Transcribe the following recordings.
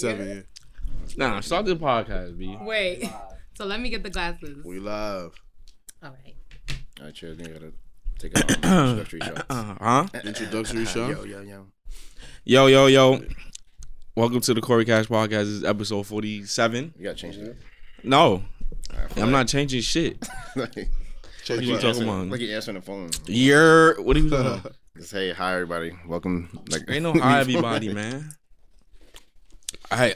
Seven. yeah. Nah, start the podcast, B. Wait. So let me get the glasses. We live. All right. All right, cheers. Nigga, gotta take it on introductory shots. Uh, huh? Introductory shot. Yo, yo, yo. Yo, yo, yo. Welcome to the Corey Cash Podcast. This is episode 47. You gotta change it. No, All right, I'm not changing shit. like, Check What it you out. talking answering, like about? you answering the phone. You're. What are you doing? Just hey, hi everybody. Welcome. Like, Ain't no hi, everybody, man. I.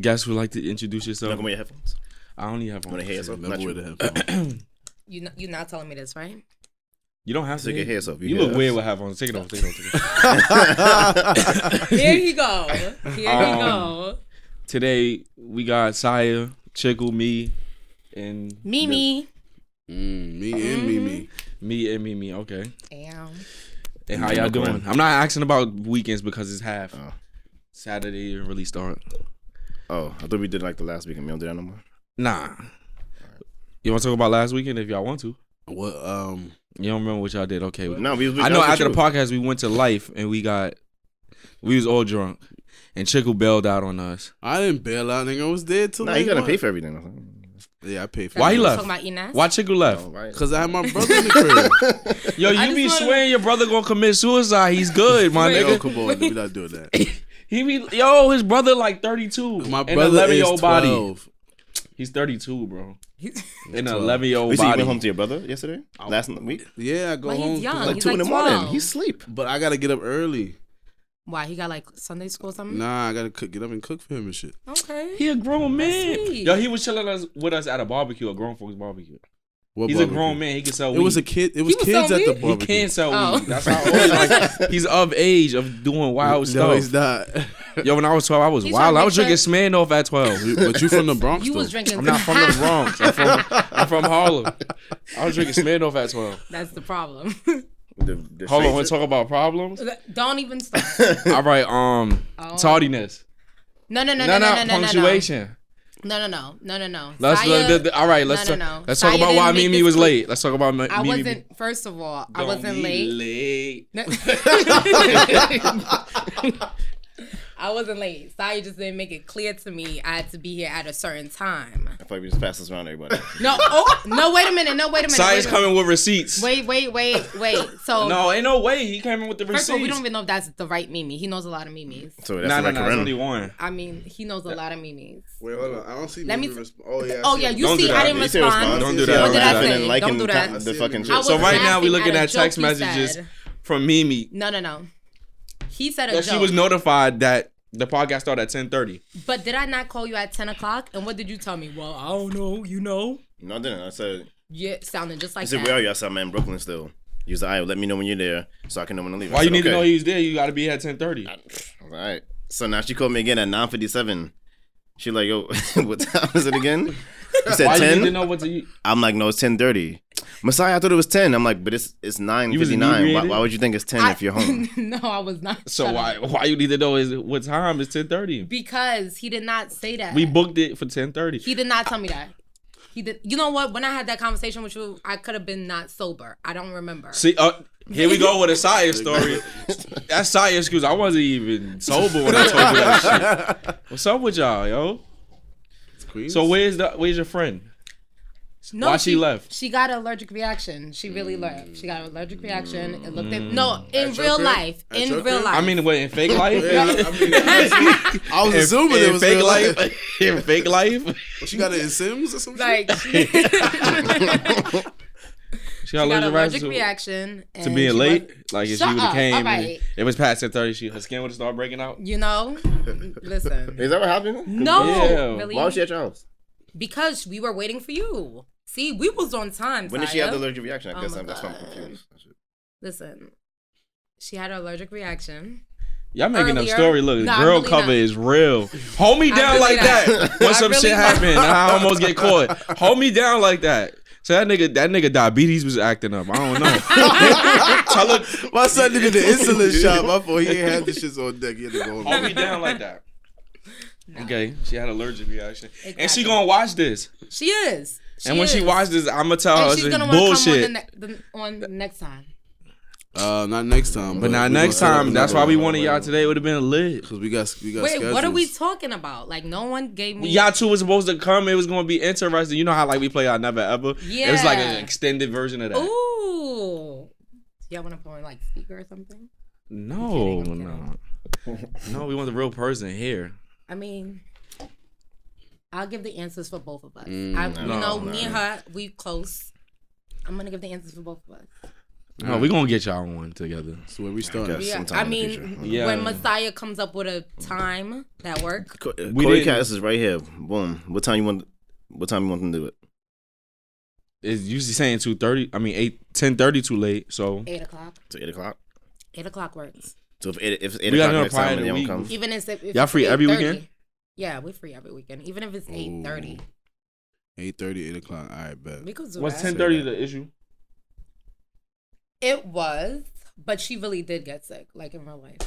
Guess would like to introduce Not yourself. gonna wear your headphones. I only have When one. the hair's up, Level not with you. the headphones. You know, you're not telling me this, right? You don't have Take your to. hair's up. You look weird with headphones. Take it off. Take it off. Take it off. Here he go. Here Um, he go. Today we got Saya, Chickle, me, and Mimi. Mm, me and Mimi. me and me me. Okay. Damn. And how y'all doing? I'm not asking about weekends because it's half. Oh. Saturday and really start. Oh, I thought we did like the last weekend. We don't do that no more. Nah. You want to talk about last weekend if y'all want to? What? Um. You don't remember what y'all did? Okay. No, we. we I that know was after the you. podcast we went to Life and we got we was all drunk and Chickle bailed out on us. I didn't bail out, nigga. I was there till. Nah, like you gotta one. pay for everything. Yeah, I paid for. Why he it. left? Talking about Ines? Why Chickle left? Oh, right. Cause I had my brother in the crib. Yo, I you just be wanna- swearing your brother gonna commit suicide. He's good, my Wait. Yo, nigga. come on, we not doing that. He be yo, his brother like thirty two. My brother is twelve. He's thirty two, bro. He's- In an eleven year We old see you body. went home to your brother yesterday. Last week. Yeah, I go But he's home. young. like, Like he's two in the like morning. 12. He's asleep. but I gotta get up early. Why? He got like Sunday school or something? Nah, I gotta cook, get up and cook for him and shit. Okay. He a grown man. sweet. Yo, he was chilling us with us at a barbecue, a grown folks barbecue. What He's barbecue? a grown man. He can sell It weed. was a kid. It was, was kids selling at the weed? he barbecue. can sell Oh. weed. That's how old. Like, he's of age of doing wild No, he's stuff. not. Yo, when I was twelve, I was He's wild. trying I to was make drinking Smirnoff at twelve. You- but you from the Bronx? You was though. drinking. I'm not from the Bronx. I'm from, I'm from Harlem. I was drinking Smirnoff at twelve. That's the problem. The, the Hold on, straight- want to talk about problems? Don't even start. All right, um, Oh. tardiness. No, no, no, No, no, no, no, no, no, punctuation. no, no, no, no, no, no. Let's Saya- the- the- all right. Let's No, talk, no, no. let's talk Saya about didn't why make Mimi this was week. late. Let's talk about Mi- I Mimi. wasn't. First of all, I wasn't Don't be late. late. I wasn't late. Saya just didn't make it clear to me I had to be here at a certain time. I feel like we just passed this around to everybody. No, oh, no, wait a minute. No, wait a minute. Science wait, a coming with receipts. minute. Wait, wait, wait, wait. So, No, ain't no way he came in with the first receipts. of all, we don't even know if that's the right Mimi. He knows a lot of Mimis. So that's Nah, the nah, nah. right It's only Corona. one. I mean, he knows a lot of Mimis. Wait, hold on. I don't see. Let Mimi me- resp- oh yeah. I Oh, see yeah, it. you Don't see, do I that. didn't You see the respond. response? Don't do You see that. the What did I response? say? And then liking Don't do the that. co- I The see fucking it. I shit. was So right now laughing we looking a at text joke he said. messages from Mimi No, no, no. He said a that she joke. was notified that the podcast started at ten thirty. but did I not call you at ten o'clock? And what did you tell me? Well, I don't know. Oh, You know. No, I didn't. I said. Yeah, sounding just I like said, that. where are you? I said, I'm in Brooklyn still. You said, all right, let me know when you're there so I can know when to leave. I Why you said, need to okay. know he was there? You got to be here at ten thirty. I was like, all right. So now she called me again at 9.57. She like, yo, what time is it again? You said Why you need to 10? know what to? You I'm like, no, it's 10.30. Messiah, I thought it was 10. I'm like, but it's was it's 9.59. Why, inebriated? why would you think it's 10 if you're home? no, I was not. so Shut up. why why you need to know is what time is ten thirty? Because he did not say that. We booked it for ten thirty. he did not tell me that. He did. You know what? When I had that conversation with you, I could have been not sober. I don't remember. See, uh, here we go with a science story. That's science excuse. I wasn't even sober when I told you that shit. What's up with y'all, yo? Queens? So where's the where's your friend? no, why she left? She got an allergic reaction. She really left. She got an allergic reaction. It looked at, no in real crib? life. At in your real crib? life. I mean, what in fake life? Yeah, I, mean, I, I was assuming in it was fake real life. in fake life, She got it in Sims or something. like she got she got, an allergic reaction allergic to, reaction and to being she late. was- like if she Shut would have up, came, alright. it was past ten thirty. She her skin would have started breaking out. you know, listen. Is that what happened? No, Yeah. really, Why was she at your house? because we were waiting for you. See, we was on time. When did she have Saya. the allergic reaction? I Oh guess my I'm, that's why I'm God. confused. Listen, she had an allergic reaction. Y'all making Earlier. up story. Look, the No, I'm girl really cover not. is real. Hold me I'm down like really not. that. Once some I'm really shit not. happened, I almost get caught. Hold me down like that. So that nigga, that nigga diabetes was acting up. I don't know. Tell her, My son did the insulin shot. My fault. He ain't had the shits on deck. He had to go hold home. me down like that. Okay, she had allergic reaction, and she Exactly. gonna watch this. She is. and when she is. watches this, I'm gonna tell and her she's this gonna is want to come on, the bullshit. ne- the, on next time. Uh, not next time. But now next time, that's why we wanted y'all today. Would have been lit. Because we got we got. Wait, schedules. what are we talking about? Like no one gave me. Y'all two was supposed to come. It was gonna be interesting. You know how like we play our never ever. It was like an Yeah. extended version of that. Ooh. Y'all want to put on like speaker or something? No, I'm kidding, no, no. We want the real person here. I mean, I'll give the answers for both of us. I, you Mm, no, no. know, me and her, we close. I'm gonna give the answers for both of us. No, we gonna get y'all one together. So where we starting? Yes. Yeah, sometime I in the mean, future. Yeah. when Messiah comes up with a time that work, Co- uh, We Corey didn't- Cass is right here. Boom. What time you want? What time you want them to do it? It's usually saying two thirty. I mean eight ten thirty too late. So eight o'clock. To eight o'clock. Eight o'clock works. So if eight, if it's eight We gotta o'clock know next prior time to and they the don't week. come, Even if it, if Y'all it's free every 8:30. weekend? Yeah, we're free every weekend. Even if it's eight thirty, Eight thirty, eight o'clock. All right, bet. we could do what's that. ten thirty the issue? It was, but she really did get sick, like in real life.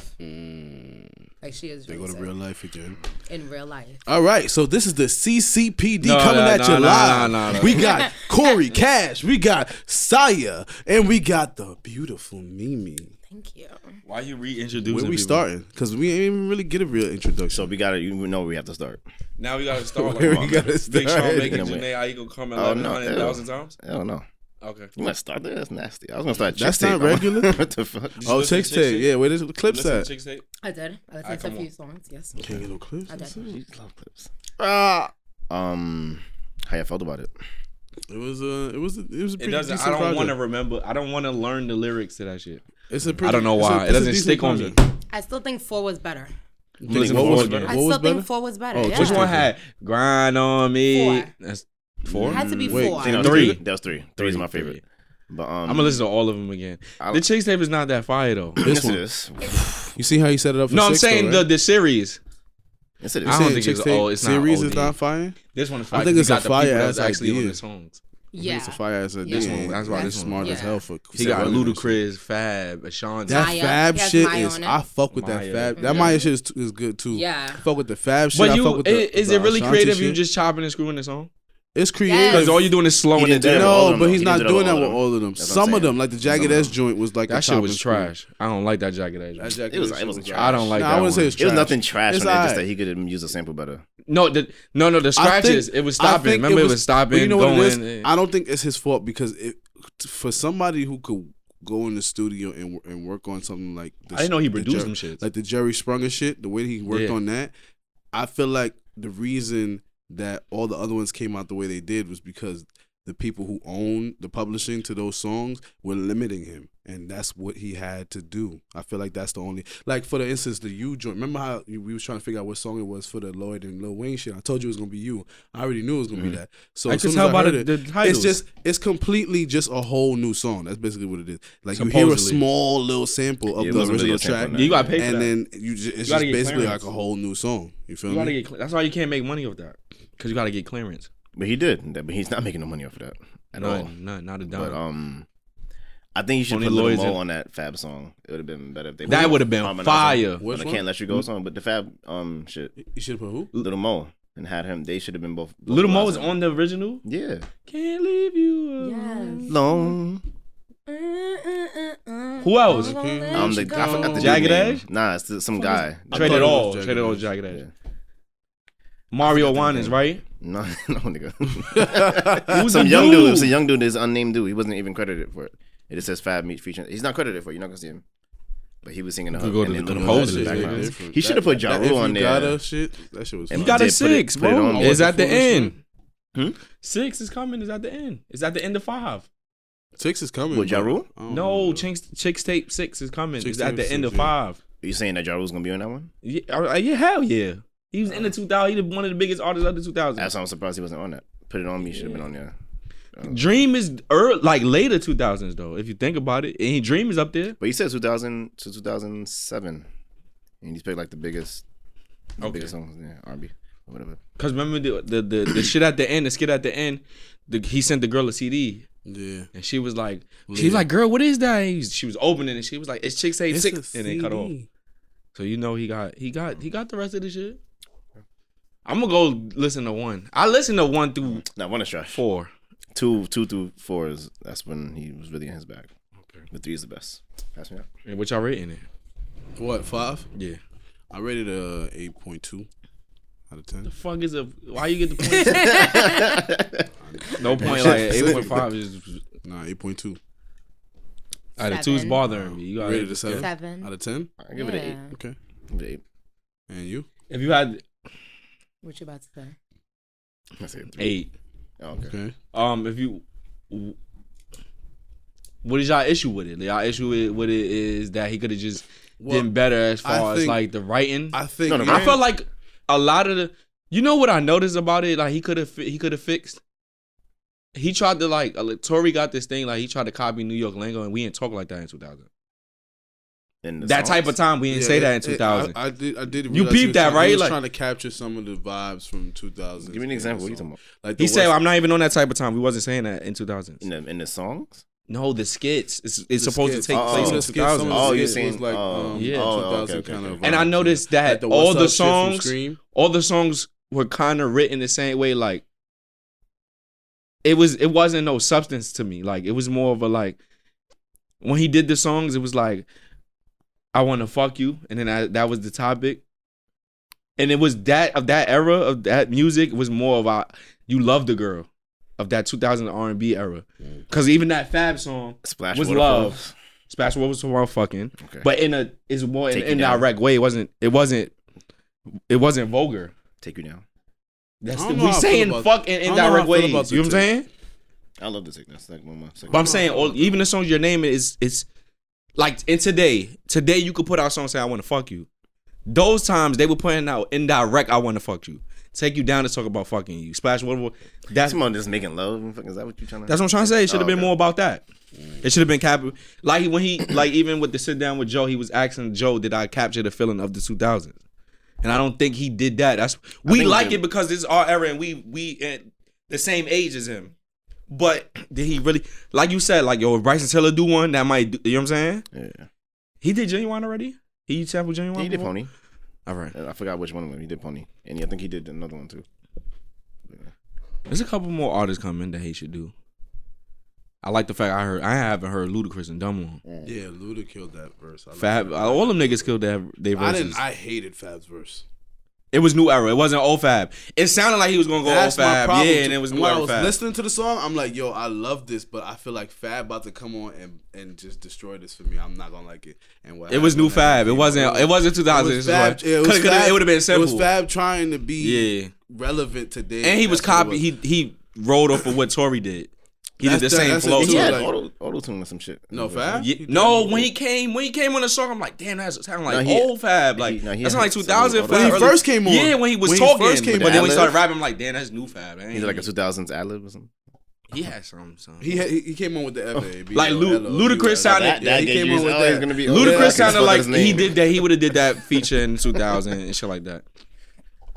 Like she is They go really to sick real life again. in real life. All right, so this is the CCPD No, coming no, at no, you no, live. no, no, no. We got Corey Cash, we got Saya, and we got the beautiful Mimi. Thank you. Why you reintroducing? Where we people? starting? Because we ain't even really get a real introduction. so we gotta. You know where we have to start. Now we gotta start. Like, Where we Big gotta Sean start? making Anyway. Janae Aiko come Oh, eleven no, hundred thousand times. I don't know. Okay. You want to start there? That's nasty. I was gonna start. That's Chick not Tape. regular. what the fuck? oh, listen Chicks to Chicks Tape. Tape? Yeah, where the clips Listen, at? Chicks tape. I did. I listened to come a on. few songs. Yes. Can't get no clips. I did. You love clips. Oh. Ah. Um, how you felt about it? It was a, it was a, it was a It pretty doesn't. decent I don't want to project. remember. I don't want to learn the lyrics to that shit. It's a pretty, I don't know it's a- why. it's it a doesn't decent stick on me. project. I still think four was better. You think What four was was better? better? I What was still think better? four was better. Oh, yeah. Which one Yeah. had grind on me? Four. That's four. It had to be Wait, four. You know, Three. That was three. Three is my favorite. But um, I'm gonna listen to all of them again. I- the chicks tape is not that fire though. This Yes, one. it is. You see how you set it up? For no, I'm six, though, saying right? the the series. Yes, it You I don't is. saying think Chicks it's- Tape oh, it's not series OD. is not fire. This one is fire. I think 'cause it's he a got the people fire-ass that's actually on idea. the songs. Yeah. Yeah. It's a fire ass idea. This one, that's why this one- smart as yeah. hell for. He got Luda Chris, Fab, Ashanti. That Maya. Fab He has shit Maya is. on it. I fuck with Maya. that Fab. That Maya shit is, t- is good too. Yeah. I fuck with the Fab shit. But I fuck you, with the, i- is the it really Ashanti creative? You shit. just chopping and screwing the song? it's Yes. creative. Because all you're doing is slowing He it didn't do that down. with all of no, them, but though. he's He not did that doing with that all with of them. all of them. That's what I'm Some of saying. them, like the Jagged Some of Edge them. joint, was like a That shit chop was and screw. trash. I don't like that jagged That edge. Jagged It was. Edge It shit was trash. trash. I don't like Nah, that. I wouldn't one. say it's It was trash. nothing trash. It's on it, Just aight. that he could have used a sample better. No, the no, no. The I think- scratches. it was I stopping. think Remember, it was, stopping. but You know going. what it is? and- I don't think it's his fault because it, for somebody who could go in the studio and wo- and work on something like this, I didn't know he the produced Jer- them shits. like the Jerry Sprunger shit, the way he worked Yeah. on that. I feel like the reason that all the other ones came out the way they did was because the people who own the publishing to those songs were limiting him and that's what he had to do i feel like that's the only like for the instance the you joint remember how you- we was trying to figure out what song it was for the lloyd and lil wayne shit i told you it was gonna be you i already knew it was gonna be that so Mm-hmm. I as could soon as tell by heard the- it, the it's titles. just it's completely just a whole new song that's basically what it is like you hear a Supposedly. small little sample of Yeah, it the wasn't really a original sample, track no. Yeah, you gotta pay for and that. then you just, it's just gotta get basically clearance. like a whole new song you feel you me gotta get. cl- That's why you can't make money off that. Because you gotta get clearance. But he did. But he's not making no money off of that at all. None, none, not a dime. Oh. But um, I think you should Only put Lil Lloyd's Mo in- on that Fab song. It would have been better if they That would've been harmonized fire. on- Which On the one? Can't Let You Go song, but the Fab um shit, you should put who Little Mo and had him. They should have been both. Little Mo was vocalizing. on the original. Yeah, Can't leave you. Yes. long. Who else? Um, the I forgot the dude Jagged name. Edge? Nah, it's the, some guy. I Trade thought it it all. was Jagged Trade it all. Edge. Jagged Edge. Yeah. Mario One is right. No, no nigga. Who's some the young dude. dude? It's a young dude. This unnamed dude. He wasn't even credited for it. It just says Fab meet featuring. He's not credited for it. You're not gonna see him. But he was singing the Could hook. go to and the then Lil Mo composers, in the yeah, background. different. He should have put Ja That If Rule You on there. Gotta shit that shit was And You fire. got a Did put it- six, put it bro. on. It's at the Wonderful end. Hmm? Six is coming. Is at the end. It's at the end of five. Six is coming. With Ja but Rule? I don't No, know. Chicks, Chicks Tape Six is coming. Chicks it's at Tape the end Six, of yeah. five. Are you saying that Ja Rule's gonna be on that one? Yeah, uh, yeah, hell yeah. He was in the 2000. He was one of the biggest artists of the 2000. That's why I'm surprised he wasn't on that. Put it on me. Should have been on there. Dream is early, like later 2000s though. If you think about it, and Dream is up there. But he said 2000 to 2007, and he's played like the biggest, the biggest songs, yeah, R&B, or whatever. Cause remember the the the, the shit at the end, the skit at the end. The, he sent the girl a CD, Yeah. and she was like, she was like, "Girl, what is that?" And he was- she was opening, it. she was like, "It's Chicks Tape It's a Six, and then cut off. CD. So you know he got he got he got the rest of the shit. I'm gonna go listen to one. I listened to one through Now one is trash. four. Two, two through four is that's when he was really in his bag. But three is the best. Pass me up. And what y'all rating it? What five? Yeah. I rated a eight point two out of ten. Fuck is a why you get the point? no point. Like eight point five is Nah, eight point two. out of two's Seven. bothering me. You got Rated a seven. Out Seven. of ten. I give it an Yeah. Okay. eight. Give it an eight. And you? If you had What you about to say? I say three. eight, Oh, okay. Okay. um, if you, what is y'all issue with it? Y'all issue with, with it is that he could have just Well, done better as I far as think- like the writing. I think No, no, I felt like a lot of the. You know what I noticed about it? Like he could have he could have fixed. He tried to like uh, like, Tory got this thing like he tried to copy New York lingo and we didn't talk like that in 2000. And the That songs. type of time we didn't Yeah, say that it- in it- 2000. I, I did. I did. You realize peeped he was that, trying- he right? was Like- trying to capture some of the vibes from 2000. Give me an example. What are you talking about? Like the he said West- I'm not even on that type of time. We wasn't saying that in 2000. In the in the songs? No, the skits. It's, it's the supposed skits. to take Oh, place Some in of the skits- some of 2000. the Oh, you're skits saying- was like oh. um, Yeah. Oh, 2000 okay, okay, kind of. okay. And I vibe, noticed yeah. that Like the What's all the Up shit from songs- Scream. all the songs were kind of written the same way like it was it wasn't no substance to me like it was more of a like when he did the songs it was like i want to fuck you and then I, that was the topic and it was that of that era of that music was more of a you love the girl of that 2000 r&b era because even that fab song Mm. Splash was Waterfall. love splash what was around fucking Okay. but in a it's more in Take an you down. indirect way it wasn't it wasn't it wasn't vulgar Take you down. that's I the, don't know we how I feel saying about- fuck in I don't know how I indirect feel ways. You know about what the I'm two. saying? I love the sickness. Like one more second. But I'm saying all, even the songs your name is it's like in today. Today you could put out a song saying I want to fuck you. Those times they were putting out indirect I want to fuck you. Take you down to talk about fucking you. Splash whatever. That's That's more just making love. and fuck- Is that what you trying to? that's what I'm trying to say. It should have Oh, been okay. more about that. It should have been cap like when he like even with the sit down with Joe, he was asking Joe, did I capture the feeling of the 2000s? And I don't think he did that. That's we think like the- it because this is our era and we we at the same age as him. But did he really like you said like yo if Bryson Tiller do one that might do, you know what I'm saying? Yeah. He did genuine already. He sampled genuine. He did before? pony. All right, I forgot which one of them. He did pony, and I think he did another one too. there's a couple more artists coming that he should do. I like the fact I heard I haven't heard Ludacris and Dumb one. Yeah, Luda killed that verse. I like Fab, uh, that. all them niggas killed their they I verses. didn't. I hated Fab's verse. It was new era. It wasn't old Fab. It sounded like he was gonna go old That's my Oh, Fab. Yeah, problem. and it was new when I era was Fab. listening to the song, I'm like, yo, I love this, but I feel like Fab about to come on and, and just destroy this for me. I'm not gonna like it. And what It was happened new when Fab. It came wasn't. out- It wasn't 2000. It was Fab- yeah, it, Fab- would have been simple. It was Fab trying to be Yeah, relevant today, and he was That's what it copy. He he rolled off of what Tory did. He did That's the that- same that's it flow. too, He So, had like- auto auto tune or some shit. no Fab. Yeah, He no, did. when he came, when he came on the song, I'm like, damn, that's sound like No, he- old Fab. Like he- no, he that's had not like some 2000 old- Fab. When he early- first came on. yeah, when he was When he talking, first came but on. then when he started Ad-lib. rapping, I'm like, damn, that's new Fab. That He's ain't- like a 2000s ad lib or something. he had some, some. he had, he he came on with the FAB. Like Lu- Ludacris sounded- That- yeah, he came on with that. gonna be Ludacris sounded like he did that. He would have did that feature in 2000 and shit like that.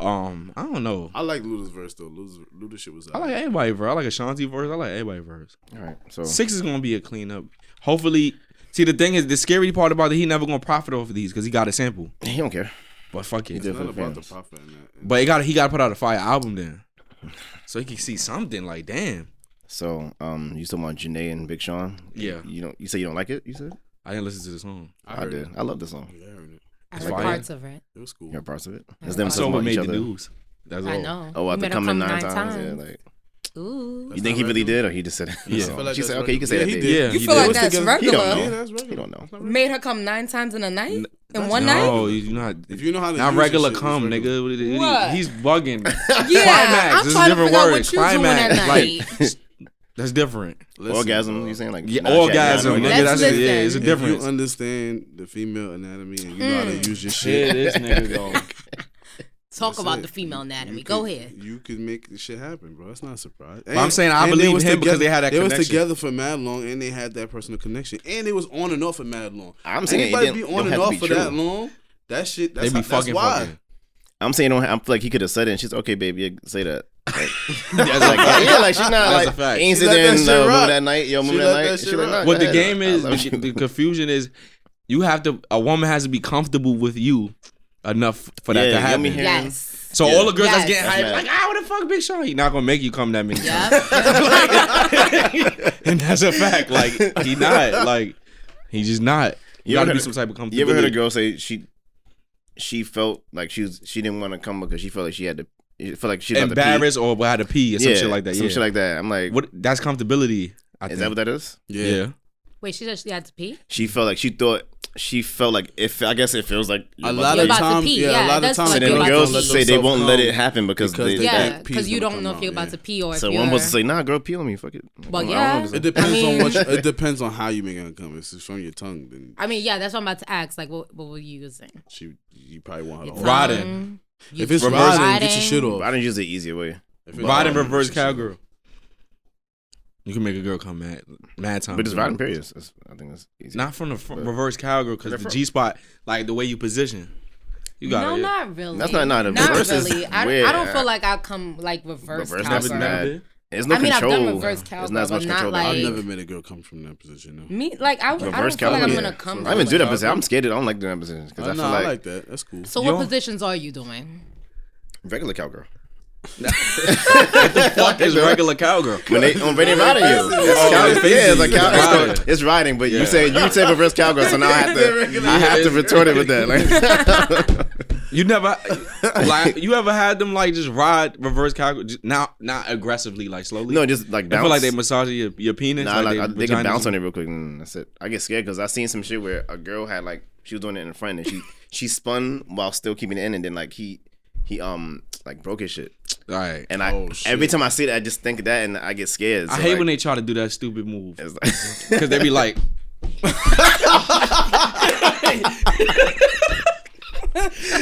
Um, I don't know. I like Luda's verse though. Luda's, Luda's shit was. I like alright. everybody verse. I like Ashanti verse. I like everybody verse. All right, so Six is gonna be a cleanup. Hopefully, see the thing is the scary part about it. He never gonna profit off of these because he got a sample. he don't care. But fuck it. did. It's not different about the fans. profit in that. But he got he got to put out a fire album then, so he can see something. Like damn, So um, you talking about Janae and Big Sean? Yeah. You don't. You say you don't like it. You said I didn't listen to the song. I, heard did. it. I love this song. Yeah, I heard it. I It's heard fire. parts of it. It was cool. You heard parts of it. I It's heard them parts So talking what about each made the other. news? That's all. I know. Oh, You I think better coming come nine times. Yeah, like Ooh. you think he really did or he just said it? Yeah. So I feel like she that's said, regular. okay, you can say Yeah, that. he babe. did. Yeah, You he feel did. It like was that's together. He don't regular. know. Yeah, that's regular. You don't know. That's not regular. Made her come nine times in a night? In one night? No, you know how. If you know how to Not use this regular shit, it's cum, regular. nigga. What it- it- What? He's bugging. Yeah, climax. I'm This is trying to different figure out words. what you doing climax. at night. Like, that's different. Listen, orgasm. bro. You saying like Yeah, not chatting, orgasm, nigga. not doing Let's That's listen. yeah, it's a If difference. you understand the female anatomy and you know how to use your Yeah, shit, this nigga go. Talk that's about it. the female anatomy. you Go could- ahead. You could make this shit happen, bro. That's not a surprise. I'm saying I believe him because they had that They was connection. together for mad long and they had that personal connection and it was on and off for mad long. I'm saying it anybody didn't- be don't on and have to off be for true. that long. That shit. They That's, how- be that's fucking why. fucking. I'm saying don't. I'm like he could have said it. and She's okay, baby. yeah, Say that. Like, That's like, like- yeah, like she's not That's a like fact. ain't She sit let there that and shit uh, move rock. that night. Yo, move She that let that night. shit She like, rock. nah, What go the ahead. game I is, love the, you. the confusion is, you have to. A woman has to be comfortable with you enough for that Yeah, to you happen. hear me here? Yes. So Yeah. all the girls that's Yes. getting hyped, That's like, ah, what the fuck, Big Sean? He not gonna make you come that many times. Yep. and that's a fact. Like he not like He's just not. You, You ever gotta be heard- some type of comfortability. You ever heard a girl say she she felt like she was she didn't want to come because she felt like she had to it felt like she had embarrassed or had to pee or to pee. some yeah, shit like that? some yeah, shit like that. I'm like, what? That's comfortability. I is think. that what that is? Yeah. yeah. Wait, she said she had to pee. She felt like she thought she felt like if I guess it feels like A lot You're of about to times, pee, yeah, yeah, a lot of that's times. like So you're then about the to girls pee. say they won't let it happen because, because they, they- that- Yeah, that pee's because you gonna don't come know if you're out, about yeah. to pee or if So you're. one supposed to say, "Nah, girl, peel on me, fuck it." Well, I don't yeah. wanna say- It depends on what. mean- You, it depends on how you make it come. If it's from your tongue, then I mean, yeah, that's what I'm about to ask. Like, what, what were you using? she you probably want her to Your hold. Right. Right. Riding. tongue, you- Oh, If it's Reverse- riding, get your shit Riding. off. I didn't use the easier way, If it's Riding riding, reverse get your shit cowgirl. You can make a girl come mad, mad time. but it's riding periods. That's- I think that's easy. Not from the fr- reverse cowgirl because They're the fro- G spot, like the way you position, you got No, it. not really. That's not- nah, the not reverse is really. I, don't- I weird. don't feel like I come like reverse. Reverse Never, That's cowgirl. bad. never did. There's no I mean, I've done control. reverse There's cowgirl, not as but much not control. I've like- never made a girl come from that position. No, Me, like I, I don't Reverse feel like I'm cowgirl. gonna Yeah. come. I even do reverse. that position. I'm scared. that I don't like doing that position because Oh, I, I nah, feel I like, like that. That's cool. So what Yo. positions are you doing? regular cowgirl. Fuck is regular cowgirl. When they on radio riding you, it's Oh, cow- it's yeah, it's basically like cow- it's, riding. riding. it's riding. But you say you say reverse cowgirl, so now I have to I have to Yeah, it's retort it with that. Like, You never, like, you ever had them like just ride reverse cowgirl? Just not not aggressively, like slowly. no, just like I bounce. feel like they massage your, your penis. Nah, like, they, I, they can vaginas. bounce on it real quick, and that's it. I get scared because I seen some shit where a girl had like she was doing it in front, and she she spun while still keeping it in, and then like he he um like broke his shit, All right. and I Oh, shit. every time I see that I just think of that, and I get scared. So, I hate like, when they try to do that stupid move It's like, because they be like,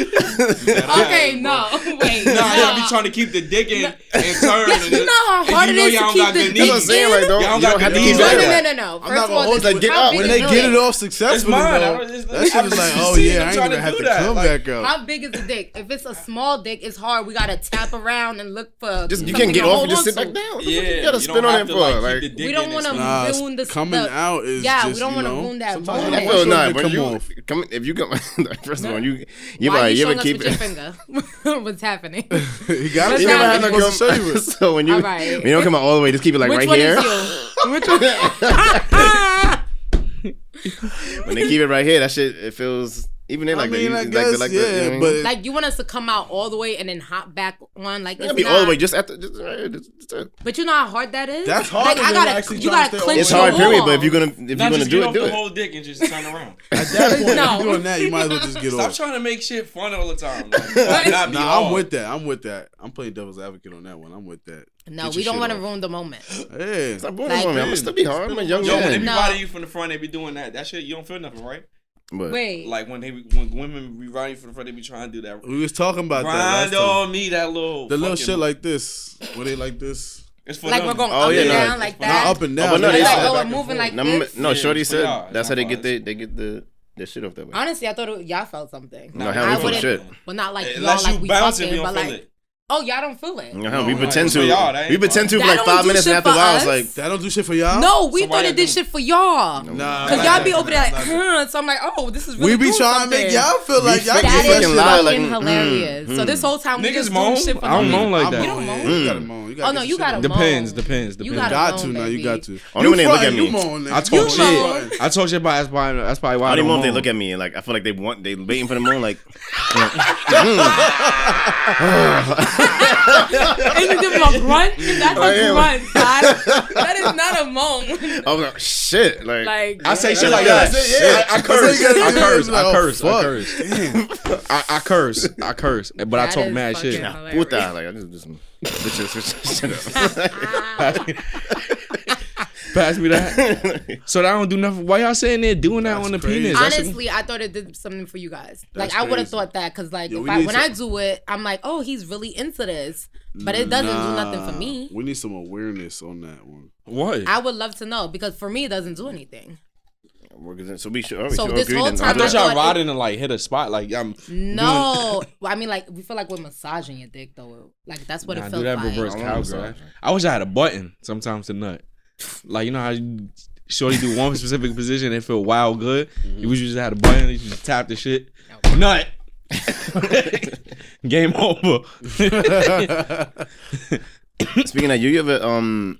Okay, no, wait, no. nah, y'all be trying to keep the dick in and turn. and, You know how and hard it know is to y'all keep got the good dick that's what I'm knees. saying. Like, don't, Y'all you got don't the have to keep knees. No, doing no, Exactly. no, that. no, no. I'm not First of gonna all, hold this that is dick how up. big When is they the get it dick? off successfully, mine. I though, don't- it's- that shit I've is like, oh seen them yeah, I ain't trying to gonna have do to that, come like- back up. How big is the dick? If it's a small dick, it's hard. We gotta tap around and look for. Just you something can't get to off hold and just on sit back to. down. Yeah, you gotta you spin don't on have it to, for like, keep like. the dick We don't in want and to stuff. Nah, it's- ruin this. coming out is yeah. just, we don't you wanna know, ruin that. sometimes you I don't moment. feel want nah, shit to when come you off. come if you come first of all you you Why ever are you you showing ever us keep with your finger? What's happening? He got it. You never Nah, had he no girl. to show you it. so when you All right. when you don't come out all the way, just keep it like Which right one here. is you? Which one? When they keep it right here, that shit it feels even they I like mean, I that. guess, yeah, but it- Like you want us to come out all the way and then hop back on? Like It'll it's be all the not- way just after. Just, right here, just, just, just. But you know how hard that is. That's harder Like I than gotta, actually you trying to gotta stay clench It's all your hard, period. But wall. if you're gonna if you're Not gonna just do get it, off do the it. whole dick and just turn around. At that point, No. if you're doing that, you might as well just get Stop off. trying to make shit fun all the time. Like, not be Nah, I'm hard. with that. I'm with that. I'm playing devil's advocate on that one. I'm with that. No, Get your we don't shit want to off. ruin the moment. Yeah. Stop bothering Like- me. I'm gonna still be hard. I'm a young Yo, when man. they be No. riding you from the front, they be doing that. That shit, you don't feel nothing, right? But Wait, Like when they be- when women be riding you from the front, they be trying to do that. We was talking about that. last Grind time. on me, that little The little fucking- shit like this. Were they like this? it's for like them. we're going Oh, up yeah, and no. down like Nah, that. Nah, up and down. but no, They they like, said- go oh, we're back and moving forth. like no, this. no, Shorty it's for y'all. said that's how they get It's they they get the their shit off that way. Honestly, I thought it, y'all felt something. No, Oh, hell, I we feel wouldn't- shit. Well, not like y'all Unless like you we bounce and fucking, you don't but feel like it. oh y'all don't feel it. No, we no, pretend it's for y'all, that to ain't we pretend to fine. for like That don't five do minutes shit and after a for while us. it's like That don't do shit for y'all. No, we So why thought y'all it did doing shit for y'all. Nah. Cause nah, y'all nah, be nah, over there, nah. huh? So I'm like, oh, this is really We be doing trying to make something. y'all feel like y'all fucking That get shit is fucking fucking lie, like, mm, hilarious. mm. so this whole time we Niggas just moan? doing shit for I don't no moan reason. like I'm that. You don't moan? You gotta moan. You gotta Oh no, get you your shit gotta off. Depends, moan. depends, You depends. You gotta got moan, to now. You baby. got to. Only when they look at fronting, me. You moan. nigga. I You talk fronting. shit. I talk shit, but that's why. That's probably why. I don't even know if they moan. look at me like I feel like they want they waiting for the moon like and you give him a grunt. That's I a am. grunt, son. That is not a moan. I was like shit like, like I say shit Yeah, like yeah, that. shit, Shit. yeah. I, I That's curse. what you I gotta do. curse. I Like, curse. oh, I fuck. curse. I, I curse. I curse. But I That talk is mad shit. fucking- puta like I just just switch it, switch it, shut up. Pass me that. So that I don't do nothing. Why y'all sitting there doing that That's on the crazy. penis? That shit- honestly, I thought it did something for you guys. That's like I would have crazy. thought that because like Yo, if we I, need when I do it, I'm like, oh, he's really into this, but it doesn't do nothing for Nah, me. We need some awareness on that one. what? I would love to know because for me, it doesn't do anything. We're good. So we should. alright, So we should this agree whole then. time I thought I y'all thought riding and like hit a spot. Like I'm. No, well, I mean, like we feel like we're massaging your dick though. Like that's what Nah, it do felt that like. reverse I wanna cowgirl. massage. I wish I had a button sometimes to nut. Like you know how you shorty do one specific position and feel wild good. You wish you just had a button. You just tap the shit. Nut. Game over. Speaking of you, you ever um,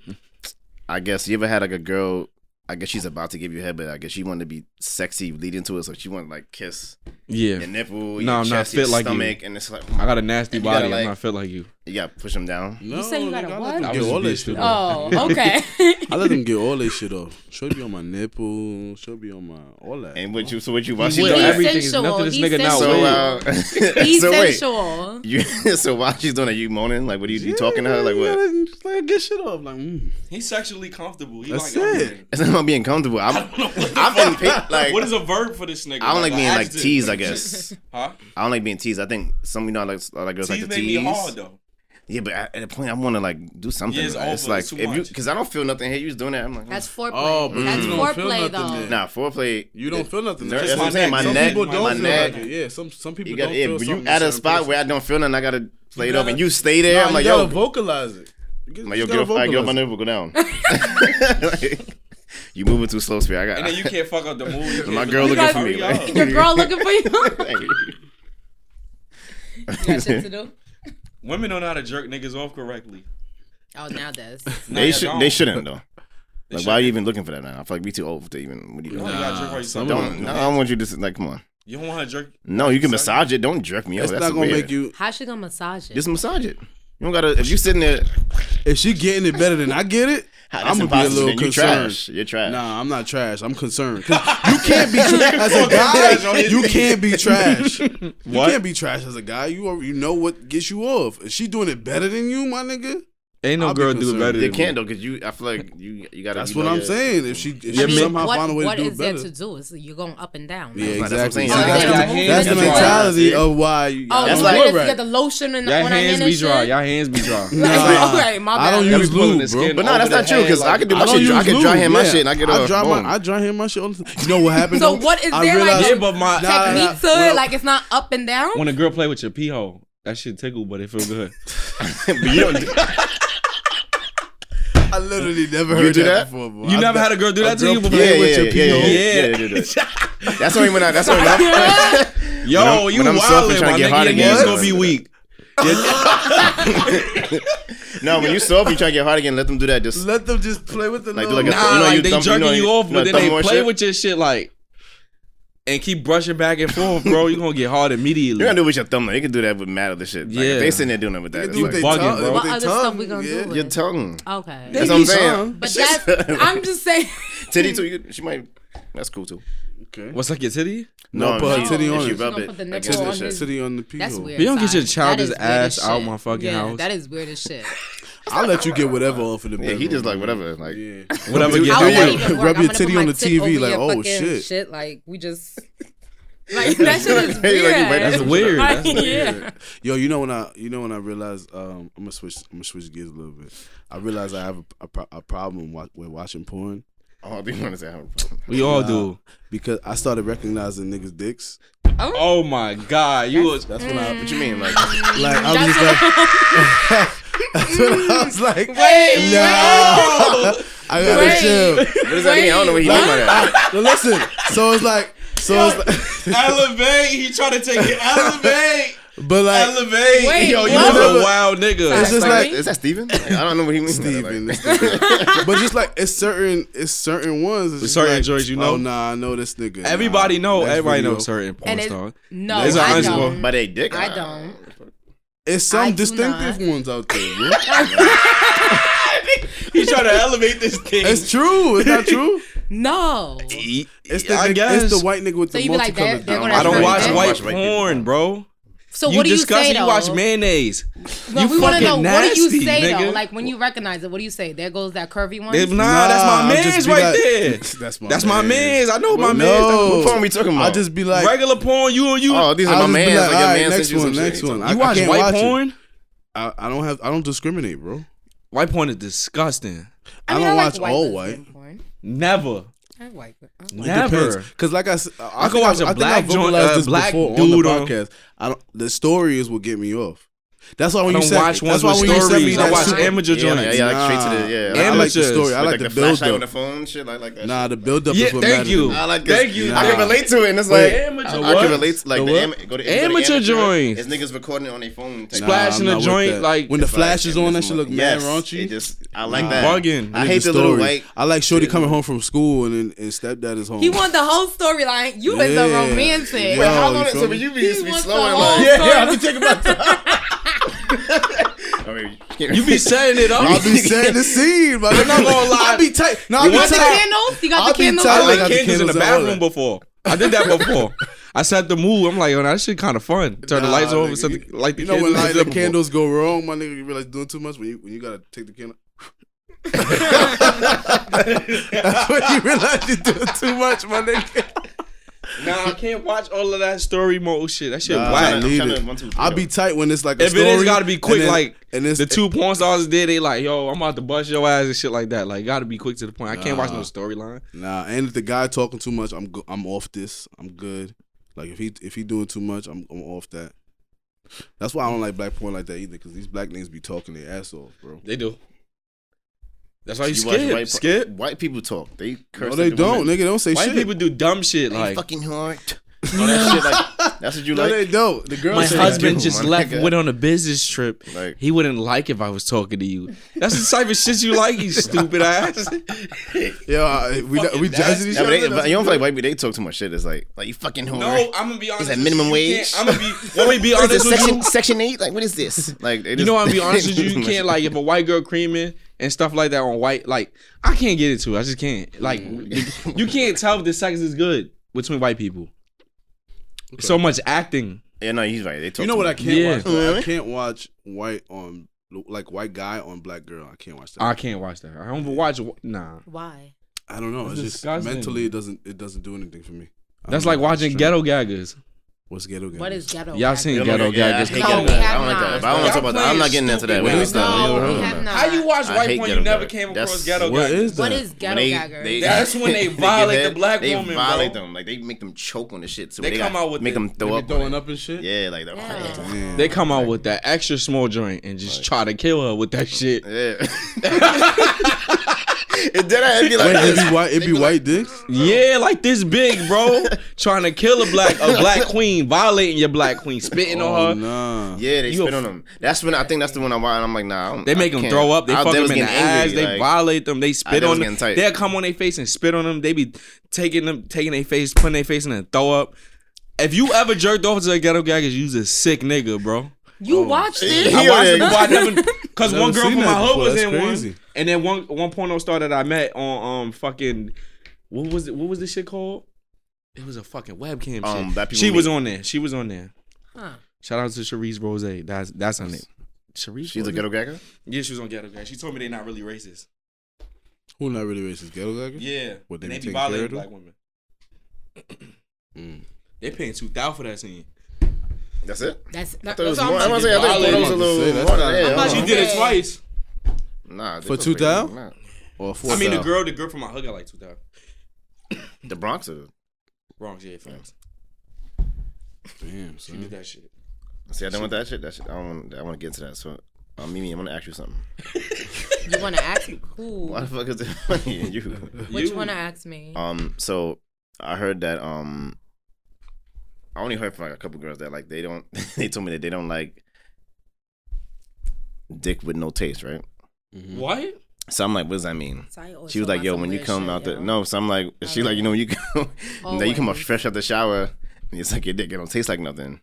I guess you ever had like a girl I guess she's about to give you head, but I guess she wanted to be sexy leading to it, so she wanted to like kiss Yeah. your nipple, your No, I'm not chest, your fit like you. stomach, and it's like I got a nasty You body. gotta, I'm like- not feel like you. you gotta push them down. No, say you got a nigga, I let what? them I get was all that just shit being off. Oh, okay. I let them get all their shit off. She'll be on my nipple. She'll be on my all that. And what you? So what you? Why He she would doing He's that? everything is sensual. nothing this He's nigga now, So wait. uh, He's so wait, sensual. you, so while she's doing that, you moaning like what are you, you talking to her like what? Yeah, just let her get shit off. Like, mm. He's sexually comfortable. He That's like it. everything. It's not about being comfortable. I'm I'm in pa- like I a verb for this nigga? don't like being like teased. I guess Huh? I don't like being teased. I think some you know I like I like girls like to tease. though. Yeah, but at a point I want to like do something. Yeah, it's It's, over. like It's too if you much. because I don't feel nothing here. You just doing that. I'm like "Mm, That's foreplay. Oh, but That's you don't feel foreplay, nothing though. then. nah foreplay. you don't feel nothing. That's Just what I'm my saying. My some neck, people don't my feel neck. like it. Yeah, some some people You got don't yeah, feel but you something at a certain spot person. where I don't feel nothing. I gotta play You it up, gotta- and you stay there. Nah, I'm like you yo, gotta vocalize it. You just I'm like yo, gotta get off, I get off my vocalize nipple, go down. Like, you moving too slow, speed. I got. can't fuck up the movie. My girl looking for me. Hurry like- up. Your girl looking for you. you got shit to do. Women don't know how to jerk niggas off correctly. Oh, now this. they you should. don't. They shouldn't though. Like, why are you even looking for that now? I feel like we too old to even. What are you doing? No, you gotta jerk while you some suck. of Don't. No, I don't want you to. Like, come on. You don't want her jerk. No, you can Suck. massage it. Don't jerk me. It's It's not gonna make you. How's she gonna massage it? Just massage it. You don't gotta. If you sitting there, If she getting it better than I get it, "Ah, I'm gonna that's be a impossible. little Then You concerned. trash. You're trash. Nah, I'm not trash. I'm concerned. 'Cause You can't be as a guy. You can't be trash. You can't be trash as a guy. You are, you know what gets you off. Is she doing it better than you, my nigga? Ain't no I'll be girl do it concerned. better. They than can't me. though, cause you. I feel like you. You gotta. That's you what know I'm your- saying. If she, if I she mean, somehow what, find a way what to do is it there better. to do? It's, you're going up and down. Yeah, That's what I'm exactly. saying. See, that's, Oh, yeah, the- y'all hands that's the be dry. mentality Yeah. of why. you- Oh, I That's that's don't like like- do it you right. got the lotion and Y'all on her hands hand be and dry. shit? Y'all hands be dry. Nah, okay, my I bad. don't That use was pulling the lube, bro. skin But no, Over that's the not true. hand, Cause like- I could do I my don't shit. use I could dry lube, hand my yeah. shit. and I get I off. dry Boom. my I dry hand my shit. All the time. You know what happened? So though? what is I there, like, realized- Yeah, but my Nah, nah, nah. Technique to Well, it, like it's not up and down. when a girl play with your pee hole, that shit tickle, but it feel good. But you don't. I literally never heard do that, that? before. Bro. You I never thought- had a girl do a that to girl you before? play Yeah, with yeah, your yeah, pee hole? yeah, yeah, yeah, That's only when I. That's only when I. Yo, When I'm- you when I'm wildin', selfish, I my get hard nigga. Your again. knees gonna be weak. No, when you soft, you try to get hard again. Let them do that. Just Let them just play with the Like, do little- like a- Nah, You know, like you they thumb- you jerking know, you you- off, you but know, then thumb they more play shit? with your shit like, and keep brushing back and forth, bro. You gonna get hard immediately. You're gonna do it with your thumb. though. You can do that with mad other shit. Like, Yeah. if they sitting there doing it with that. They It's do like, with their Bugging, tongue- bro. with What their other stuff tongue, we gonna yeah. do? your tongue. Okay. That's They what I'm be saying. some. But that's I'm just saying. Titty Hmm. too. You, she might. That's cool too. Okay. What's like your titty? No, I'm put her saying, titty if on she it. rub She's gonna it, put the like, nipple it's on that shit. his- City on the pee That's hole. weird. You don't get your Si. childish That is weird ass as out shit. my fucking yeah, house. That is weird as shit. I'll let you get whatever off in the Yeah, bedroom. he just like whatever. Like Yeah. Whatever Do get you- I hard. won't yeah. with. even work. Rub I'm your gonna titty put on my the tit TV, over like, your oh, fucking shit. Like we just like that shit is Like, you weird. might- That's weird. Like, That's yeah. Yo, you know when I you know when I realized um I'm gonna switch I'm gonna switch gears a little bit. I realized I have a, a, pro- a problem wa- with watching porn oh, do you want to say I have a problem? We all Nah. do. because I started recognizing niggas' dicks. Oh my god, you was That's when I What you mean? Like like I was just like that's when I was like Wait, no I gotta Wait. chill. what does that mean? I don't know what he meant by that. No, listen, so it's like so it's like, elevate. He trying to take it elevate, but like elevate. Wait, Yo, you what? was a wild nigga. It's just Like, like- is that Steven? Like, I don't know what he means. by that, like- Steven, it's Steven. but just like it's certain, it's certain ones. It's just certain like, joints you know? Oh nah, I know this nigga. Everybody Nah, know. that's Everybody video. know certain porn And it's star. no, It's I unreasonable. don't. By they dick. I don't. It's some I do distinctive not. ones out there. bro. He trying to elevate this thing. it's true. It's not true. No. It's the, I nigga- guess. it's the white nigga with So the you be like, multicolored. they're- they're dick. gonna I don't Right. watch Don't white watch white porn, people. bro. So what do you say disgusting, though? You watch mayonnaise. No, you we want to fucking know what do nasty, you say though? nigga. Like when you recognize it, what do you say? There goes that curvy one. Nah, that's Nah, my I'll just man's be right like- there. That's my That's my man's. I know my man's. No, What porn we talking about? I just be like, Regular porn, you and you. Oh, these I'll are just my be man's. like, Like, all your right, man next sent you one, some shit. next one. I- you I watch can't white watch it. porn? I, I don't have, I don't discriminate, bro. White porn is disgusting. I, mean, don't like watch all lesbian white. porn. Never. I like it. I like- Never. Because, like I said, I, I I could think watch I've- a I think black I've joint- vocalized a this black before dude on on- the podcast. I don't, the story is what get me off. That's why I when you don't said watch ones that's why with when you sent me stories. I that watch super- amateur yeah, joints. like- yeah, like straight to the yeah. I like the Amateurs. story. I With, like, the, the build flashlight on the up. phone, shit like, like that. Nah, the build up. Yeah, is what thank mattered to you. me. I like this. Thank you. I can Nah. relate to it, and it's like Amateur I, I what? can relate to like The the, what? am, go to, if you go to Amateur joints. It's niggas recording on their phone. type Nah, Splash I'm in the not with joint, that. like- when the It's like, flash is and on, that this shit look one- mad yes, raunchy. It just I like Nah. that. Bugging. I hate the little white. I like Shorty coming home from school and and, and stepdad is home. He want the whole storyline. You is a Yeah. romantic. Yeah. Wait, how Yo, long? you So feel when me? you be He just be wants slow the and whole like, Yeah, yeah, I've been thinking about that. I mean, You be setting it up. I'll be setting the scene, but I'm not gonna lie. I be tight. No, I You be Got the tight. candles? You I'll got be the candles? tight. I like lit how the candles in the candles are all bathroom that. before. I did that before. I set the move. I'm like, oh, that shit kind of fun. Turn the Nah, lights off nigga, and set the, you- light the You know when candles. lighting up candles go wrong, my nigga, you realize you're doing too much when you when you gotta take the candle. That's when you realize you're doing too much, my nigga. Nah, I can't watch all of that story mode shit. That shit Nah, whack. I I'm need trying to- it. one, two, three, I'll be yo. tight when it's like a If it story. is gotta be quick, and then- like and it's the two porn stars there, they like, yo, I'm about to bust your ass and shit like that. Like, gotta be quick to the point. I can't watch no Nah. storyline. Nah, and if the guy talking too much, I'm go- I'm off this. I'm good. Like if he if he doing too much, I'm I'm off that. That's why I don't like black porn like that either, because these black niggas be talking their ass off, bro. They do. That's why you, watch skip. white, pro- skip. White people talk. They curse. No, they at the don't, women. nigga. Don't say White shit. people do dumb shit. They Like fucking hard. All Oh, that shit. Like that's what you no, like. they don't. The girl. my say husband that. just my left, nigga. went on a business trip. Like- he wouldn't like if I was talking to you. That's the type of shit you like, you stupid ass. Yo, I- we Fucking we nasty. judging each Yeah, but other. they, That's- but you don't feel like white people. They talk too much shit. It's like, like you fucking whore. No, I'm gonna be honest. that with minimum you. You wage? can't- I'm gonna be. When we be What is honest this, with section you, section eight? Like, what is this? Like, they you know, just- I'm gonna be honest with you. too You much can't shit. like if a white girl creaming and stuff like that on white. Like I can't get into. it. I just can't. Like Mm. you can't tell if the sex is good between white people. So much acting. Yeah, no, he's right. They talk. You know what I can can't Yeah. watch? though? I can't watch white on like white guy on black girl. I can't watch that. I can't watch that. I don't even watch. Nah, Why? I don't know. That's It's just disgusting. mentally it doesn't it doesn't do anything for me. I that's don't like know. watching Straight- Ghetto Gaggers. What's ghetto? What is ghetto? Y'all Jack? seen Yeah, Ghetto yeah, I Gaggers? hate No, ghetto we gaggers. I have don't like not. that. If I don't Y'all want to talk about that. I'm playing not getting into that. stupid We with don't us. stop. No, don't we know have that. not. How you watch I white hate porn? You ghetto never gaggers. came across That's- ghetto What gaggers. is that? What is When ghetto they- gagger? they- That's when they give violate the head, black they woman, violate bro. them. Like they make them choke on the shit. So They they, come got- out with make it. them throw They up. be on throwing it. up and shit. Yeah, like the Yeah. Damn. They come out with that extra small joint and just try to kill her with that shit. Yeah. and then I'd be like, Wait, it this. be white. It be white dicks. Yeah, like this big, bro. Trying to kill a black a black queen, violating your black queen, spitting Oh on her. nah. yeah, they You a spit on them. That's when I think that's the one I watched. I'm like, nah. I don't, They make I them can't. throw up. They I- fuck was them in the getting angry, ass. They like- violate them. They spit they was on them. getting tight. They'll come on their face and spit on them. They be taking them, taking their face, putting their face in and throw up. If you ever jerked off to a ghetto gaggers, you's a sick nigga, bro. You watched it? I Yeah, watched it yeah. before I never, cause Never one girl seen from my that hood before. was That's in crazy. one, and then one one porno star that I met on um fucking what was it? What was this shit called? It was a fucking webcam. Um, shit. Black People She was Meet. on there. She was on there. Huh. Shout out to Cherise Rose. That's that's her name. Cherise. She's a Rose? ghetto gagger. Yeah, she was on Ghetto Gang. She told me they're not really racist. Who not really racist? Ghetto gaggers? Yeah, What, they and be taking they be care violating of them? Mm. black women. They paying two thousand for that scene. That's it. That's that, I thought it was that's what more. I'm I'm gonna say I thinking. thought it was a Violating. little Say, more. that's than not- that. But She Yeah, you- did it Okay. twice. Nah, they For put two rape in thou? that. Or four I mean, the thou? girl, the girl from my hood got like two thousand. The Bronx or Wrong, yeah, facts. Damn, She did son. that shit. See, I don't want that shit. That shit. I don't want. I want to get to that. So, uh, Mimi, I'm gonna ask you something. You want to ask me? Who? Why the fuck is it funny in you? Which You. one to ask me? Um, so I heard that. Um, I only heard from like a couple girls that like they don't. They told me that they don't like dick with no taste, right? Mm-hmm. What? So I'm like, what does that mean? Sorry, I always She was talk like, about yo, some when you weird come shit, out the yo. oh no. So I'm like, she like, you know, when you go, now you come out Always. fresh out the shower. And it's like your dick, it don't taste like nothing.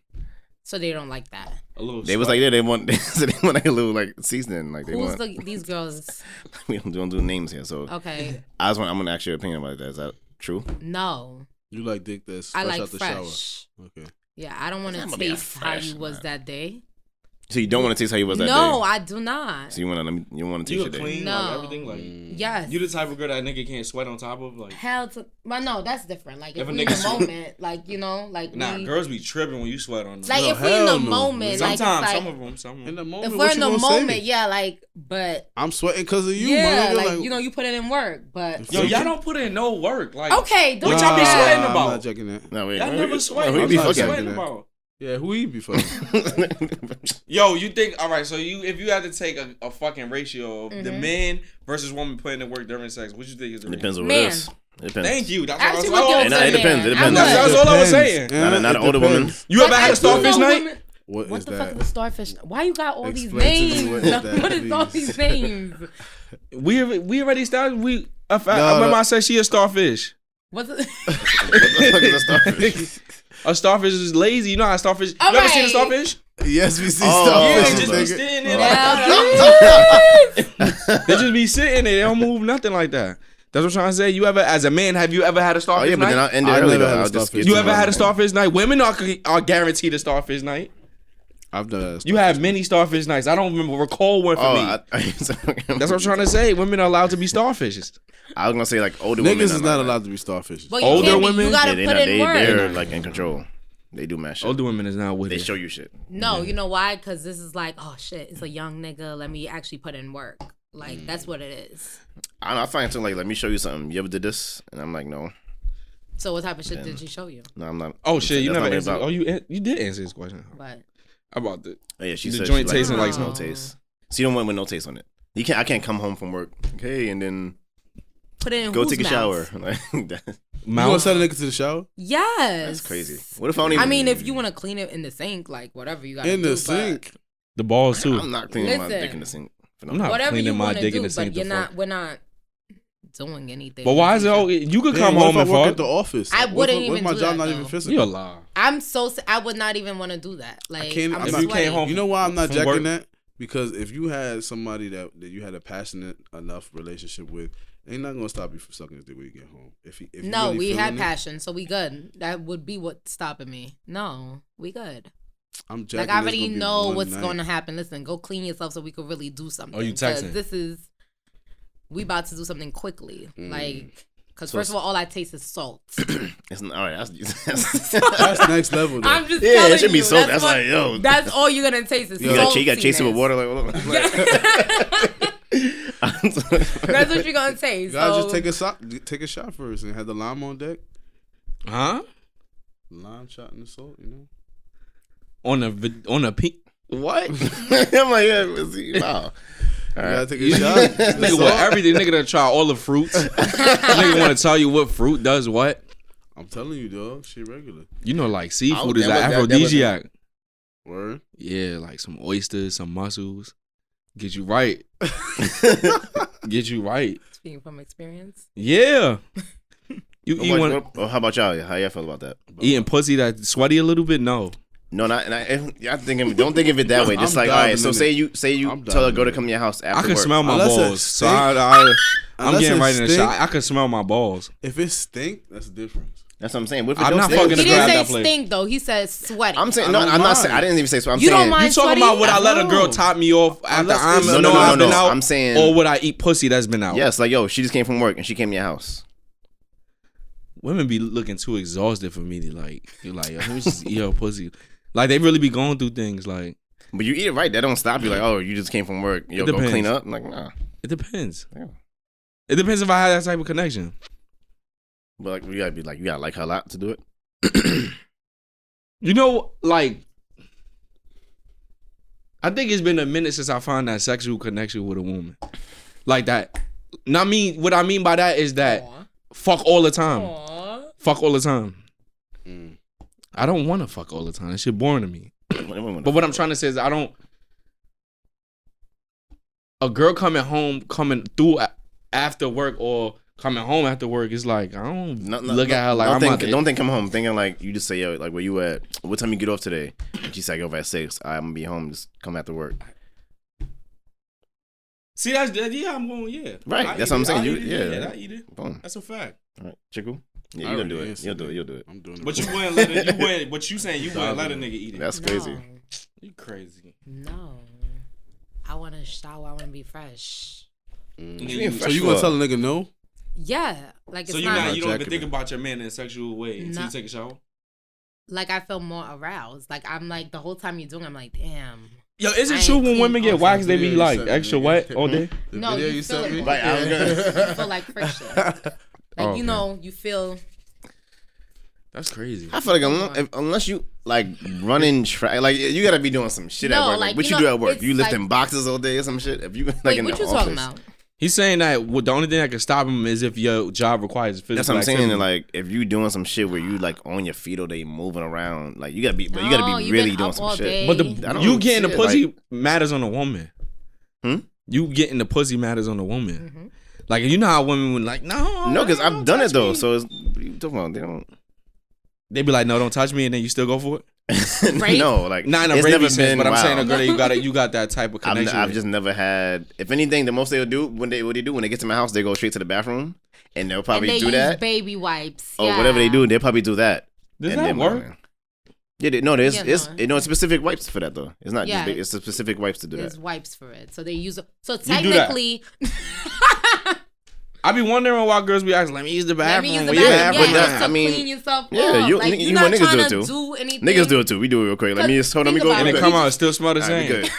So they don't like that. A little. They was like, yeah, they want, so they want like a little like seasoning, like they Who's want. the these girls? we don't, don't do names here, so Okay, I just want, I'm gonna ask your opinion about that. Is that true? no, You like dick that's I fresh like out the shower. fresh. Okay. Yeah, I don't want It's not to gonna be a taste how fresh, you was man. that day. So you don't want to taste how you was that no, day. I do not. So you want to let me, you want to you taste a your dick. clean, No. like everything, like Mm. yes. you the type of girl that nigga can't sweat on top of, like. Hell to well, no, that's different. Like If if, a we in the nigga- moment, like you know, like Nah, we, girls be tripping when you sweat on them. like No, if we in the hell no. moment, like, Sometimes, it's like some of them, some of In them. the moment, what if we're in you gonna the say? moment, yeah, like but I'm sweating because of you, yeah, my nigga. like, you know, you put it in work, but Yo, y'all don't put in no work, like. okay, What don't y'all be do that. sweating I'm about? not checking that. No, wait. Y'all wait, never wait. sweat. No, What we I'm be you not fucking. checking sweating that. about? Yeah, who he be fucking? Yo, you think all right? So you, if you had to take a, a fucking ratio of the Mhm. men versus woman putting in work during sex, what you think is the It ratio? depends on what Man. it is. It depends. Thank you. That's Actually, what we'll I was give And to I- saying. it depends, it depends. I That's would. all I was saying. Depends. Not a- Uh, not it an older woman. depends. You ever Like, had I a do know starfish night? women- What What is the fuck that? is a starfish? Why you got all these Explain to names? me what that what is all these means. names? We alre- we already established. We if I, No, I remember no. I said she a starfish. What's it? What the fuck is a starfish? A starfish is lazy. You know how starfish. You ever seen a Alright. starfish? yes, we see Oh, Yeah, starfish. they just be nigga. sitting there. Now, please. They just be sitting there. They don't move nothing like that. That's what I'm trying to say. You ever, as a man, have you ever had a Oh starfish yeah, but night? then I'll end it I early never though. had a I'll just starfish. get you to ever my- had a starfish night? Women are, are guaranteed a starfish night. I've done that. You have many starfish nights. I don't remember recall one for Oh, me. I, I, That's what I'm trying to say. Women are allowed to be starfishes. I was gonna say like older women. Niggas is are not like allowed to be starfishes. Well, you Older can't be- women? you that. gotta Yeah, they put not, in they, work. they're like in control. They do mad shit. Older women is not with they it. show you shit. No, Mm. you know why? Because this is like, oh shit, it's a young nigga. Let me actually put in work. Like Mm. that's what it is. I don't know. I find it too, like, let me show you something. You ever did this? And I'm like, no, So what type of shit did she show you? no, I'm not. oh shit, you That's never not answered. about- Oh, you an- you did answer this question But about the. Oh, yeah, she The said joint she tasting likes like- no taste. So you don't want with no taste on it. You can't. I can't come home from work. Okay, and then put it in go whose take a mouth? shower. Like, that- You gonna Mouth. send a nigga to the shower? Yes, that's crazy. What if I don't even? I mean, if you want to clean it in the sink, like whatever you got In do, the but sink. The balls too. I'm not cleaning my dick in the sink. For no- I'm not Whatever you cleaning my want to dick in do, the sink but to you're fuck. not. We're not doing anything. But why is it? Oh, you could Damn, come what home if and I work at fuck. the office. What I if- wouldn't what if even my do job that, not even though. physical. You a lie. I'm so. s- I would not even want to do that. Like can't- I'm if you came sweating. home- You know why I'm not From jacking work. that? Because if you had somebody that, that you had a passionate enough relationship with, they not gonna stop you from sucking his dick when you get home. If he, if you No, really we had feeling it, passion, so we good. That would be what's stopping me. No, we good. I'm jacking Like this I already gonna be know one what's night. going to happen. Listen, go clean yourself so we could really do something. Oh, you 'cause texting. This is we about to do something quickly. Like, because So first of all, all I taste is salt. It's not, all right. That's, That's next level. Though. I'm just Yeah, it telling should be you, salt. That's, That's what- like, yo. That's all you're gonna taste is you salt. got you got chase it with water. Like, That's what you're gonna you taste. gotta so just take a so- take a shot first and have the lime on deck. Huh? Lime shot in the salt, you know. On a vid- on a pe- what? I'm like, yeah, but see, wow. All You gotta right. take a shot. The nigga, salt. what everything nigga that try all the fruits. nigga want to tell you what fruit does what. I'm telling you, dog. Shit regular. You know, like Oh, seafood that is an was- that- that was- aphrodisiac. Word. Yeah, like some oysters, some mussels. Get you right. Get you right. speaking from experience. Yeah. You What- eat one, what- oh, how about y'all? How y'all feel about that? eating pussy that sweaty a little bit? No. No, not. And I, and y'all think of, don't think of it that way. Just I'm like, all right. diving So in say it. you say you I'm tell a diving girl to in come to your house after I can work. smell my Unless it balls. So I, stink. I, I'm Unless getting it right in the stink. shot. I can smell my balls. If it stink, that's the difference. That's what I'm saying. What if it I'm don't not stink? fucking He Gonna didn't grab say that plate. stink though. He said sweating. I'm saying I no. don't I'm not mind. saying. I didn't even say. So I'm You don't saying. mind- You talking sweaty? about would I, I let a know. girl top me off after Unless I'm it's- No, no, no, no, I've been no. out? I'm saying- or would I eat pussy that's been out? Yes, like yo, she just came from work and she came to your house. Women be looking too exhausted for me to like. You're like, yo, let me just eat her pussy. Like they really be going through things. Like But you eat it right. That don't stop you. Like oh, you just came from work. Yo, go depends. clean up. I'm like nah. it depends. Yeah. It depends if I have that type of connection. But like you gotta be like you gotta like her a lot to do it. You know, like I think it's been a minute since I found that sexual connection with a woman. Like that. And I mean what I mean by that is that Aw. fuck all the time. Aw. Fuck all the time. Mm. I don't wanna fuck all the time. That shit boring to me. But but what I'm trying to say is I don't a girl coming home coming through a- after work or coming home after work is like I don't look at her like don't I'm think, out there. don't think I'm home thinking like you just say yo like where you at? What time you get off today? And she's like over at six. All right, I'm gonna be home. Just come after work. See that's that, yeah I'm going yeah Right, that's what I'm eat it, saying. I You- eat it, yeah. I eat it Boom. that's a fact. All right, chickle. Yeah, I you gonna already do it. answered You'll do it. You'll do it. I'm doing it. But you wouldn't let it. You wouldn't. What you saying? You wouldn't let a nigga eat it. That's crazy. you crazy. No, no. I want to shower. I want to be fresh. You ain't so fresh you gonna for- tell a nigga no? Yeah, like it's So you not not. You don't even Jacking think it. about your man in a sexual way until you Nah. take a shower. like I feel more aroused. Like I'm like the whole time you're doing, I'm like, damn. Yo, is I ain't clean all waxed? Yeah, you said it, nigga. Mm-hmm. The No, video you you feel sent it me? more. Like, I was You feel like friction. Like Oh, okay. you know, you feel That's crazy. I feel like unless, if, unless you like running track. Like you gotta be doing some shit at No, work. Like, like, what you you, know, do at work? it's You lifting like- boxes all day or some shit? If you like Wait, in what the you office. talking about? He's saying that well, the only thing that can stop him is if your job requires physical. That's what I'm saying. activity. Like if you doing some shit where you like on your feet all day moving around, like you gotta be, but you No, gotta be you really been doing up some all shit. day. But I the don't you getting the see it, pussy like- matters on a woman. Hmm? You getting the pussy matters on a woman. Mm-hmm. Like you know how women would like no No, because man, I've don't done it touch though. me." So it's, what you talking about? They don't. they be like no don't touch me and then you still go for it. Right? no, like Not in a it's rapey never sense, been but I'm saying a wild. girl that you got it. You got that type of I've, n- connection. I've with. just never had. If anything, the most they'll do when they what they do when they get to my house, they go straight to the bathroom, and they'll probably and they do use that baby wipes. or yeah. whatever they do. They'll probably do that. does and that then- work? Yeah, they, no, there's Yeah, it's no. you know it's specific wipes for that though. It's not Yeah. just big, it's the specific wipes to do There's that. wipes for it, so they use. So that. technically, I be wondering why girls be asking, "Let me use the let bathroom." me use the Well, bathroom. you Yeah, bathroom, yeah, but just that- to I mean, clean yourself yeah, up. you- like, you you're know, not niggas trying do it to too. do anything. Niggas do it too. We do it real quick. Let me Cause just hold on. Let think me go. about And real it it. quick. come out it still smell the All right, we same. good.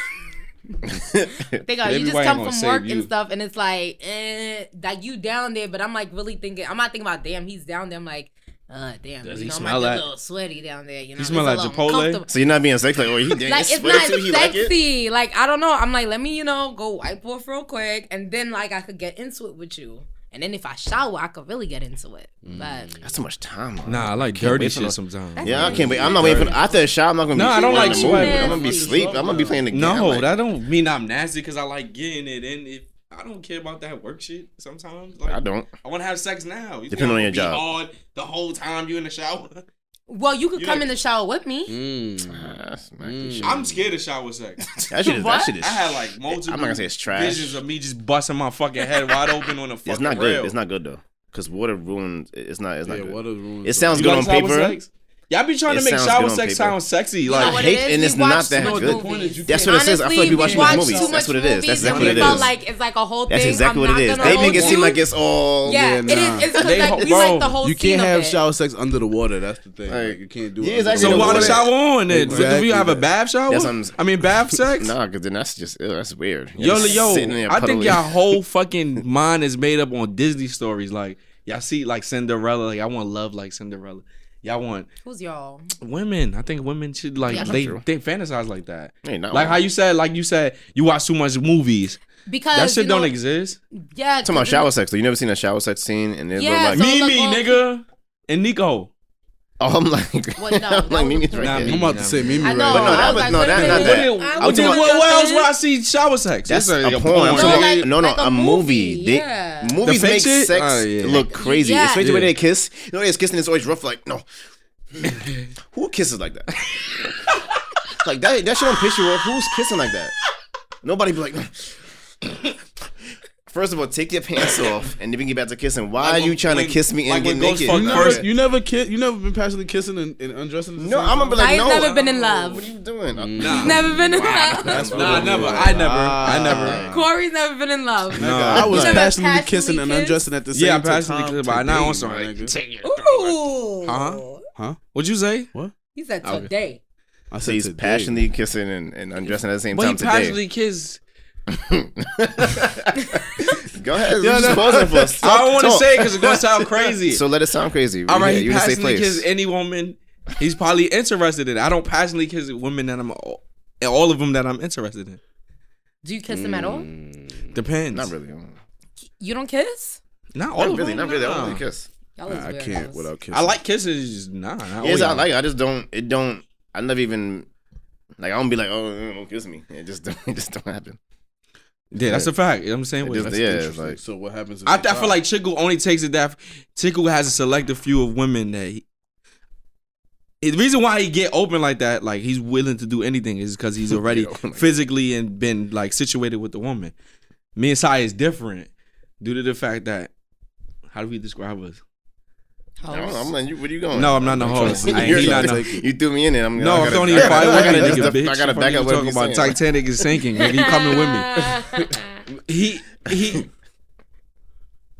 They go, Baby you just wipe come gonna from save work you. and stuff, and it's like, eh, like you down there, but I'm like really thinking. I'm not thinking about damn, he's down there. I'm like, uh, damn, Does you he know, smell I'm like like- a little sweaty down there. You know, smell It's a like little Chipotle? uncomfortable. so you're not being sexy. Like, oh, he dang, Like it's it's not sweaty. He like it. sexy. Like I don't know. I'm like, let me, you know, go wipe off real quick, and then like I could get into it with you. And then if I shower, I could really get into it. Mm. But That's so much time. man. Nah, I like dirty wait for shit the- sometimes. That's- Yeah, I can't wait. I'm not waiting for after a shot. I'm not gonna. No, be I don't in like the sweat. mood. I'm gonna be Nasty. sleep. I'm gonna be playing the game. No, like, that don't mean I'm nasty because I like getting it in. If I don't care about that work shit sometimes, like I don't. I want to have sex now. You think Depending I'm gonna on your be job. Hard the whole time you in the shower. well, you could You come like- in the shower with me. Mm. Ah, smack this shit. I'm scared of shower sex. That shit is. That What? shit is. I had like multiple. I'm not gonna say it's trash. Visions of me just busting my fucking head wide open on the fucking It's not rail. good. It's not good though, because water ruins. It's not. It's not Yeah, good. what a room. It sounds You good like on shower paper. sex? Y'all be trying It to make sounds shower good on sex paper. sound sexy. You know Like what hate it is? and We it's not watch that too no, much the good. point is you movies. That's can't- what it says. I feel like Honestly, we we watch too much watch movies. too That's much what it is. movies and That's exactly we what it felt is. like it's like a whole That's thing. I'm exactly what it not is. gonna They hold make it seem you. like it's all. yeah, Yeah, it is. nah. It's because They like, ho- we like bro, the whole You scene can't have of it. shower sex under the water. That's the thing. Like, Like, you can't do yeah, it. under it's the actually So the why water. the water- shower on then? Do Exactly. you have a bath shower? That's what I'm- I mean bath sex? Nah, because then that's just ew, that's weird. Yo, You're just yo, sitting there I think puddling. y'all whole fucking mind is made up on Disney stories. Like y'all see like Cinderella. Like I want love like Cinderella. Y'all want Who's y'all? women. I think women should like Yeah. they, True. they fantasize like that. Hey, not Like all. how you said, like you said, you watch too much movies. Because That shit you know, don't exist. Yeah, Talking about 'cause you- shower sex. though. You never seen a shower sex scene? And it's Yeah, like, so- Mimi, like, oh- nigga, and Nico. oh, I'm like, Well, no, I'm that was like Mimi's the right Nah, there. I'm about to say Mimi I right know. But no, now. that I was- like, no, wait a that- minute. not that. I What, was what, like, what, wait a else minute. where I see shower sex? That's It's a, porn. porn. No, No, like, like- no, no, like a, a movie. movie, They, yeah. Movies The fake make shit? sex Oh, yeah. look crazy, yeah. especially the way Yeah. they kiss. You know, when they kissing, it's always rough. Like, no, who kisses like that? like that, that shit don't piss you off. Who's kissing like that? Nobody be like. First of all, take your pants off, and then we can get back to kissing. Why Like are you when- trying when- to kiss me and like get when Ghost naked? fucked Nah, first, man. You never kiss. You never been passionately kissing and, and undressing. at the no, same I'm gonna time? be like, I've no. never been in love. What are you doing? Nah. Never been in love. That's Nah, I what never. I'm I doing. never. I never. Corey's never been in love. Nigga, Nah. Ah. I was Never passionately passionately kissing and kissed? undressing at the same Yeah, time. I'm passionately kissing, but I today, now I'm sorry, my nigga. nigga. Ooh. Huh? Huh? What'd you say? He said Okay. today. I So said he's today. passionately kissing and, and undressing at the same Well, he time today. passionately kissed. Go ahead. Yeah, Yeah, no. just pausing for us. I don't want to Talk. say because it's gonna sound crazy. So let it sound crazy. All right, you he in a safe passionately place. kisses any woman. He's probably interested in. I don't passionately kiss women that I'm all, all of them that I'm interested in. Do you kiss him at all? Depends. Not really. You don't kiss? Not all Not of really. them. Not really. I nah. don't really kiss. Y'all is Nah, I weirdos. can't without kissing. I like kisses. Nah. Not Yes, all I of like. I just don't. It don't. I never even. Like I don't be like, oh, mm, don't kiss me. It just don't. It just don't happen. them. Yeah, that's a fact. I'm saying. It With. just- yeah, it's Interesting. like- so what happens? if I, they I feel try? like Chickle only takes it that Chickle has a selective few of women that he, the reason why he get open like that, like he's willing to do anything, is because he's already Get open like physically and been like situated with the woman. Me and Sai is different due to the fact that how do we describe us? I don't know. I'm like, you, where you going? No, I'm not in the trying to holes. see- I ain't you're he trying not to no- take- You threw me in it. I'm. No, I I'm gotta- throwing you I gotta- five I women, gotta- nigga, bitch. I gotta back up. talking Talking about Titanic is sinking, nigga. You coming with me? he he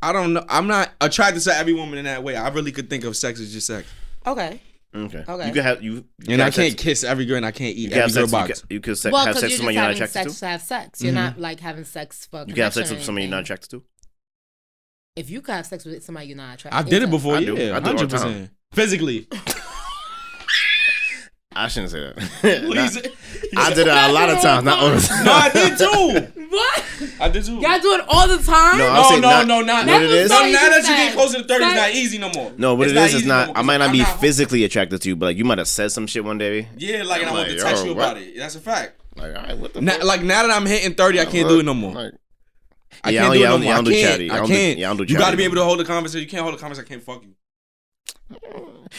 I don't know. I'm not attracted to every woman in that way. I really could think of sex as just sex. okay. Okay. Okay. You can have you. you And I have sex- can't kiss every girl and I can't eat You can every have girl sex. You box. can, you can se- Well, have because sex you're with just someone you're not having attracted sex to. Mm-hmm. to have sex. You're not like having sex for. You can have sex connection or with someone you're not anything. attracted to. If you could have sex with somebody you're not attracted. I did it to. before, I yeah, do. I do it all the hundred percent. Physically, I shouldn't say that. Please. Not- I did that a lot of times, not all the time. no, I did too. What? I did too. Y'all do it all the time? No, I- No, saying no, not- no, not. What it No, That's is? now what you that you said. get closer to 30, it's That- not easy no more. No, what It's it not is is easy not. no more I might not because be I'm physically attracted to you, but like you might have said some shit one day. Yeah, like, and I I'm want to like, text yo, you what? about it. That's a fact. Like, all right, what the Now, fuck? like now that I'm hitting 30, I can't Like, do it no more. like, I Yeah, can't I do it don't- no more. yeah, I I don't do can't. chatty. I I don't do- can't. yeah, I don't do You got to chatty be able to hold a conversation. You can't hold a conversation. I can't fuck you.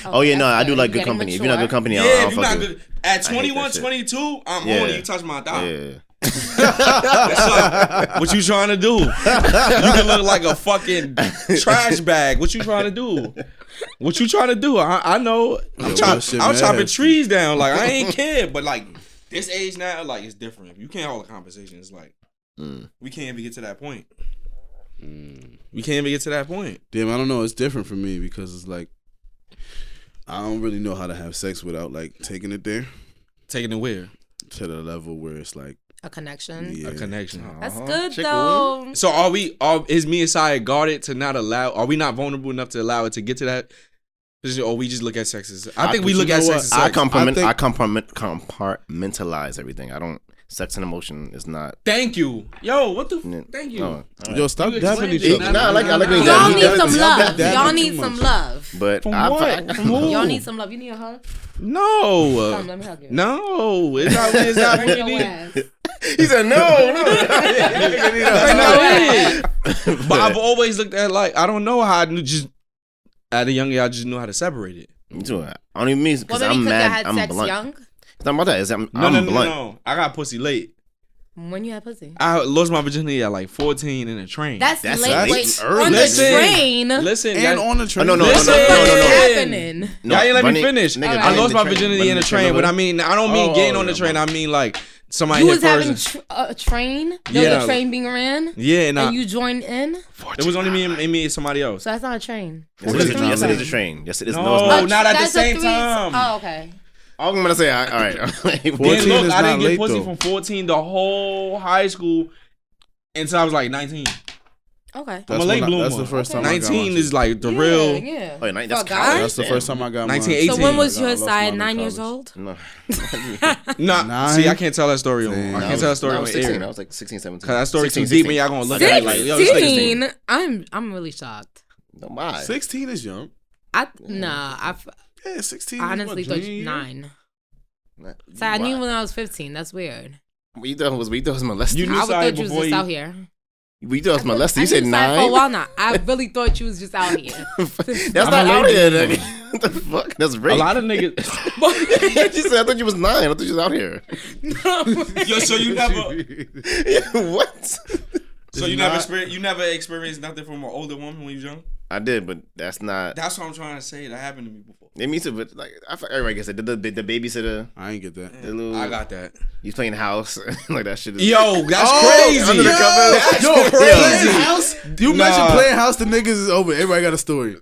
oh yeah, no, that's I do good. You're like good getting company. If you're not good mature. company, Yeah, I don't- I if don't you're not fuck good at that 21, shit. 22, I'm Yeah. horny. You touch my dog. with you. That's like, what you trying to do? You can look like a fucking trash bag. What you trying to do? What you trying to do? I, I know. I'm, Yeah, chop, what's your I'm chopping nasty? trees down. Like I ain't care, but like this age now, like it's different. You can't hold a conversation. It's like Yeah. Mm. we can't even get to that point. We can't even get to that point. Damn, I don't know. It's different for me because it's like I don't really know how to have sex without like taking it there Taking it where to the level where it's like A connection. yeah. a connection. That's Uh-huh. good Chick though. So are we? Are, is me and Saya guarded to not allow? Are we not vulnerable enough to allow it to get to that? position, Or we just look at sex as I I- think we but look you at know sex as what? sex. I compartment. I think- I compartment compartmentalize everything. I don't. Sex and emotion is not. Thank you. Yo, what the? n- F- thank you. no, all right. Yo, stop You dabbing explained each it. other. Nah, I like- I like when you Y'all dab- need some Y'all love. dabbing Y'all too need much. some love. But From I, what? From who? Y'all need some love. You need a hug? Uh, Come, No. let me hug you. No, it's not. It's not Bring what you your need. ass. he said no, no. That's not it. But I've always looked at like I don't know how I knew just at a young age I just knew how to separate it. Me too. I don't even mean because Well, maybe I'm because I mad. had I'm sex blunt. young. It's not about that. It's, I'm, No, I'm no, no, blunt. no. I got pussy late. When you had pussy. I lost my virginity at like 14 in a train. That's, That's late. late. Wait, Early. on the Listen. train. Listen, And y'all, on the train. no, no, no, What the listen. no, fuck no, is no. happening? No, y'all ain't let me running- finish. nigga, Alright. I running lost the my train- virginity running in a the train, but I mean I don't mean Oh, getting oh, on the yeah, train. I mean like somebody You hit was having first. tr- a train. There Yeah. was a train being ran. Yeah, nah. And you joined in. It was only me and, and me and somebody else. So that's not a train. Yes, What it is is a train. Yes, it is a that? train. Yes, it is. No. No, it's Oh, not. not at the that's a same three- time. Oh, okay. All I'm gonna say, I, all right. Then 14 look, is I didn't not get late, pussy though. from 14 the whole high school until I was like 19. Okay. I'm a late when I- bloomer. That's the first time. I got 19 one. is like the yeah, real. Yeah. Oh, nine- that's For guys? college. That's the Damn. first time I got. mine. 1918. So when was I got your lost side? mine in Nine years college. old. No. Nah, Nine. see, I can't tell that story. On, Damn. Nah, I can't was- tell that story I on was 16. I air. was like 16, 17. Cause that story too 16, deep, and y'all gonna look at it like, yo, this nigga- Sixteen. I'm I'm really shocked. No, my. Sixteen is young. I nah. I f- Yeah, sixteen. honestly is what, thought junior year? nine. Nah, So I knew why? when I was fifteen. That's weird. What you thought was, what you thought was molested? You You, knew I would Sai thought you was before just you- out here. what you thought was molested? I You said knew Sai For a nine? while now, I really thought you was just out here. That's I'm not a out lady here, now. nigga. What the fuck? That's A rape. lot of niggas. she said, I thought you was nine. I thought you was out here. yo, so you never, what? so you It's never, not- exper- you never experienced nothing from an older woman when you was young. I did, but that's not. That's what I'm trying to say. That happened to me before. It means it, but like, I feel everybody gets it. The, the, the babysitter, I ain't get that. the little. I got that. You playing house. like, that shit is. Yo, that's Oh, under the cover. That's yo, crazy. Playing house. You Nah. mentioned playing house. The niggas is over. Everybody got a story.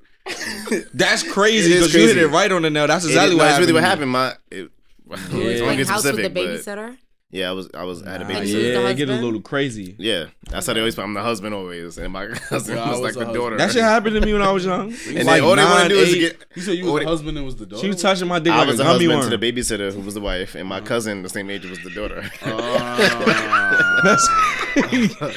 That's crazy It is because you hit crazy. it right on the nail. That's It- exactly no, what, it's happened really what to me. happened. My, it, I don't Yeah. wanna Playing get house with the specific, but- babysitter. Yeah, I was I was at a Ah, And babysitter. she was the yeah, it get a husband? little crazy. Yeah, that's how they always. put I'm the husband always, and my cousin Yeah, I was, was like a the daughter. That shit happened to me when I was young. And they, all they want to do is get. You said you all was they- the husband and was the daughter. She was touching my dick I like was a the gummy husband worm. to the babysitter who was the wife, and my cousin, the same age, was the daughter. Uh-huh. Ah. That's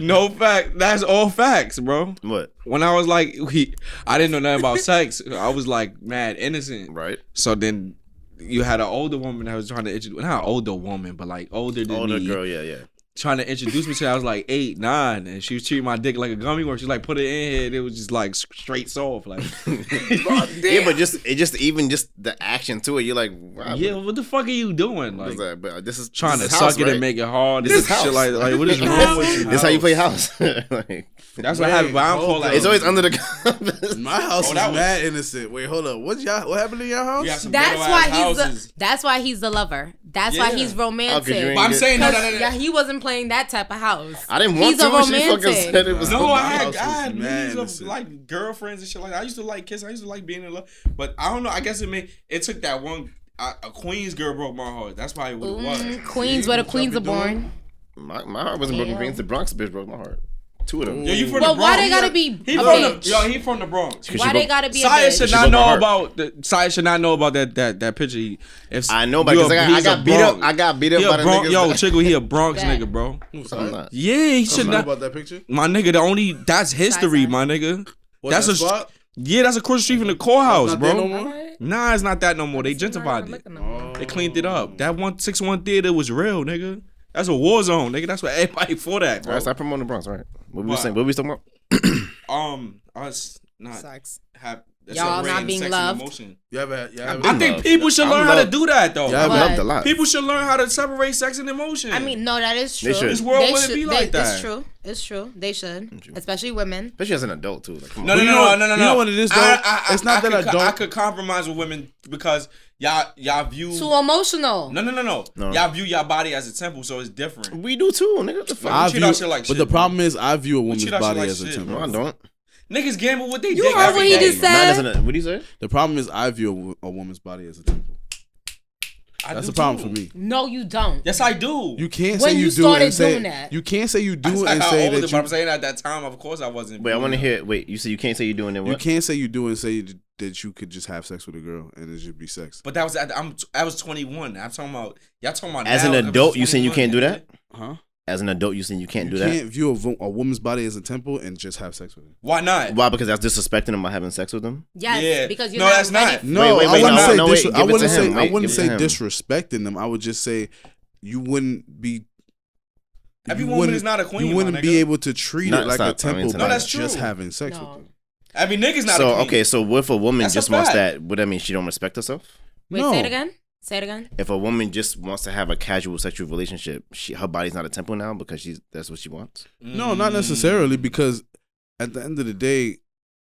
no fact. That's all facts, bro. what? When I was like, we, I didn't know nothing about sex. I was like mad innocent. Right? So then you had an older woman that was trying to introduce, not an older woman, but like older than Older me, girl, yeah, yeah. trying to introduce me to. Her. I was like eight, nine, and she was treating my dick like a gummy worm. She's like, put it in here. And it was just like straight soft, like. yeah, but just it just even just the action to it, you're like, wow, Yeah, what the fuck are you doing? what Like is that? But this is trying this to is suck house, it right? and make it hard. This This is shit house. like like what is wrong with you? This how you play house. like, That's what happened. But I'm Wait, cold like it's always under the covers. My house Oh, is that was- mad innocent. Wait, hold up. What y'all? What happened in your house? We have some That's ghetto-ass why he's houses. the, that's why he's the lover. That's why Yeah. he's you romantic. ain't But I'm saying no, no, no, no. Yeah, he wasn't playing that type of house. I didn't want He's a to. and She fucking romantic. said it was No, I house had was I had mad millions of innocent. like girlfriends and shit like that. I used to like kiss. I used to like being in love. But I don't know. I guess it made it took that one. I, a Queens girl broke my heart. That's probably what it was. Mm, Queens, where the queens are born. My, my heart wasn't broken. Queens. The Bronx bitch broke my heart. Two of them. Yo, you from Well, the Bronx? why they gotta be He from a the, yo, bitch? he from the Bronx. Cause Why she they broke- gotta be a Saya should bitch? not She broke my know heart. about the, Saya should not know about that that that picture. He, if I know, but you a- 'cause I got- I he's a got beat up- Bronx- I got beat up he a by the Bronx- niggas Yo, that- Chigo, he a Bronx That. nigga, bro. I'm not. Yeah, he should Not not. about that picture. My nigga, the only that's history, Sai. my nigga. What, that's that a spot? yeah, that's across the street from the courthouse, Not there bro. no more? Alright. Nah, it's not that no more. They I'm not gentrified it. looking no more. Oh. They cleaned it up. That one six one theater was real, nigga. That's a war zone, nigga. That's what everybody for that, All bro. right, stop promoting the Bronx. All right. What we Why? was saying? What we was talking about? Um, us not Sucks. have Y'all not being loved. Emotion. You ever? You ever? I think people should I'm learn how to loved. do that though. Yeah, I What? loved a lot. People should learn how to separate sex and emotion. I mean, no, that is They true. should. This world They wouldn't should- be like they- that. It's true. It's true. They should, true. especially women. Especially as an adult too. Like, come no, on. no, Well, you no, no, know- no, no, you no. know what it is, though? It's not I that I could co- don't- I could compromise with women because y'all y'all view. Too emotional. no, no, no, no, No. Y'all view y'all body as a temple, so it's different. We do too, nigga. What the fuck? I cheat view, our shit like but shit, the bro. problem is, I view a woman's cheat our shit body like as a shit, temple. no, I don't. Niggas gamble with they. You dick heard every what he day. just said? Not as an. What do you say? The problem is, I view a wo- a, woman's body as a temple. I That's do the problem too. for me. No, you don't. Yes, I do. You can't When say you, you do started and say doing that. you can't say you I do said and I say older, that but I'm you saying at that time, of course, I wasn't. Wait, I want to hear. Wait, you said you can't say you're doing it. you What? can't say you do and say d- that you could just have sex with a girl and it should be sex. But that was at, I'm I was 21. I'm talking about y'all talking about As now, an I'm adult, you saying you 21, can't do that? Huh? As an adult, you saying you can't You do can't view a, vo- a woman's body as a temple and just have sex with it. Why that. not? Why? Because that's disrespecting them by having sex with them. Yes, Yeah. because you're No, not that's ready. not. No, wait, I wait, wouldn't no, say no, wait, dis- give I it to wouldn't say him, I wait, wouldn't give it say to him. disrespecting them. I would just say you wouldn't be. Every you woman wouldn't- is not a queen, You my wouldn't be nigga. able to treat No, it it's like not- I a mean, temple it's by not. No, that's just true. having sex No. with them. I mean, niggas not. so a queen. okay, so what if a woman That's a just wants fact. that? Would that mean she don't respect herself? Wait, No. say it again. Say it again. If a woman just wants to have a casual sexual relationship, she, her body's not a temple now because she's that's what she wants. No, not necessarily because at the end of the day,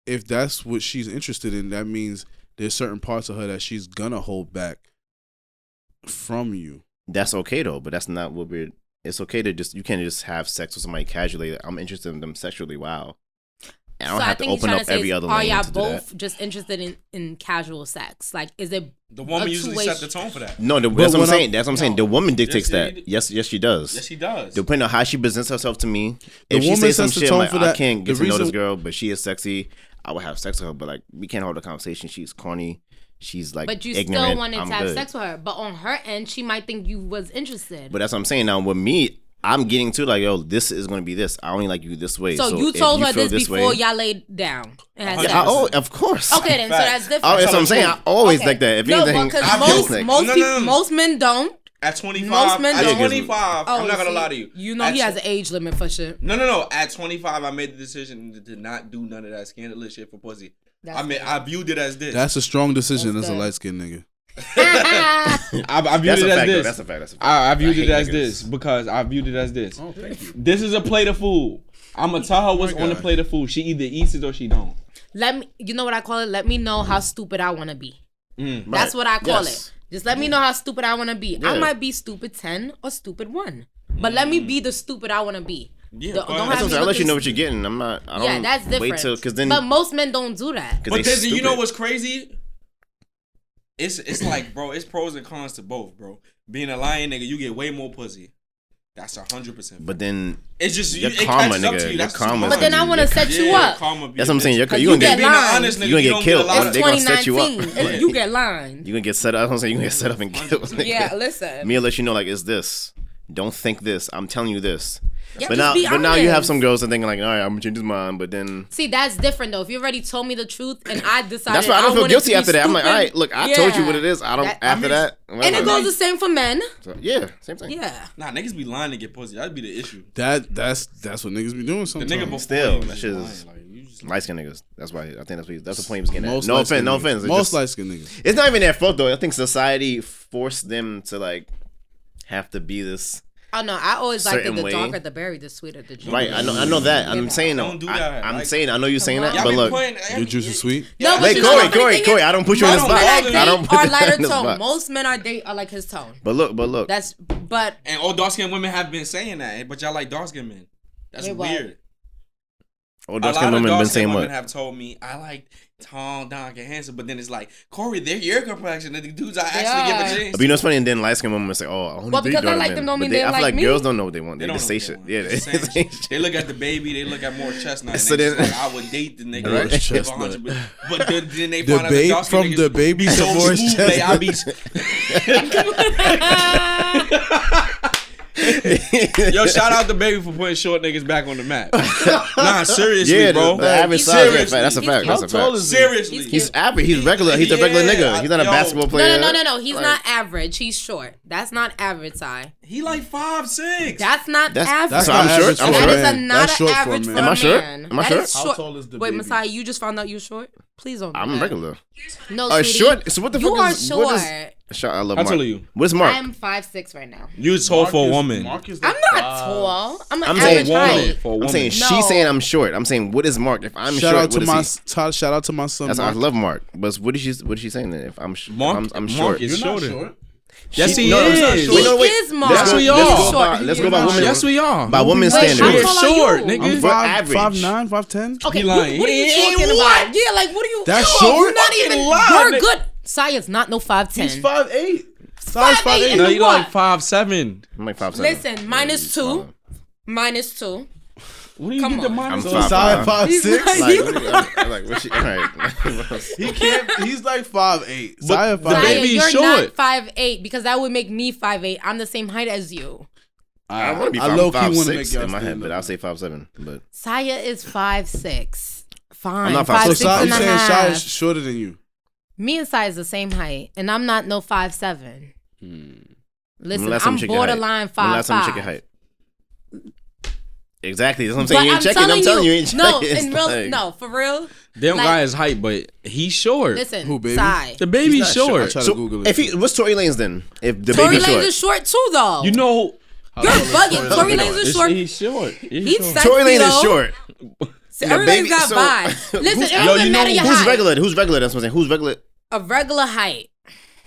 if that's what she's interested in, that means there's certain parts of her that she's gonna hold back from you. That's okay though, but that's not what we're. It's okay to just you can't just have sex with somebody casually. like, I'm interested in them sexually. Wow, and I don't so I have think to he's open trying up to say, every is, other are lane y'all to do that. both just interested in, in casual sex? Like, is it? The A woman usually two-way set the sh- tone for that. No, the, that's what when I'm I'm- saying. That's what I'm saying. The woman dictates she did. that. Yes, yes, she does. Yes, she does. Depending on how she presents herself to me, The if she woman says some sets the shit tone like for I that. can't get The to know this reason- girl, but she is sexy, I would have sex with her. But like we can't hold a conversation. She's corny. She's like But you ignorant. still wanted I'm to have good. sex with her, but on her end, she might think you was interested. But that's what I'm saying. Now with me, I'm getting to like yo, this is gonna be this. I only like you this way. so, So, you if told you her feel this, before way- y'all laid down and had Yeah, sex. Yeah, I, oh, of course. okay, then. Facts. So that's different. Oh, that's what I'm Tell the saying. I truth. always Okay. like that. If no, anything, because I'm most guilty. most, No, no, peop- no, no. most men don't. at 25, Most men at don't. 25, Oh, I'm not gonna see, lie to you. You know At he has tw- an age limit for shit. No, no, no. At 25, I made the decision to- to not do none of that scandalous shit for pussy. That's I mean, I viewed it as this. That's a strong decision That's as a good. light skinned nigga. I, I viewed That's it a as fact. though. this. That's a fact. That's a fact. I, I viewed it hate as niggas. this because I viewed it as this. thank you. This is a plate of food. I'm gonna tell her what's my on the God. plate of food. She either eats it or she don't. Let me. You know what I call it? Let me know how stupid I want to be. That's what I call Yes. it. Just let me know how stupid I want to be. I Yeah. might be stupid ten or stupid one, but let me be the stupid I want to be. Yeah, but- Don't- don't That's have Sometimes me I let you looking know what you're getting. I'm not. I don't Yeah, that's different. Wait till because then. but most men don't do that. 'cause But they then you know stupid. what's crazy? It's it's like, bro, it's pros and cons to both, bro. Being a lion nigga, you get way more pussy. That's a hundred percent. But then It's just you, your it karma, catches up nigga. to you. Your That's karma But then I want to set you up. karma be That's a what I'm saying. bitch. You're, Cause you're you gonna get get, Being an lying. honest nigga, You gonna you get don't get a killed. lot of It's They dick. gonna set you up. 2019. Like- and you get lined. you're gonna get set up. That's what I'm saying. You're gonna get set up and killed. Nigga. Yeah, listen. Mia let you know like it's this. Don't think this. I'm telling you this. Yeah, but just now, be but now you have honest. some girls that thinking like, all right, I'm gonna change his mind. But then See, that's different though. If you already told me the truth and I decided, that's why I don't feel wanted to guilty be after that. I'm like, all stupid, right, look, I told you yeah. what it is. I don't. That- I after mean, that, And it whatever. goes the same for men. So, yeah, same thing. Yeah. Nah, niggas be lying to get pussy. That'd be the issue. That that's that's what niggas be doing The sometimes. nigga before Still, you was that just shit lying. is- Like, you just- Light skin niggas. That's why I think that's what he, that's the point he was getting most at. No light-skinned niggas. offense, no offense. It's Most just- light skinned niggas. it's not even their fault though. I think society forced them to like have to be this. Oh no, I always like that Certain the way. darker the berry, the sweeter the juice. Right, I know, I know that. I'm saying, Don't do that. I, am Like- saying, I know you're saying that, Y'all but be look, playing- Your juice is sweet. No, Wait, you know Corey, what the Corey, thing is? Corey, I don't put you in the Most men spot. But I like don't they I don't put are you in lighter the tone. spot. Most men are they are like his tone. But look, but look, That's but And all dark skinned women have been saying that, but y'all like dark skinned men. That's Wait, what? weird. all A dark lot skin of women dark been skinned saying women what? have told me I like tall, dark, and handsome, but then it's like Corey, they're your complexion. And the dudes I actually Yeah. give a chance. But you know what's funny? And then light skinned women say, "Oh, I only Well, date because I dark like men." them don't But mean they- they I feel like like me. girls don't know what they want. They, They don't just know say what shit. they Yeah, want. they Just saying say They shit. look at the baby. They look at more chestnut. So So then, then- like, I would date the nigga. Right. Right. Chestnut. But then, then they The find out the babe dark from niggas the baby so divorce. smooth, chest- they I be Yo, shout out the baby for putting short niggas back on the map. nah, seriously, Yeah, bro. the, the average size. Yeah, fact. seriously, That's a fact. That's How a tall fact. is he? seriously. He's average. He's regular. He's a regular Yeah, nigga. He's not a yo. basketball player. No, no, no, no, no. He's Like, not average. He's short. That's not average, Ty. he like five six. That's not That's- average. That's So I'm not short. average for I'm a short. That is a man. not That's an short for a average for man. a Am I short? man. Am I That short? is How tall is the Wait, baby? Messiah, you just found out you short? Please don't. do I'm that. regular. No, Oh, sweetie. short. So what the You fuck are is? short. What is, short. I love I'll Mark. tell you. Where's Mark? I'm five six right now. you tall for a Mark is- woman. Mark is I'm like not five- tall. I'm an I'm average saying For a woman. height. For a woman. I'm saying No. she's saying I'm short. I'm saying what is Mark? If I'm shout short, out to what is my he? s- t- shout out to my son. That's I Mark. love Mark. But what is she? What is she saying? Then if I'm, sh- if Mark- I'm, I'm Mark short. is- You're not Shorter. short. Yes, he, No, no, it's not is. short. Wait, no, wait. He is Mark. Let's go- He let's is go short. by- let's He go is by not women. short. Yes, we are. By women's Wait, She how standards. is tall are short, you? nigga. I'm You're five, average. five nine, five ten. Okay, He wh- lying. what are you He ain't talking lying. about? Yeah, like what are you? That's you are short. Not even Fucking lying, You're nigga. good. Science not no five ten. He's five eight. Size five eight. eight. No, you What? like five seven. I'm like five seven. Listen, minus two, minus two. What do you Come get the on. I'm minus? five, Size five. five He's six. like- Like, what- I'm like, what she, all right. He can't. He's like five eight. Zaya the five Zaya, baby- eight. you're is short. not five eight because that would make me five eight. I'm the same height as you. I want to be I five, low key five want to make six y'all in my head, but I'll was say five seven. But Saya is five six. Fine. I'm not so five five six. six Sai, and you a saying Sai half. is shorter than you? Me and Sai is the same height, and I'm not no five seven. Listen, Hmm. Unless I'm chicken height. borderline When five last time you five. check your height. Exactly. That's what I'm saying. you ain't checking. telling I'm telling you, you ain't checking. No, It's in real, like- no, for real. They don't Like- got his height, but he's short. Listen, Who, baby? Sai. the baby's He's not short. short. Try to So Google it. if he, what's Tory Lanez then? If the Tory baby's Lanez short, is short too, though. You know, you're bugging. Tory Lanez? Lanez is it's- short. he's short. He's He's short. sexy Tory Lanez is though. short. So The everybody's baby- got so- vibes. Listen, Who's- it yo, doesn't you know matter your Who's height. regular? Who's regular? That's what I'm saying. Who's regular? A regular height.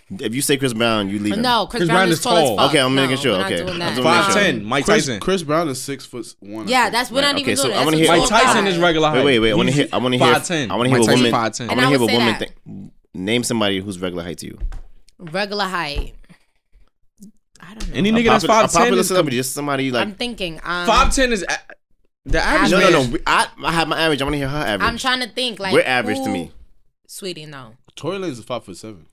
If you say Chris Brown, you leave him. No, Chris, Chris Brown is tall. As fuck. Okay, I'm no, making sure. we're not Okay. doing I'm that. doing Five ten. Mike Chris, Tyson. Chris Brown is six foot one. I Yeah, think. that's we're Right, not even okay, doing so that. I wanna That's hear- a Mike tall Tyson guy. is regular height. Wait, wait, wait. I want to He's hear. I want to hear. 5'10". I want to hear Mike a Tyson woman. I 5'10". want to And I hear a would say woman that. think. Name somebody who's regular height to you. Regular height. I don't know. Any nigga that's Popular- five a ten popular is celebrity, just somebody I'm like. thinking. Um, five ten is a- the average. No, no, man no. is- we- I, I have my average. I want to hear her average. I'm trying to think. Like We're average to who- me. sweetie. No, Tory Lanez is five foot seven.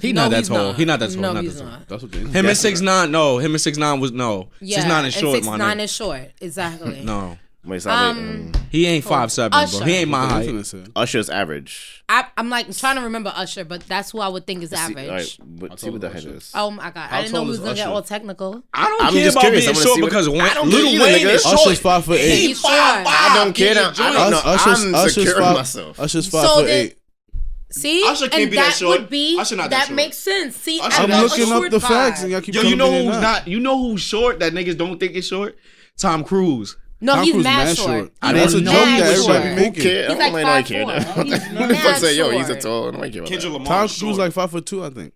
He No, not that he's tall. not. He not that tall. No, not he's that tall. not. That's what they. Him and six nine. No, him and six nine was no. yeah, six nine is and short. Six my nine nigga. is short. Exactly. no, Wait, stop Um, it. Um, he ain't five seven, bro. Usher. He ain't my That's height. what I said. Usher's average. I, I'm like trying to remember Usher, but that's who I would think is See- average. all right, but see told what the him height Usher. is. Oh my god! How I didn't know tall we is was gonna get Usher? all technical. I don't I'm care just about curious. I being wanna short see what- because I don't Little care either, Wayne nigga. is short. Usher's five foot eight. He's short. I don't care. That, I don't know. Usher's- I'm Usher's secure five- myself. Usher's five So foot then- eight. See, Usher can't and be that that short. would be Usher not that that short. makes sense. See, Usher I'm not that's that a looking up short the vibe. facts, and y'all keep Yo, telling you know me they're who's not? You know who's short that niggas don't think is short? Tom Cruise. No, Tom he's Cruise mad mad short. short. He's That's a mad joke that short. everybody make- Who cares? I He's don't like like care. 5'4". He's Who the fuck mad say yo? He's a short. tall. Nobody care about Kendrick that. Lamar. Tom is Cruise short. like five foot two, I think.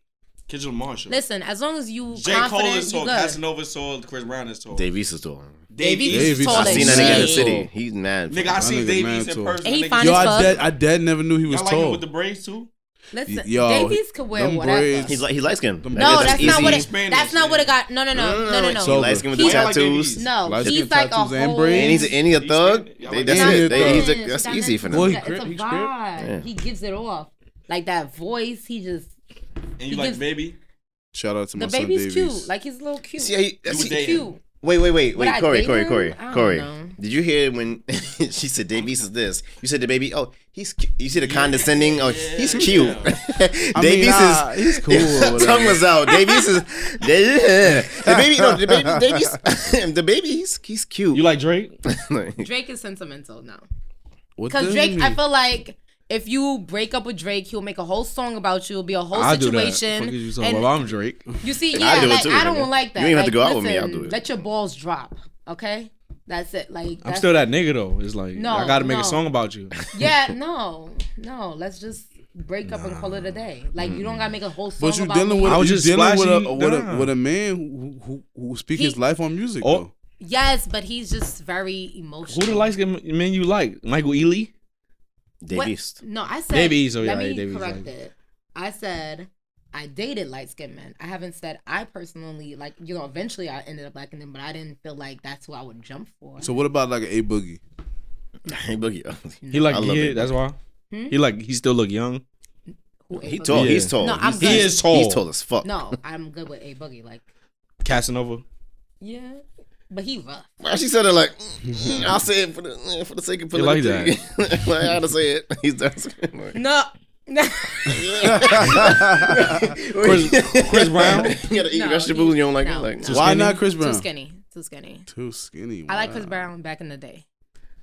Kendrick Lamar. is short. Listen, as long as you J Cole confident, is you tall. good. Casanova is tall. Chris Brown is tall. Davies is tall. Davies Davies. is Davies. tall I I as seen that shit. nigga in the city. He's mad. Nigga, I nigga seen Davies mad in tall. person. And he Nigga, fine Yo, as I fuck. dead, I dead never knew he was Y'all like him tall. with the braids too? Listen, Yo, Davies could wear them whatever. braids- He's like he's light skinned. no, That's that's, not easy. what He's it. Spanish, That's not yeah. what it got. No, no, no, no, no, no. So- He light skinned with He- the I like tattoos. Davies. no, Light he's skin like a tattoos and whole. braids. And he's and he a He's thug. spinning. They- Yeah, That's like it. They- that. he's a- That's easy for Boy, them. he It's a crip- vibe. he crip. Yeah. He gives it off. Like that voice, he just And He you like gives- baby? Shout out to my the son Davies. baby's cute. Like he's a little cute. See, I- that's- You he- dating. cute. wait, wait, wait, wait, I Corey, date Corey, him? Corey, I don't Corey. know. Did you hear when she said Davies is this? You said the baby. Oh, he's. cu- You see the condescending. Oh, he's cute. I mean, Davies nah, is. he's cool. or whatever. tongue was out. Davies is. Davies, the baby. No, the baby. Davies. the baby. He's he's cute. You like Drake? like, Drake is sentimental now. What Because does Drake, it I mean? feel like if you break up with Drake, he'll make a whole song about you. It'll be a whole I do that. situation. Fuck is you talking and about? I'm Drake. you see, I yeah, do it like too, I don't nigga. like that. You ain't have Like, to go out with me, listen, I'll do it. Let your balls drop, okay? That's it. Like I'm that's, still that nigga though. It's like No, I gotta make no. a song about you. yeah. No, no. Let's just break up and call it a day. Like you don't gotta make a whole song. But you about dealing me. with I was you just dealing with a splashy, with a nah. with a man who who, who speaks his He- life on music. Oh. though. yes, but he's just very emotional. Who the light skinned man you like? Michael Ealy? What- Debist. No, I said. Babies, oh, let yeah, me babies, correct like- it. I said I dated light skinned men. I haven't said I personally like you know. Eventually, I ended up liking them, but I didn't feel like that's who I would jump for. So what about like an A Boogie? Hey, Boogie. oh. He like I love he, it. that's why. Hmm? He like he still look young. Who A He Boogie? tall. Yeah. He's tall. No, I'm he's, good. He is tall. He's tall as fuck. No, I'm good with a boogie. Like Casanova. yeah, but he rough. Why she said it like mm, I'll say it for the mm, for the sake of You like political. like I had to say it. He's dancing. Like, No. no, Chris, Chris Brown. you gotta eat vegetables. he- you don't like no, it. Like no. Why skinny? not Chris Brown? Too skinny. Too skinny. Too skinny. I like wow. Chris Brown back in the day.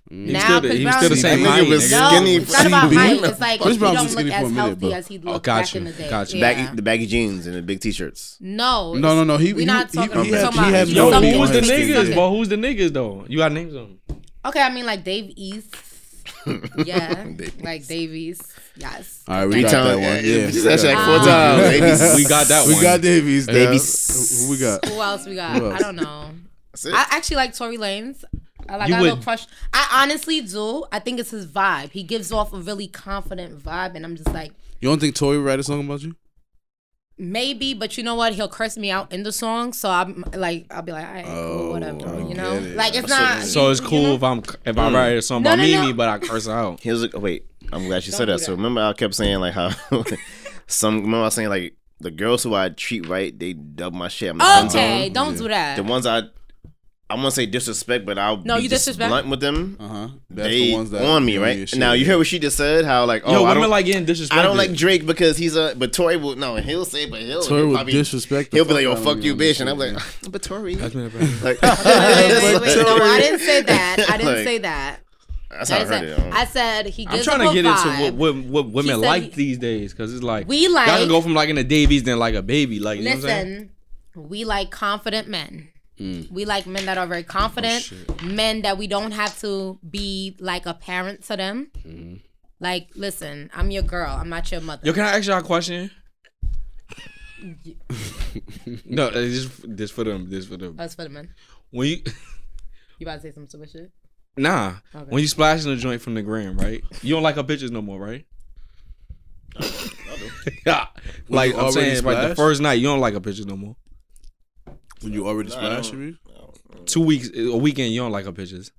He was Now still the, Chris Mm. he was Brown still the is same skinny. height. Nigga was nigga. No, skinny it's not about CB. height. It's like Chris he Brown was don't look skinny for a as minute, healthy but- as he looked Oh, back gotcha, in the day. gotcha. Yeah. baggy, the baggy jeans and the big t-shirts. No, No, no, no. He We're not he- talking he, about- he had, somebody- he had Yo, no Somebody who was the was skin. niggas? skinny. Well, who's the niggas though? You got names on. them. Okay, I mean like Dave East. Yeah, Dave like Davies. Yes. All right, we Three got times. that one. Yeah, Yeah, just asked like four Um, times. We got that we one. got Davies. Dad. Davies. Who who we got? Who else we got? Who else? I don't know. That's it. I actually like Tory Lanez. I like You I have a little would- crush. I honestly do. I think it's his vibe. He gives off a really confident vibe, and I'm just like, You don't think Tory would write a song about you? maybe, but you know what? He'll curse me out in the song, so I'm like, I'll be like, all right, cool, Oh, whatever, I you get know? it. Like it's So- not. So it's you cool know? if I'm if I write a song No, about no, Mimi, no. but I curse her out. Here's a, oh, wait. I'm glad you Don't said do that. So that. remember, I kept saying like how some. Remember, I was saying like the girls who I treat right, they dub my shit. I'm Oh, not into them. Okay, don't do that. The ones I, I want to say disrespect, but I'll No, be you just disrespect? blunt with them. Uh huh. they on me right now. You hear what she just said? How like oh Yo, I women don't like getting disrespected. I don't like Drake because he's a but Tory will no he'll say but he'll Tory he'll would probably- disrespect. the He'll be like yo out of fuck me you on this bitch and I'm shit, like man. but Tory That's been a bad- like Wait, wait, wait, no, I didn't say that. I didn't Like, say that. that's um, how I I, heard said, it. I said he I'm gives trying to off a get vibe. into what, what, what women said like he- these days because it's like We y'all can like- go from liking the Davies than like a baby. Like you know what I'm saying? Listen, we like confident men. We like men that are very confident, men that we don't have to be like a parent to them. Like, listen, I'm your girl. I'm not your mother. Yo, can I ask y'all a question? no, uh, this this for them. This for them. That's for the men. When you You about to say some stupid shit? nah, Okay. when you splashing the joint from the gram, right? You don't like her bitches no more, right? Yeah, like you I'm already saying, like the splashed? first night you don't like her bitches no more. When you already splash, you mean? Two weeks, a weekend you don't like her bitches.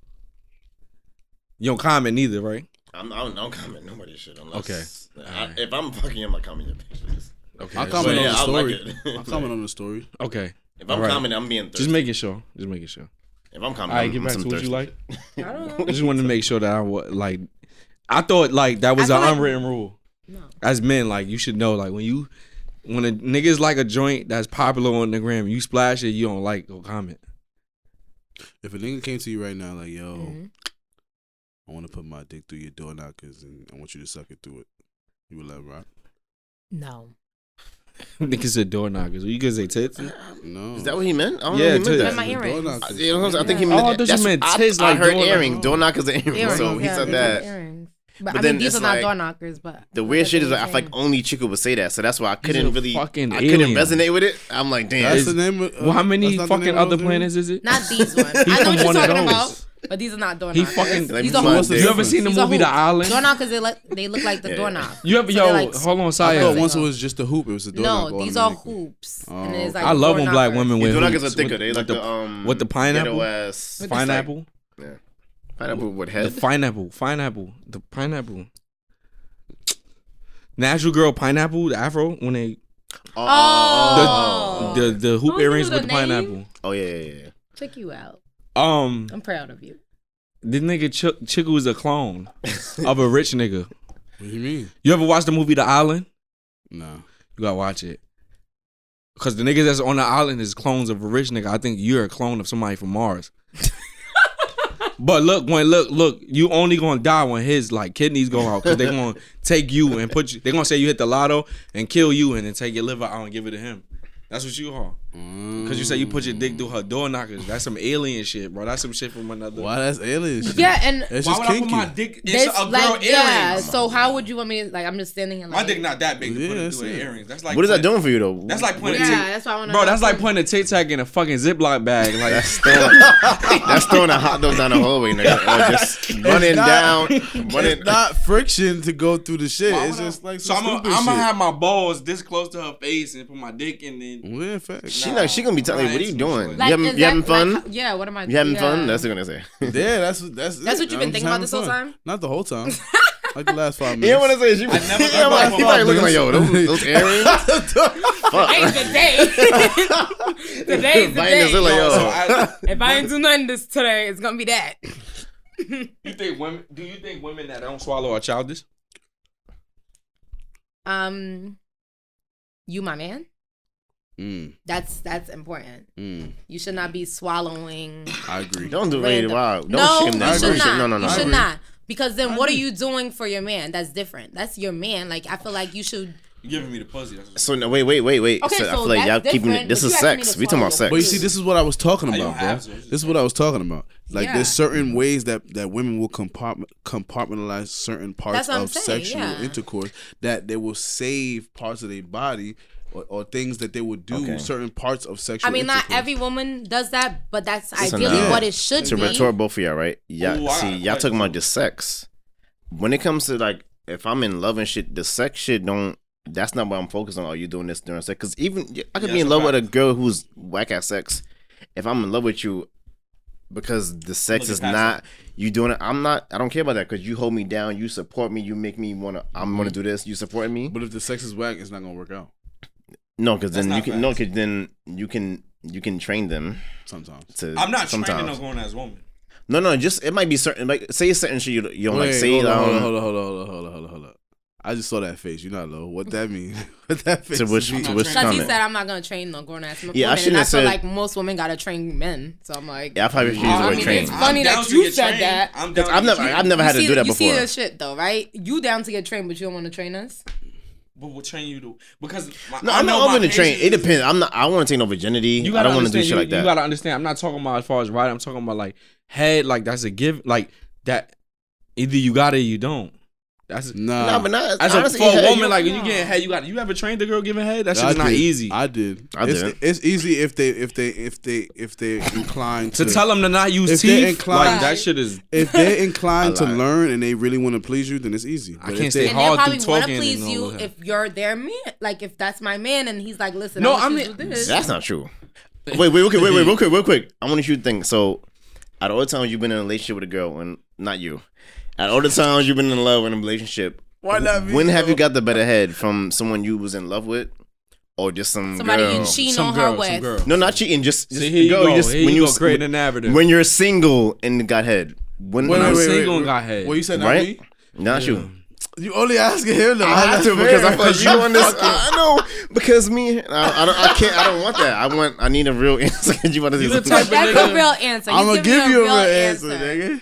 You don't comment neither, right? I'm, I don't, I don't comment nobody shit unless Okay. I, if I'm fucking I'm not commenting pictures. Okay, I'll But comment on yeah, the I like story. it. I'll comment on the story. okay. If I'm All right. commenting, I'm being thirsty. Just making sure. Just making sure. if I'm All right, commenting, get I'm, back some to what thirsty you like. I don't I just wanted to make sure that I was like, I thought like that was I an feel like- unwritten rule. No. As men, like you should know, like when you, when a niggas like a joint that's popular on the gram, you splash it, you don't like, go comment. If a nigga came to you right now, like, yo, Mhm. I want to put my dick through your door knockers, and I want you to suck it through it, you would let it rock? No. niggas are door knockers. You can say tits. Uh, No. Is that what he meant? I don't Yeah, know if he tits. meant But that. my The door earrings. knockers. I, you know what I'm saying? I think he Yeah. meant. Oh, I that- thought you that's- meant I- tits, I, like heard door- earring. Oh. Door knockers and earring. Earrings, So he yeah, said they that. got Earrings. But, But I then mean, these it's are not like- door knockers, but. The weird shit is what like, I feel like only Chico would say that, so that's why I are couldn't really, I fucking couldn't aliens. resonate with it. I'm like, damn, That's the Is- name of. uh, Well, how that's many not the fucking name of other those planets is it? Not these ones. I from know what you're one of talking those. about, but these are not door He knockers. fucking- Like, these are my hoops. dick. You ever seen the These are movie The hoops. Island? Door knockers, they, look they look like the Yeah. doorknob. you ever So yo? they're like- hold on, I thought Saya. once it was just a hoop. It was a door knocker No, these are automatically. hoops. Oh, and it's okay. like I love door when black knockers. women door with knockers are hoops, thicker. with- They with like the- the um, with the pineapple? ghetto ass With the pineapple, pineapple with the head. pineapple, pineapple, the pineapple. Natural girl pineapple, the afro when they Oh, the Oh. the, the hoop Oh, you earrings know with the the name? pineapple. oh yeah, yeah, yeah. Check you out. Um, I'm proud of you. this nigga Ch- Chico is a clone of a rich nigga. What do you mean? You ever watch the movie The Island? No. You gotta watch it. Cause the niggas that's on the island is clones of a rich nigga. I think you're a clone of somebody from Mars. but look, when look, look, you only gonna die when his like kidneys go out. Cause they gonna take you and put you. They gonna say you hit the lotto and kill you and then take your liver out and give it to him. That's what you are. Because you said you put your dick through her door knockers. That's some alien shit, bro. That's some shit from another. Why that's alien shit? Yeah, and That's Why just would I put kinky. my dick in this, a girl like, earrings? yeah. So how would you want me to like? I'm just standing here. My Like, dick not that big to Yeah, put it that's through it. the earrings. That's like What is that putting- doing for you though? That's like putting a Yeah, tic- that's why I want to. Bro, that's like putting a Tic Tac in a fucking Ziploc bag. Like, That's throwing, that's throwing a hot dog down the hallway, nigga. Or just running not- down, running. It's not friction to go through the shit. It's just like so some I'm gonna stupid I'm shit. have my balls this close to her face and put my dick in. Then Yeah, facts. she like she gonna be telling Nah, you, "What are you it's- doing? Like, you having, is you having that, like, fun? how- yeah. What am I? you having fun?" yeah. That's what I'm gonna say. Yeah, that's that's That's it. what you've I'm been just thinking having about this whole fun. time? Not the whole time. like the last five Yeah, when I minutes. say she, I never yeah, thought like, about he my probably mom looking like, doing yo, those, those earrings. Today's the day. Today's the Biden is day. like, yo. So I, If I ain't do nothing this today, it's gonna be that. you think women? Do you think women that don't swallow are childish? Um, you, my man. Mm, That's that's important. mm, You should not be swallowing. I agree. Don't do it. Random. Wow. Don't no, shame you that. should Don't not. shame- No, no, no. You I should agree. not. Because then, what are you doing for your man? That's different. That's your man. Like I feel like you should. You giving me the pussy? That's So no, wait, wait, wait, wait. Okay, so, I so feel like y'all that's keeping different, it. This but is you asking me sex. to We talking about swallow. sex. But you see, this is what I was talking I don't about, bro. have to. This is what I was talking about. Like, Yeah. there's certain ways that, that women will compartment compartmentalize certain parts That's what I'm of saying, sexual yeah. intercourse that they will save parts of their body or, or things that they would do Okay. certain parts of sexual. I mean, not intercourse. every woman does that, but that's Listen, ideally uh, what it should to be. retort both of y'all, right? Yeah. Ooh, I got see, a y'all question. talking about just sex. When it comes to like, if I'm in love and shit, the sex shit don't. That's not what I'm focused on. Are you doing this during sex? Because even I could Yeah, be in that's love a with a fact. girl who's whack at sex. If I'm in love with you, because the sex Looking is past not you doing it. I'm not. I don't care about that because you hold me down. You support me. You make me wanna. I'm Mm. gonna do this. You support me. But if the sex is whack, it's not gonna work out. No, because then That's you not can. No, 'cause then you can. You can train them Sometimes. to. I'm not sometimes. training no grown ass woman. No, no, just it might be certain. Like, say certain shit you, you don't Wait, like. Say hold, um, on, hold on, hold on, hold on, hold on, hold on, hold on. I just saw that face. You not know what that mean? what that face? to which mean? to not training. which Because he comment. said, "I'm not gonna train no grown ass Yeah, I woman." and shouldn't I have feel said- like most women gotta train men. So I'm like, yeah, I probably should use the I word mean, train. it's funny I'm that down to you get said trained. that. I'm down Because I've to get never, I've trained. never had to you see, do that you see before. the shit though, right? You down to get trained, but you don't want to train us. But we'll train you to because my, No, I I'm know not my open to train. patience It is- depends. I'm not. I want to take no virginity. I don't want to do understand, shit you, like You that. gotta understand. I'm not talking about as far as right. I'm talking about like head. Like that's a give. Like that. Either you got it, or you don't. That's Nah, nah, but not as honestly, a for hell, a you- woman. Like when you get head, you got. You ever trained a girl giving head? That shit's I not did. easy. I did. I it's, didn't. It's easy if they if they if they if they inclined to tell them to not use If they're teeth, inclined- like that shit is. if they're inclined to lied. learn and they really want to please you, then it's easy. But if can't they- stand And they hard probably through want to talking please and all you that. if you're their man. Like if that's my man, and he's like, "Listen, No, I, want I you to mean- do this." That's not true. Wait, wait, wait, wait, wait, real quick, real quick. I want to shoot thing. So, at all the times you've been in a relationship with a girl, and not you, at all the times you've been in love in a relationship, Why not me, When have you though? got the better head from someone you was in love with, or just some Somebody girl? you cheating Some on girl, her some with. girl. No, not cheating. Just, just See, here you girl, go. Just Here when you you go was- creating a narrative. when you're single and got head. When Wait, I'm wait, wait, single wait, and got wait. head. Well, you said not right? me. Not you. You only asking him though. I That's have to because fair. I feel you on this. I, I know because me. I, I don't. I can't. I don't want that. I want. I need a real answer. you want to You the do type of That's nigga- a real answer. I'm gonna He's giving give you a real answer, nigga.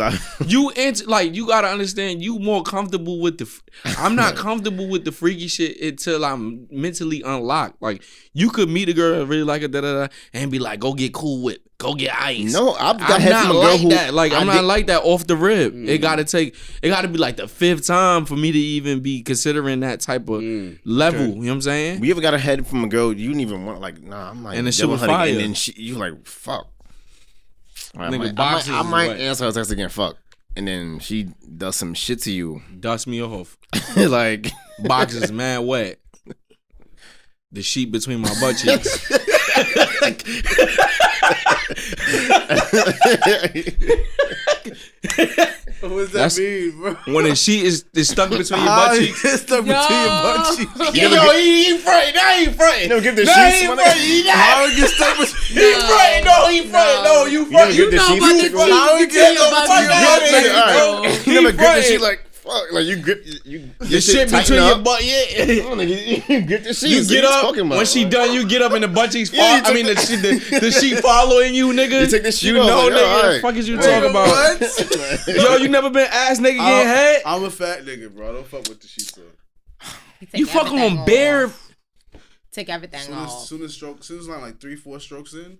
I. You int- like you gotta understand. You more comfortable with the. f- I'm not comfortable with the freaky shit until I'm mentally unlocked. Like you could meet a girl and really like her, da da da, and be like, "Go get cool whip, go get ice." No, I've got I'm head not from a girl like who that. Like I'm I Mm. not did- like that off the rip. It gotta take. It gotta be like the fifth time for me to even be considering that type of Mm. level. You know what I'm saying? We ever got a head from a girl you didn't even want? Like, nah, I'm like, And then she devil was hunting, fire. And then she, you like, fuck. I Nigga, might, I might, boxes I is might wet. answer her text again, fuck. And then she does some shit to you, Dust me off. like, Box is mad wet. The sheet between my butt cheeks. What does That's- that mean, bro? when the sheet is, is stuck between your How butt cheeks. is this stuff between your butt cheeks? yo, he, he frightened. Now he frightened. No, give the Now sheets. he one- frightened. He How is this stuff between He frightened. No, he frightened. No, you You never frightened. give the know sheets. about the You cheeks. frightened. How we get Your up butt to your cheeks. butt cheeks, Your butt cheeks. bro? All right. He You never grip the frightened. sheet like, fuck. Like, you grip, you, The shit between your butt. Yeah. your butt. You grip the sheets. You get What up talking about? when she Like, done. You get up and the butt cheeks. Fall, Yeah, you I took mean the, the- she- the, the sheet following you, nigga. You take the sheet You off, know, like, nigga. all The right. fuck is you Wait, talking about? what? Yo, you never been ass nigga getting head? I'm a fat nigga, bro. Don't fuck with the sheets. son. You fucking on bare. Take everything Soon off. as soon as stroke, soon as like, like three four strokes in,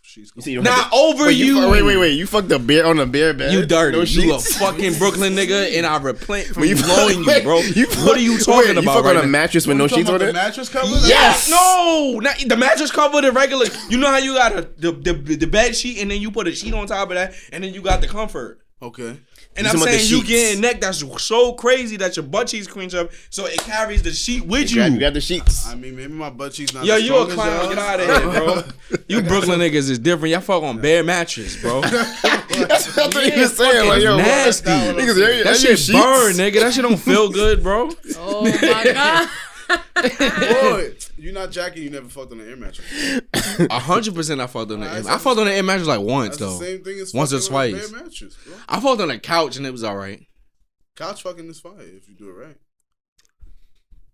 she's You gone. see, you Not over wait, you. fu- Wait, wait, wait. You fucked the beer on the beer bed. You dirty. No you a sheets. fucking Brooklyn nigga, and I repent from Wait, you blowing you, fuck- bro. wait, you what fuck- are you talking wait, about You fuck right on a now? mattress with no You talking sheets about on the it. mattress cover. Yes! No, not the mattress cover, the regular. You know how you got a, the, the the bed sheet, and then you put a sheet on top of that, and then you got the comfort. Okay. And You I'm talking about the saying you sheets. getting neck that's so crazy that your butt cheeks cringe up, so it carries the sheet with you. Grab, grab the sheets. I mean, maybe my butt cheeks not. Yo, as you strong a as clown. yours. Get out of here, bro. You Brooklyn niggas is different. Y'all fuck on bare mattress, bro. That's what I thought you Yeah, were saying. Like, fucking yo, what? nasty. Niggas, are you- are That you shit sheets? burn, nigga. That shit don't feel good, bro. Oh my god. Boy, you not jacking. You never fucked on an air mattress. A hundred percent, I fucked on the. I fucked on the air mattress like once That's though. the same thing as Once or fucking on an twice. Air mattress, bro. I fucked on a couch and it was all right. Couch fucking is fire if you do it right.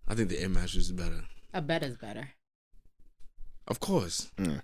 I think the air mattress is better, A bed is better. of course. I,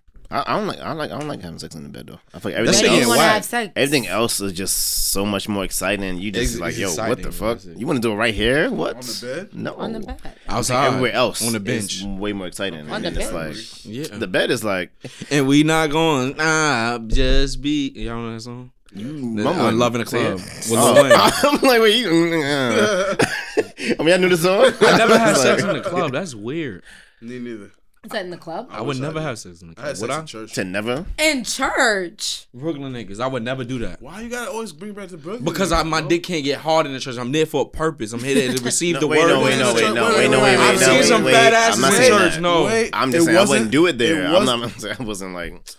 I don't like. I like. I don't like having sex in the bed though. I feel like That everything shit But you getting else. wanna whack. have sex. Everything else is just so much more exciting. You just It's- like, it's yo, what exciting, the fuck? that's it. You want to do it right here? What On the bed? No, on the bed. Outside, Everywhere else, on the it's bench, way more exciting. On And the it's bench. like yeah. the bed is like and we not going. Nah, just be. Y'all know that song? you i mumbling. love in the Say club it. with Lil Oh, Wayne. I'm like, wait, you. mm, I mean, I knew the song. I never had Like, sex in the club. That's weird. Me neither. Is that in the club? I would wish I never did. have sex in the I had club. sex Would in I? church. To never. In church. Brooklyn niggas, I would never do that. Why you gotta always bring back the Brooklyn? Because I, my dick can't get hard in the church. I'm there for a purpose. I'm here to receive the wait, word. no, wait, is no, the wait, church- no, wait, wait, no, wait, wait, wait, wait, I've no, seen wait, some wait. fat I'm asses not in saying church. that. No, Wait, I'm just it saying I wasn't- wouldn't do it there. I'm was- not. I'm saying I wasn't like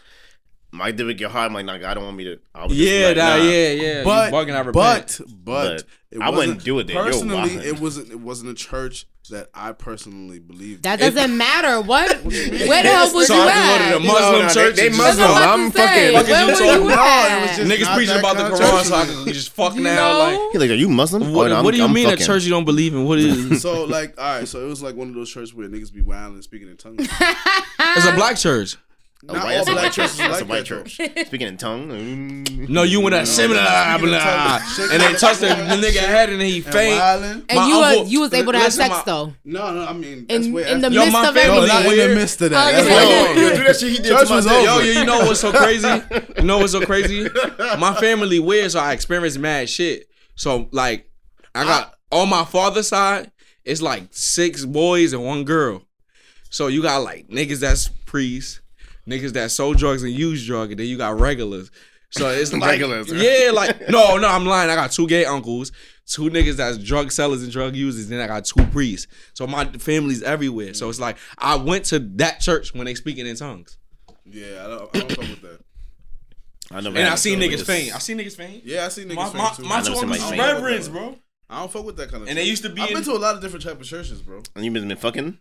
my dick would get hard. I'm like, nah, I don't want me to. I would just be yeah, like, that, nah. yeah, yeah. You But, bugging, I repent. but but But it I wouldn't wasn't- do it there. Yo, Personally, why? it wasn't it wasn't a church that I personally believed. That doesn't matter. What? Where the hell was So you I can go at? to the Muslim No, no, they- church. they and That's just- Muslim. what I'm I'm about to say. fucking- Where Fucking were you talking- No, it was at? just- Niggas Not preaching that about the kind of Quran, church. so I can just fuck now. Like, no. He like, are you Muslim? what, Oh, no, what do you I'm mean fucking. a church you don't believe in? What is? So like, all right. So it was like one of those churches where niggas be wild and speaking in tongues. it's a black church. A Not white- all that's a black white church. churches That's like a white that, church. Speaking in tongue. mm. No, you in that seminar, blah, speaking of blah, tongues, and they touch the, the shaking nigga head and he and faint. wilding. And My you were, uncle- you was able to have listen, sex my- though. No, no. I mean, that's In way in the after- Yo, midst my of fa- no, no, everything. not in the midst Oh, of that. Okay. That's Yo, way yo, do that shit he did Church to my was dick. over. Yo, yo, you know what's so crazy? You know what's so crazy? My family weird, so I experienced mad shit. So like, I got on my father's side, it's like six boys and one girl. So you got like niggas that's priests, niggas that sold drugs and used drug, and then you got regulars. So it's like, Regulars, right? yeah, like no, no, I'm lying. I got two gay uncles, two niggas that's drug sellers and drug users. Then I got two priests. So my family's everywhere. So it's like I went to that church when they speaking in tongues. Yeah, I don't, I don't fuck with that. I never And had I to seen deal with niggas this. faint. I seen niggas faint. Yeah, I see niggas. My, faint my, too. my I two never seen uncles my is faint. reverends, bro. I don't fuck with that kind of. And they shit. used to be I've in- been to a lot of different type of churches, bro. And you've been fucking?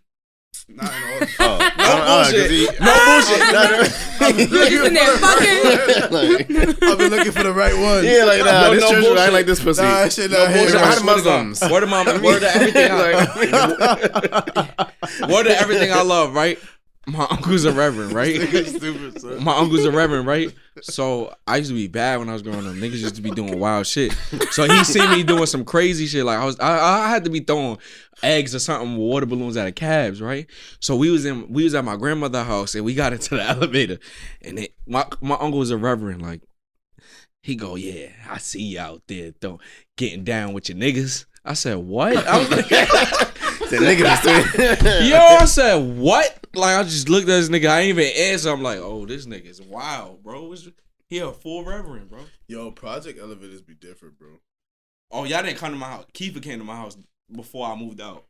Not in all. Oh, no bullshit. No I've been Niggas in looking there fucking. bullshit. like, I've been looking for the right one. yeah, like, nah, No, this no church, I bullshit. ain't like this pussy. nah, that shit not bullshit. here. I bro. had my- Muslims. Word of my word of everything. I, word of everything I love, right? My uncle's a reverend, right? Niggas stupid, son. My uncle's a reverend, right? So I used to be bad when I was growing up. Niggas used to be doing wild shit. So he seen me doing some crazy shit. Like I was, I, I had to be throwing eggs or something, water balloons out of cabs, right? So we was in, we was at my grandmother's house, and we got into the elevator, and it, my my uncle was a reverend, like. He go, yeah, I see you out there though, getting down with your niggas. I said, what? I was like, The nigga was Yo, I said what? Like I just looked at this nigga. I ain't even answer. I'm like, oh, this nigga is wild, bro. What's- He a full reverend, bro. Yo, Project Elevators be different, bro. Oh, y'all didn't come to my house. Kiefer came to my house before I moved out.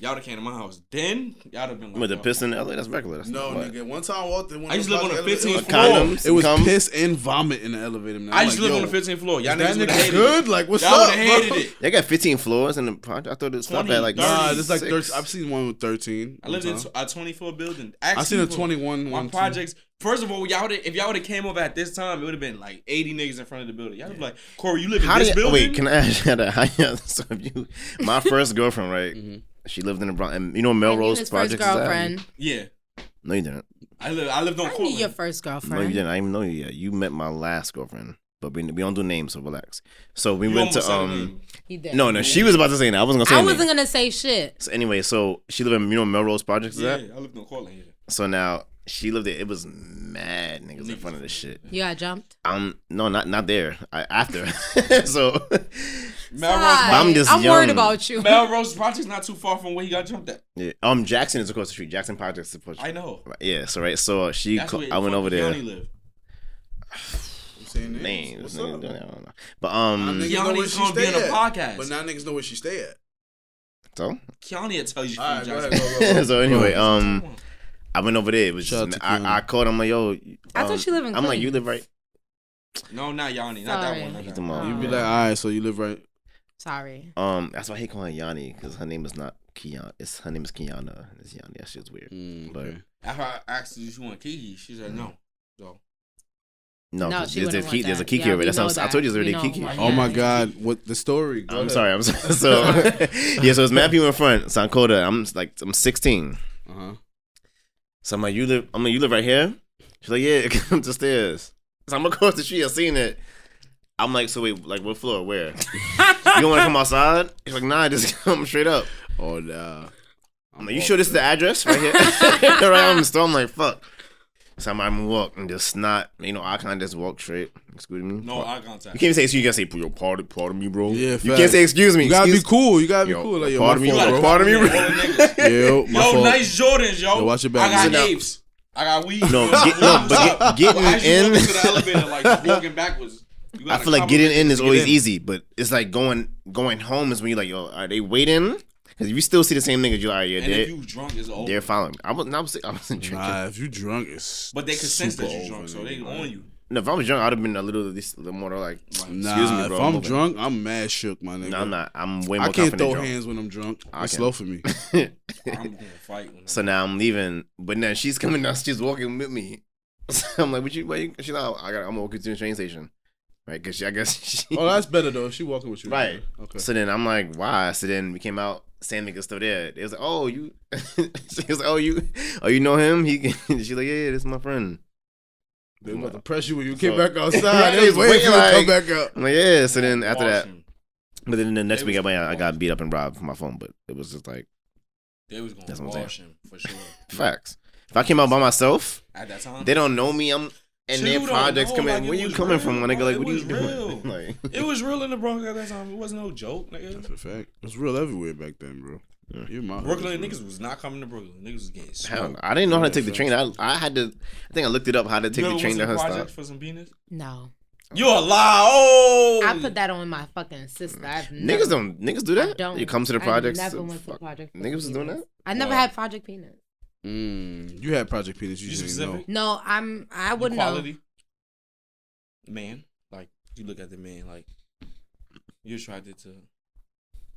Y'all done came to my house. Then y'all have been like, oh. With the yo. piss in LA, that's regular. That's No, not what. nigga. One time I walked in. One I used to live on the Project 15th Elevators- floor. Condoms. It was come. piss and vomit in the elevator. Man. I used to live on the 15th floor. Y'all niggas would have hated it. good. Like, what's Y'all up? would have hated it. They got 15 floors in the project. I thought it stopped 20, at like Nah, there's like 36. 13. I've seen one with 13. I lived in one time. a 24 building. I seen a Actually, 21 My one. projects. First of all, y'all would if y'all would have came over at this time, it would have been like 80 niggas in front of the building. Y'all would be like, Corey, you live in How do this you, building? wait? Can I ask you that? How you, so if you, my first girlfriend, right? Mm-hmm. She lived in the Bronx, and you know Melrose his first Project. is that? girlfriend. yeah, No, you didn't. I live. I lived on. I knew Cortland. your first No, you girlfriend. didn't. I didn't even know you yet. You met my last girlfriend. but we, we don't do names, so relax. So we went to um. He did. No, no, she was about to say that. I wasn't gonna say. I her name. wasn't gonna say shit. So anyway, so she lived in you know Melrose Projects. is Yeah, That? I lived in Cortland. Yeah. So now she lived there. It was mad niggas in front of this shit. You got jumped. Um, no, not not there. I, after, so Melrose, I'm just I'm worried young. about you. Melrose Project's not too far from where he got jumped at. yeah. um Jackson is across the street. Jackson Projects is across the I street. know. Right, Yeah. So right. So she, That's ca- where I went fucking over there. Keone lived. Names, What's niggas up? doing that, I don't know. But um, Niggas know Keone's where she gonna be stay in a at. podcast. But now niggas know where she stay at. so Keone will tell you from All right, go ahead, Jackson. go, go, go. so anyway, um, I went over there. It was Shout just, out to Keone. I, I called him like, yo. I thought um, she live in I'm like, you Queens. live right. No, not Yanni. Not that Sorry. one. not He's that the one. mom. You be like, all right, so you live right. Sorry. Um, that's why I hate calling her Yanni because her name is not Kiana. It's her name is Kiana. It's Yanni. That shit's weird. But okay. After I asked her if she want Kiki, she said no. So no, No, 'cause she there's, wouldn't there's, want key, there's a that. Kiki Yeah, we already. That's know what I that. told you. There's We already know Kiki. why. Oh my Yeah. God, what the story? Go I'm ahead. sorry. I'm so, so yeah. So it's mad people in front. So I called her. I'm like, I'm 16. Uh-huh. So I'm like, you live. I'm like, you live right here. She's like, yeah. Come to stairs. So I'm across the street. I seen it. I'm like, so wait, like what floor? Where? you don't want to come outside? She's like, nah, just come straight up. Oh nah. I'm like, you sure this is the address right here? right on the store. I'm like, fuck. So I'm, I'm walk and just not, you know, I kind of just walk straight. Excuse me. no Pa- eye you contact. can't say excuse. You gotta say, yo, pardon, pardon me, bro. Yeah, you facts. can't say excuse me. You gotta be excuse- cool. You gotta be Yo, cool. Like, yo, pardon my me, fault, bro. bro. Pardon me, Yo, bro. niggas. Yo, my Yo, fault. nice Jordans, yo. Yo, watch your back. I Sit got down. apes. I got weed. No, get, no, but get, Well, as you getting walk into the in. elevator, like walking backwards. you I gotta feel like getting compliment in is to always in. easy, but it's like going going home is when you're like, yo, are they waiting? Because if you still see the same niggas, you're like, yeah, And if they're, you drunk, it's over. they're following. me. I wasn't, I wasn't, I wasn't drinking. Nah, if you drunk, it's But they can sense that super you're over, drunk, so nigga. they on you. No, if I was drunk, I'd have been a little, this, a little more like, Nah, excuse me, bro. if I'm moving. drunk, I'm mad shook, my nigga. no, I'm not. I'm way more I can't confident throw drunk. hands when I'm drunk. I it's can. slow for me. I'm gonna fight. With So so now I'm leaving, but now she's coming down. She's walking with me. So I'm like, "What you? Why you?" She's like, oh, "I got. I'm walking to the train station, right? Because I guess she. Oh, that's better though. She walking with you, right. Okay. So then I'm like, "Why?" So then we came out. Sam nigga's still there. It was like, "Oh, you." she was like, "Oh, you. Oh, you know him?" He. She's like, "Yeah, yeah, this is my friend." They about to press you when you So- came back outside. They They was waiting for you to waiting, come back up. I'm like, "Yeah." So then after that, but then the next week I, went out, I got beat up and robbed for my phone. But it was just like they was gonna That's what I'm wash him for sure. facts. If I came out by myself, At that time, they don't know me. I'm. And Shit, their you don't projects know, come like, in. it Where you was coming from, my real, nigga? Like, bro. what are It you was real. doing? Like, it was real in the Bronx at that time. It wasn't no joke, That's nigga. a fact. It's real everywhere back then, bro. Yeah. You my Brooklyn homies, niggas was not coming to Brooklyn. Niggas was getting Hell, smoked. I didn't know how to Yeah, take the facts. train. I, I had to. I think I looked it up how to take You the ever train went to the her stop. project for some penis? No. You a lie? Oh, I put that on my fucking sister. I've never- Niggas don't. Niggas do I that. don't. You come to the I projects. never so went to fuck. project. Niggas was doing Penis. that. I never Wow. had Project Penis. Mm, you had Project Penis. You, You just didn't know. specific? No, I'm. I wouldn't know. quality man. Like you look at the man, like you attracted to.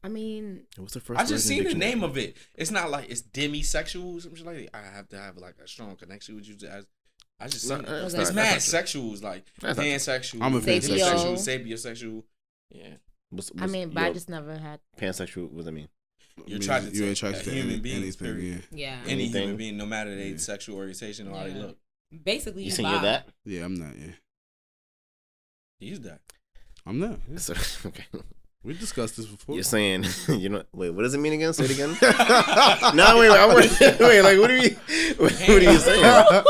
I mean, What's the first? I just seen the name of it. It's not like it's demisexual or something like that. I have to have like a strong connection with you. To, I, I just No, seen that's it. not- It's that's mad not sexuals, like That's not- pansexual. I'm a Sapio. pansexual, sapiosexual. Yeah, I mean, but I just never had. pansexual. What does that mean? I You're mean, attracted you to ain't attracted a to human any, being, anything. Yeah. period. Yeah. any human Anything. being, no matter their Yeah. sexual orientation or how they Yeah. look, Basically, You you seen you're bi. that? yeah, I'm not. Yeah, he's that. I'm not. yeah. So, okay. We discussed this before. You're saying you know. Wait, what does it mean again? Say it again. no, wait, wait, I want- wait. Like, what do you? What, what are you saying?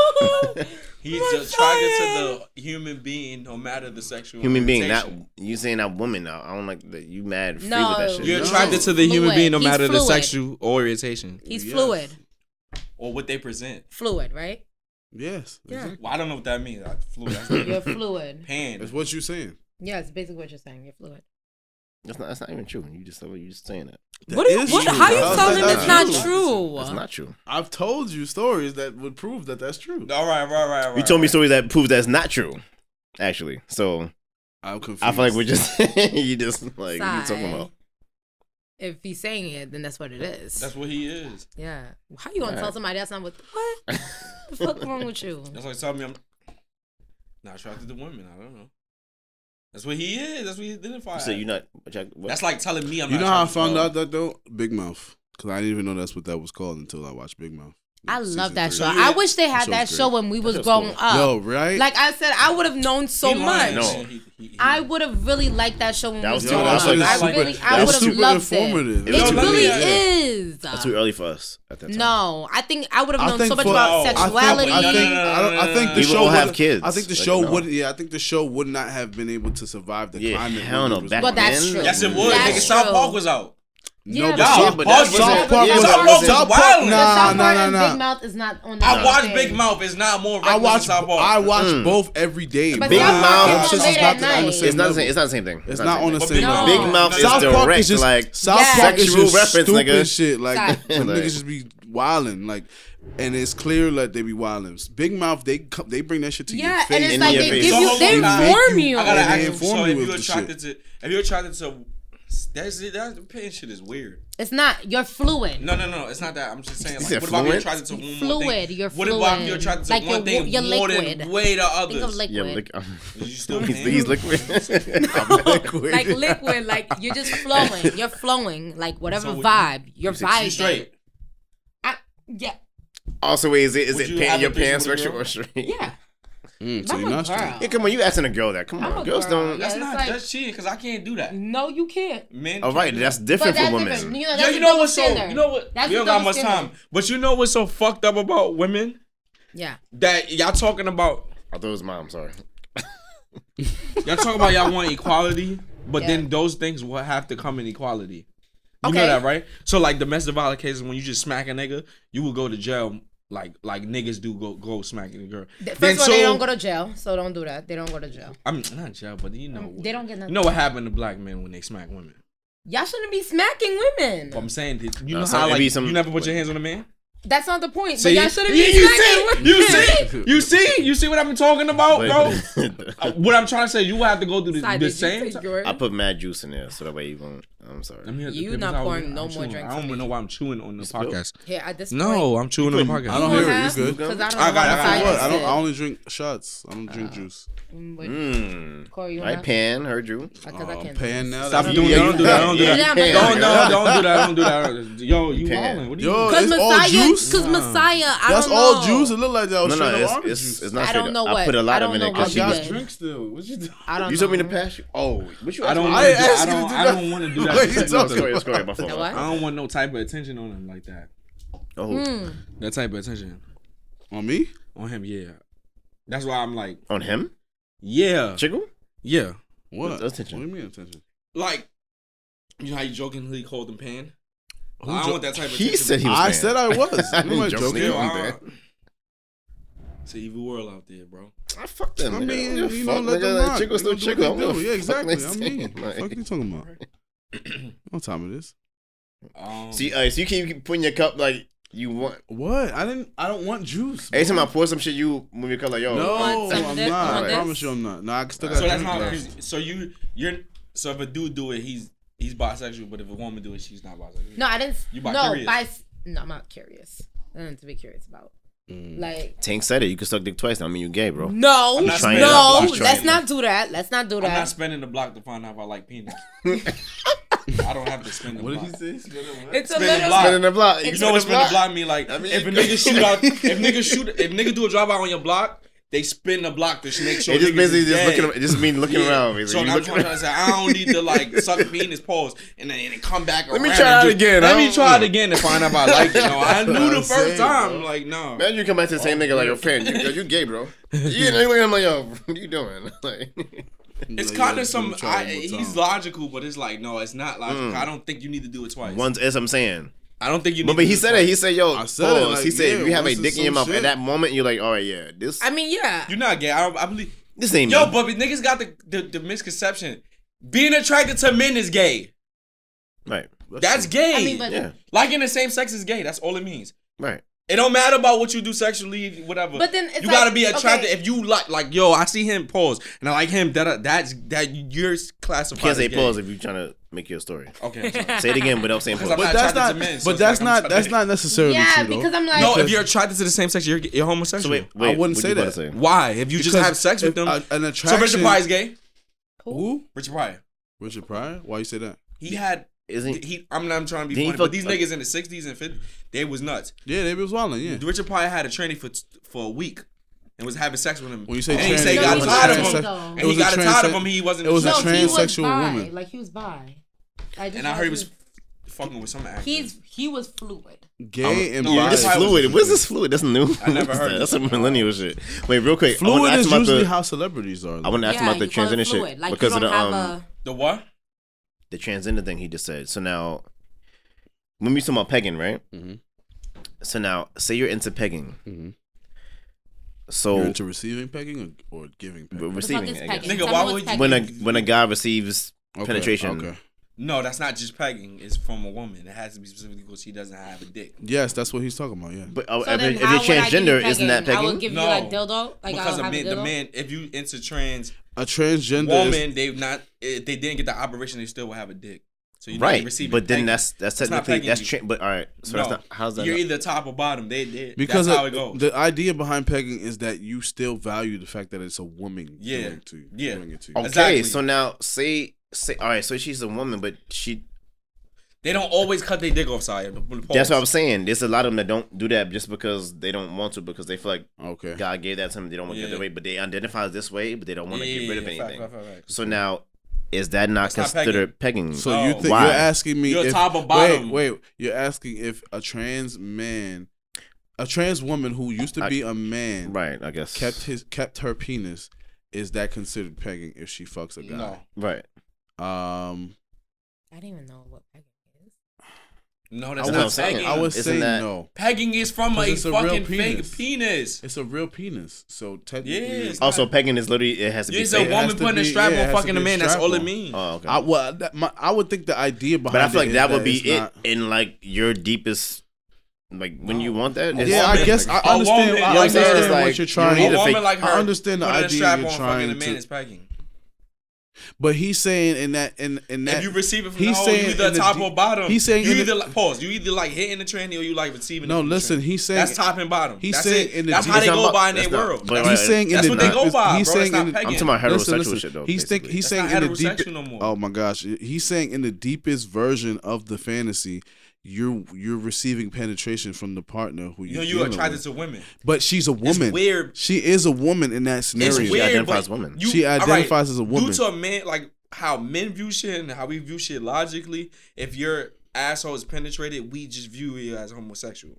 He's attracted to the human being, no matter the sexual Human being, not orientation. you saying that woman. I I don't like that. You mad free No. with that shit. You're No. attracted to the human Fluid. being, no He's matter the fluid. sexual orientation He's Yes. fluid. or what they present. Fluid, right? Yes. Yeah. Exactly. Well, I don't know what that means. I flew. That's You're the fluid. pan. That's what you saying. Yeah, it's basically what you're saying. You're fluid. That's not. That's not even true. You just. You just saying it. That What do you- is what- true. how you How's telling that him it's not true? That's not true. I've told you stories that would prove that that's true. All right, all right, all right. all You told me right. stories that prove that's not true. Actually, so I'm confused. I feel like we're just you just like what are you talking Sigh. about? If he's saying it, then that's what it is. That's what he is. yeah. How you gonna tell Alright. somebody that's not what? What the fuck wrong with you? That's why he told me I'm not attracted to women. I don't know. That's what he is. That's what he identifies. So you're not. What, That's like telling me I'm. You not know how I attracted to found love. out that though? Big Mouth. Because I didn't even know that's what that was called until I watched Big Mouth. I Season love that three. show. So you- I wish they that had show's that show great. when we was show's growing cool. up. Yo, right? Like I said, I would have known so He lying. much. No. He- he I would have really liked that show when That we was were too- growing that was up. like I super- really, that I was would have super loved informative. it. It was It really- really yeah. is. That's too early for us at that time. No, I think I would have Oh, I known think um, so much for- I about think- sexuality. I think, No, no, no, I, don't- I no, think no, the no. show People have would- kids. I think the Like, show no. would. Yeah, I think the show would not have been able to survive the Yeah, climate. hell when no. it was Back on. Well, that's then, true. Yes, it was. That's Nigga, South true. Park was out. No, Yeah, but but- South Park, but that South wasn't- Park, was- yeah, South Park was South Park, nah, wild. South Park nah, nah, and nah. Big Mouth is not on. I that watched thing. Big Mouth. It's not more. I watch. South Park. I watch Mm. both every day. But bro. South Park Them shits is late is not at the- on the night. same It's not the level. same. It's not the same thing. It's not on the But same Big level. Mouth- Big Mouth is South direct, Park is just like South Yes. Park is sexual just reference, stupid nigga. shit. Like Stop. when Like- niggas just be wilding. Like, and it's clear like they be wilding. Big mouth, they come, they bring that shit to Yeah, your face. and it's In like your they face. give you, they They make inform you- you. I gotta And they ask you. inform So you if with you the attracted to, if you're attracted to, that's it. That opinion shit is weird. It's not. You're fluid. No, no, no. It's not that. I'm just saying. You Like, said what about you're fluent? attracted to one more Fluid, thing? you're What about if fluid. you're attracted to Like one you're thing wa- you're more liquid. than way to others? Think of Yeah, liquid. lick, I'm, You still he's, can't. he's liquid. I'm liquid. like liquid, like you're just flowing. You're flowing, like whatever So would you- vibe you're Six feet vibing. straight. I, yeah, Also, wait, is it is Would it you pa- have your a threesome pants with a sexual girl? or straight? yeah. Mm, so I'm you're a not straight. girl. Yeah, come on, you asking a girl that? Come I'm on, a girls girl. don't. Yeah, That's it's not like- that's cheating because I can't do that. No, you can't. Men. All Oh, right, that's But different that's for women. different. You know, that's Yeah, a you know double what's so standard. you know what That's we a don't got double much time. standard. But you know what's so fucked up about women Yeah. that y'all talking about I thought it was Oh, mom. Sorry. y'all talking about y'all want equality, but Yeah. then those things will have to come in equality. You know Okay. that, right? So like domestic violence cases, when you just smack a nigga, you will go to jail. Like like niggas do go go smacking a girl. First Then of all, they so- don't go to jail, so don't do that. They don't go to jail. I mean not jail, but you know They don't get You nothing. know what happened to black men when they smack women? Y'all shouldn't be smacking women. But I'm saying that you No, know some- how Uh, it be like some- you never put your hands on a man. That's not the point. See, But y'all shouldn't Yeah, be you smacking see, women. you see, you see, you see what I'm talking about, bro. Uh, But- what I'm trying to say, you will have to go through the, Sorry, the did you same. take ti- yours? I put mad juice in there, so that way you won't. I'm sorry. I'm here at the You paper's not hour. pouring no I'm more chewing. drinks I for don't even know why I'm chewing on the podcast. Here at this point. No, I'm chewing on the podcast. I don't hear it. You good? Because I don't know I got- how I to got What? silence I don't. it. I only drink shots. I don't drink juice. Mm, wait, Mm. Corey, you I wanna- pan, heard you. I- Oh, 'cause I Um, can't pan now. Stop that's- doing Yeah, that. Don't you do that. pan. Don't do Yeah, that. you Yeah, I'm Don't, pan. no, don't do that. Don't do that. Yo, you Pan. wildin'. What are you? Yo, Because it's all Messiah, juice. because Messiah, I That's don't know. all juice. It look like that was No, no, straight it's, up orange it's, it's juice. not I straight don't up. know I what- put a I lot of don't in know it what because I she you got was. did. drinks still. What you doing? I don't You know. told me to pass you. Oh, what you? I don't. I wanna do- asked I you to don't. do I that. don't want to do What you that. type of talking stuff. Sorry, sorry, my The fault. what? I don't want no type of attention on him like that. Oh, Mm. That type of attention On me? on him. Yeah, that's why I'm like, on him? yeah, Chickle? yeah. What? That's attention. What do you mean attention? Like, you know how you jokingly called him pan? Who I jo- don't want that type of He attention. said he was. I pan. said I was. I Am I didn't joke. joking? Yeah, Yo, I- I, It's an evil world out there, bro. I fucked them. I nigga. mean, Yeah, you know, fuck, let nigga, them like, rock. Chickle's They still do what chickle. they I don't give do. a Yeah, fuck exactly. what I they mean, say. what the fuck you talking about? What time it is? Um, See, uh, so you keep putting your cup like you want. What? I didn't. I don't want juice. Every time bro. I pour some shit, you move your cup like yo. No, Want some I'm dip- not. want I this? promise you, I'm not. No, I still got. so that's drink how. left. So you, you're. So if a dude do it, he's he's bisexual. But if a woman do it, she's not bisexual. No, I didn't. You no, bi- curious. by no, I'm not curious. Nothing to be curious about. Mm. Like Tank said it. You can suck dick twice. I mean, you gay, bro. no, not trying no. it. I'm trying Let's it. not do that. Let's not do I'm not that. spending the block to find out if I like penis. I don't have to spend the What did block. he say? Spin it what? It's a spinning little. block. Spinning the block. You know what's gonna block me? Like I mean, if a you- nigga shoot out, if nigga shoot, if nigga do a drive out on your block, they spin the block to make sure. It just niggas basically is just dead. looking. It just mean looking Yeah. around. basically. So You I'm looking trying to around. say I don't need to like suck penis pause and then and then come back. Let me around try and it do- again. I Let me don't try it know. again to find out if I like it. No, I what knew the I'm first saying, time. bro. Like no. Imagine you come back to the same nigga like, yo, fan, you, you gay, bro. You know, I'm like, yo, what are you doing? Like, It's Yeah, kind yeah, of some. you try I, it one more he's time. logical, but it's like no, it's not logical. I don't think you need to do it twice. once, as I'm saying. I don't think you. Need Mm. But, but to he do said twice. it. He said, yo, I pause. said it, like, he said, yeah, if you have a once is dick in some your mouth shit. at that moment, you're like, all right, yeah, this, I mean, yeah. You're not gay. I, I believe. this ain't Yo, me. but niggas got the, the the misconception. Being attracted to men is gay. right, That's gay. I mean, but yeah, Liking the same sex is gay. That's all it means. right. It don't matter about what you do sexually, whatever. But then it's you gotta like, be attracted. okay. If you like, like, yo, I see him pause, and I like him. That that's that you're classified. You can't as say gay. pause if you're trying to make your story. Okay. I'm sorry. Say it again without saying 'Cause I'm pause. But not that's attracted not. to men, so But it's like that's I'm not. trying That's to- not necessarily yeah, true though. because I'm like, no, if you're attracted to the same sex, you're you're homosexual. So wait, I wait, wouldn't what say you about that. to Say? Why? If you just Because have sex with if them, a- an so Richard attraction- Pryor is gay. Who? Richard Pryor. Richard Pryor? Why you say that? He had. Isn't He, I'm not I'm trying to be Then he funny, but fucked- these niggas in the 60s and 50s, they was nuts. Yeah, they was wilding. Yeah. Richard Pryor had a tranny for for a week. and was having sex with him. When you say and he trans, said he it got was a tired of transsexual- him, though. and it was he a got tired of transse- him. He wasn't. it was a interested. he was transsexual bi. woman. Like he was bi. I just and I heard he was realized fucking with some actor. He's he was fluid. Gay and no, bi. This Why was fluid. this What's this fluid? That's new. I never heard That's a millennial shit. Wait, real quick. I wanna Fluid ask is about usually the- how celebrities are. I want to ask him about the you call it transgender shit fluid. Like because you of don't the have um a the what? the transgender thing he just said. So now, when we talking about pegging, right? Mm-hmm. Mhm. So now, say you're into pegging. Mhm. So You're into receiving pegging or, or giving but pegging? What the receiving, fuck I is guess. pegging? Nigga, Tell why me what's would you- pegging. When uh, a when a guy receives Okay, penetration, Okay. No, that's not just pegging. It's from a woman. It has to be specifically because she doesn't have a dick. Yes, that's what he's talking about. Yeah. but uh, So if, then if how you're would I give you transgender, isn't that I would pegging? give No, you like dildo. Like because I a man, would have a dildo. the man, if you into trans A transgender is woman, they've not. If they didn't get the operation, they still would have a dick. So you're Right, not receiving. but then pegging. that's that's It's not technically pegging that's you. tra- but all right. So that's not how's that? You're not- either top or bottom. They, they because that's how uh, it goes. the idea behind pegging is that you still value the fact that it's a woman Yeah. doing to you, Yeah. doing it to you. okay, exactly. so now say say all right. So she's a woman, but she they don't always cut their dick off. Sorry, pause. that's what I'm saying. There's a lot of them that don't do that just because they don't want to because they feel like Okay. God gave that to them. They don't want to Yeah. get away, but they identify as this way, but they don't want to Yeah, get rid of yeah, yeah, anything. fact, fact, fact, fact. So now, is that not That's not considered pegging? So Oh. you think Why? you're asking me You're if, top or bottom. Wait, wait. You're asking if a trans man, a trans woman who used to I- be a man, right, I guess. kept his kept her penis. Is that considered pegging if she fucks a guy? No, right. Um, I didn't even know what pegging is. no, that's I not was saying, pegging. I would Isn't say that- no. pegging is from a 'Cause it's a real fucking penis. fake penis. It's a real penis, so technically, Yeah, it's Also, pegging is literally it has to be. It's it a Pegging. has woman to putting a be- strap yeah, it on has fucking to a be a man. That's strap all it on. means. Oh, okay. I well, that, my, I would think the idea behind. but I feel it like is that would be it's it not- in like your deepest, like when you want that. it's- Yeah, I woman- guess I a understand. woman- I you know what I'm saying? understand It's what like, you're you trying. need a to woman fake- like her. I understand the putting a idea strap you're on trying fucking a man to- is pegging. But he's saying in that in in that if you receive it from he's the hole, you saying either in the top D- or bottom. he's saying you in the- either like, pause. You either like hitting the tranny or you like receiving. it no, from the listen, tranny. he's saying that's top and bottom. he's that's saying it. in the that's D- how they That's go not- by in that's their not- world. but That's- he's saying in That's the what they go deepest- by, he's bro. saying That's in the, not I'm pegging. talking about heterosexual listen, listen, shit though. He's think, basically. he's That's saying not in the deepest. heterosexual no more. Oh my gosh, he's saying in the deepest version of the fantasy, you're you're receiving penetration from the partner who you know you're you dealing attracted with. to women. But she's a woman. weird. She is a woman in that It's scenario. She weird. identifies but as woman. you- She all right, identifies as a woman. Due to a man, like how men view shit and how we view shit logically, if your asshole is penetrated, we just view you as homosexual.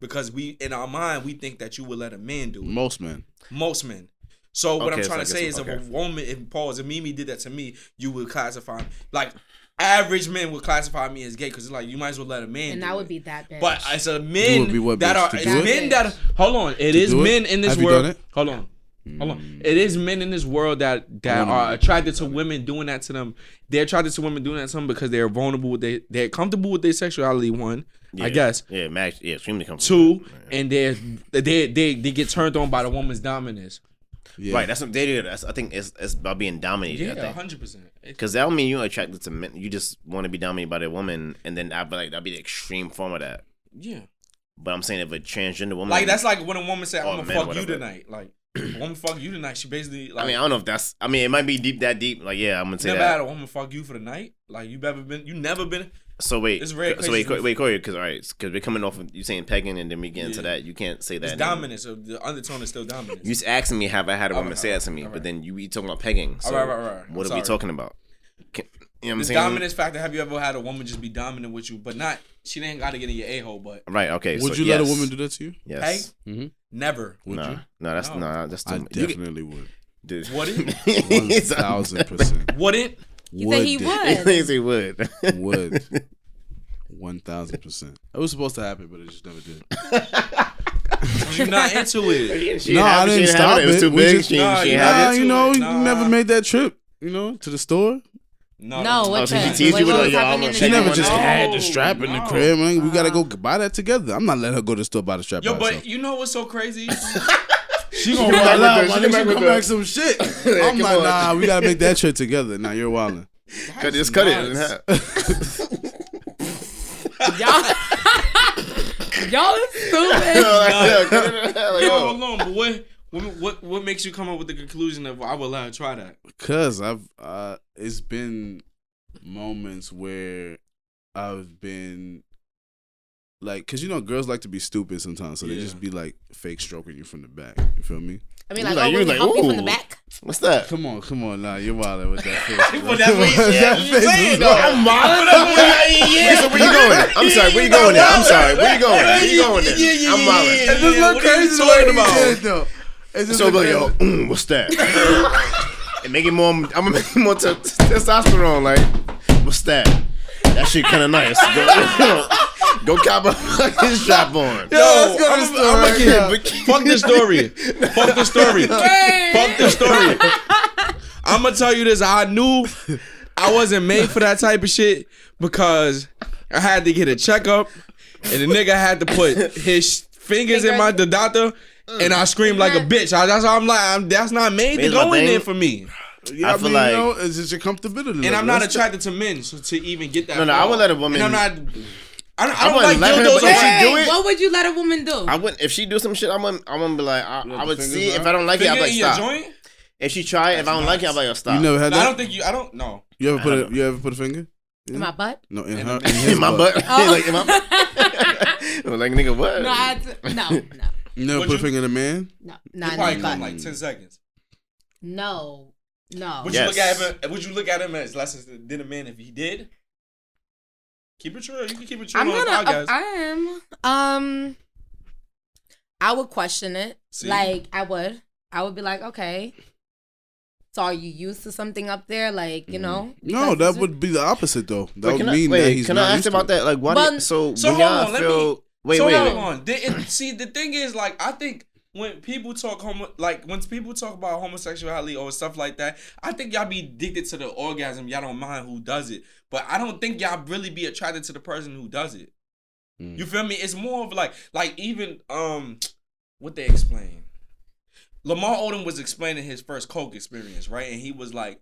Because we, in our mind, we think that you would let a man do it. Most men. Most men. So what Okay, I'm so trying I to say guess- is, if okay. a woman, if Paul's, if Mimi did that to me, you would classify like average men would classify me as gay because it's like you might as well let a man. And do that would it. be that bitch. But it's a would be men what, that bitch? are To it's do it? men that hold on. It is do it? men in this Have you world. done it? Hmm. Hold on, hold on. It is men in this world that that Women. are attracted to women doing that to them. They're attracted to women doing that to them because they're vulnerable. With they they're comfortable with their sexuality. One, yeah. I guess. Yeah, Max. Yeah, extremely comfortable. Two, and they're they they they get turned on by the woman's dominance. Yeah. Right. That's what they do. That's I think it's it's about being dominated. I Yeah, think. hundred percent. Cause that don't mean you're attracted to men. You just want to be dominated by that woman, and then I'd be like, that'd be the extreme form of that. Yeah. But I'm saying if a transgender woman, Like that's like when a woman said, Or "I'm gonna men, fuck whatever. you tonight." Like, a woman fuck you tonight. She basically like I mean, I don't know if that's. I mean, it might be deep that deep. Like, yeah, I'm gonna say never that. had a woman fuck you for the night. Like you never been, you never been. So wait, It's very so crazy to wait, me. Corey- wait, Corey, because all right, because we're coming off of you saying pegging, and then we get into Yeah. that. You can't say that. It's and then- dominance. So the undertone is still dominance. You just asking me have I had a All woman right, say all that to me, right, all but right. then you be talking about pegging. So All right, all right, all right. I'm What are sorry. we talking about? Can, you know what I'm the saying? dominance factor. Have you ever had a woman just be dominant with you, but not she ain't got to get in your a hole, but Right. Okay. Would so you let yes. a woman do that to you? Yes. hey, Mhm. never. Would no, you? no, that's No. no, that's I too. you get- definitely would. dude. What it- One thousand percent. Wouldn't he said he would. Yes, he would. Would. One thousand percent. It was supposed to happen, but it just never did. you're not into it. She No, didn't I have didn't she have stop It was it. too We big. just- she Nah, she you had had Nah, it you too, know, like, you nah. never made that trip. You know, to the store. No, No, Oh, what so the- she teased you what with was her, yo, I'm happening gonna in check She the never Everyone just knows. had the strap in the No. crib. Oh. Man. We gotta go buy that together. I'm not letting her go to the store buy the strap. Yo, Oh, by but herself. you know what's so crazy? she gonna back run with out. the- my she nigga, back She with come the- back some shit. I'm Come like, on. nah, we gotta make that trip together. Now you're wilding. Cut, just cut it. in nuts. half. y'all, y'all is stupid. Yeah, cut it in half, like, Yo, oh. hold on, but what, what what what makes you come up with the conclusion of I would let her try that? Cause I've uh, it's been moments where I've been like, cause you know girls like to be stupid sometimes, so they Yeah. just be like fake stroking you from the back. You feel me? I mean, You like, like- oh, you when like, like, hump you from ooh. the back. What's that? Come on, come on, nah, you're wilding with that face. bro. But that's what he said. That That's face what he's saying, was though. wild. I'm modeling. I'm like, yeah. So where you going? I'm sorry. Where you going? There? I'm sorry. Where you going? Where you going? Yeah, There? yeah, I'm yeah, modeling. yeah, It just yeah, look what are you crazy the talking way he about? did, though. It's just So I'm look like, yo, crazy. mm, what's that? and make it more. I'm gonna make it more t- testosterone. Like, what's that? That shit kind of nice. Go, go cop a fucking strap on. Yo, let's go to I'm- the I'm store. a right kid, now. Fuck the story. Fuck the story. Fuck the story. I'm gonna tell you this. I knew I wasn't made for that type of shit because I had to get a checkup, and the nigga had to put his fingers in my dada, and I screamed like a bitch. I, that's how I'm like. I'm, that's not made to Made go my in thing. there for me. Yeah, I, I feel mean, like- you know, it's just your comfortability. And level. I'm not That's attracted to men, so to even get that. No, no, I far. would let a woman- And I'm not. I don't, I don't wouldn't like let her, dildos. but if around. she do Hey, it- what would you let a woman do? I wouldn't. If she do some shit, I wouldn't. I wouldn't be like. I, I the would see fingers it. out? if I don't like it. Finger I'd be like in your stop. joint? If she try, it, if I don't like it, I'd be like yo, the- stop. You never had No, that. I don't think you. I don't. No. you ever put I a, don't you ever put a finger? in my butt? Oh. No, in her, in, his in my butt. Oh. like in my butt. like nigga, what? No, I had to, no, no, You never Would put a you- finger in a man. no, You not in probably my come butt. like ten seconds. No, no. Would Yeah. you look at Yes. him? Would you look at him as less than than a man if he did? Keep it true. You can keep it true I'm on the gonna. podcast. I am. Um, I would question it. See? Like I would. I would be like, okay. So are you used to something up there? Like Mm-hmm. you know? No, Because- that would be the opposite though. That Wait, would can I, mean wait, that he's can not I ask used about to it. that? Like, why? But- did, so, so when hold y'all on, let feel, me- Wait, so wait, hold wait. on. They- it- see, the thing is, like, I think when people talk homo, like when people talk about homosexuality or stuff like that, I think y'all be addicted to the orgasm. Y'all don't mind who does it, but I don't think y'all really be attracted to the person who does it. Mm. You feel me? It's more of like, like even um, what they explain. Lamar Odom was explaining his first coke experience, right? And he was like,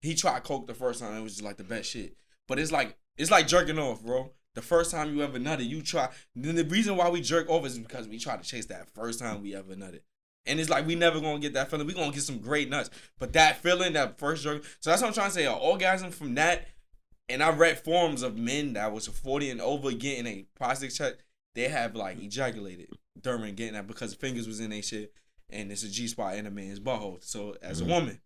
he tried coke the first time. It was just like the best shit. But it's like it's like jerking off, bro. The first time you ever nutted, you try. Then the reason why we jerk off is because we try to chase that first time we ever nutted. And it's like we never gonna get that feeling. We gonna get some great nuts, but that feeling, that first jerk. So that's what I'm trying to say. An orgasm from that. And I read forums of men that was 40 and over getting a prostate check. They have like ejaculated during getting that because fingers was in their shit, and it's a G spot in a man's butthole. So as a woman,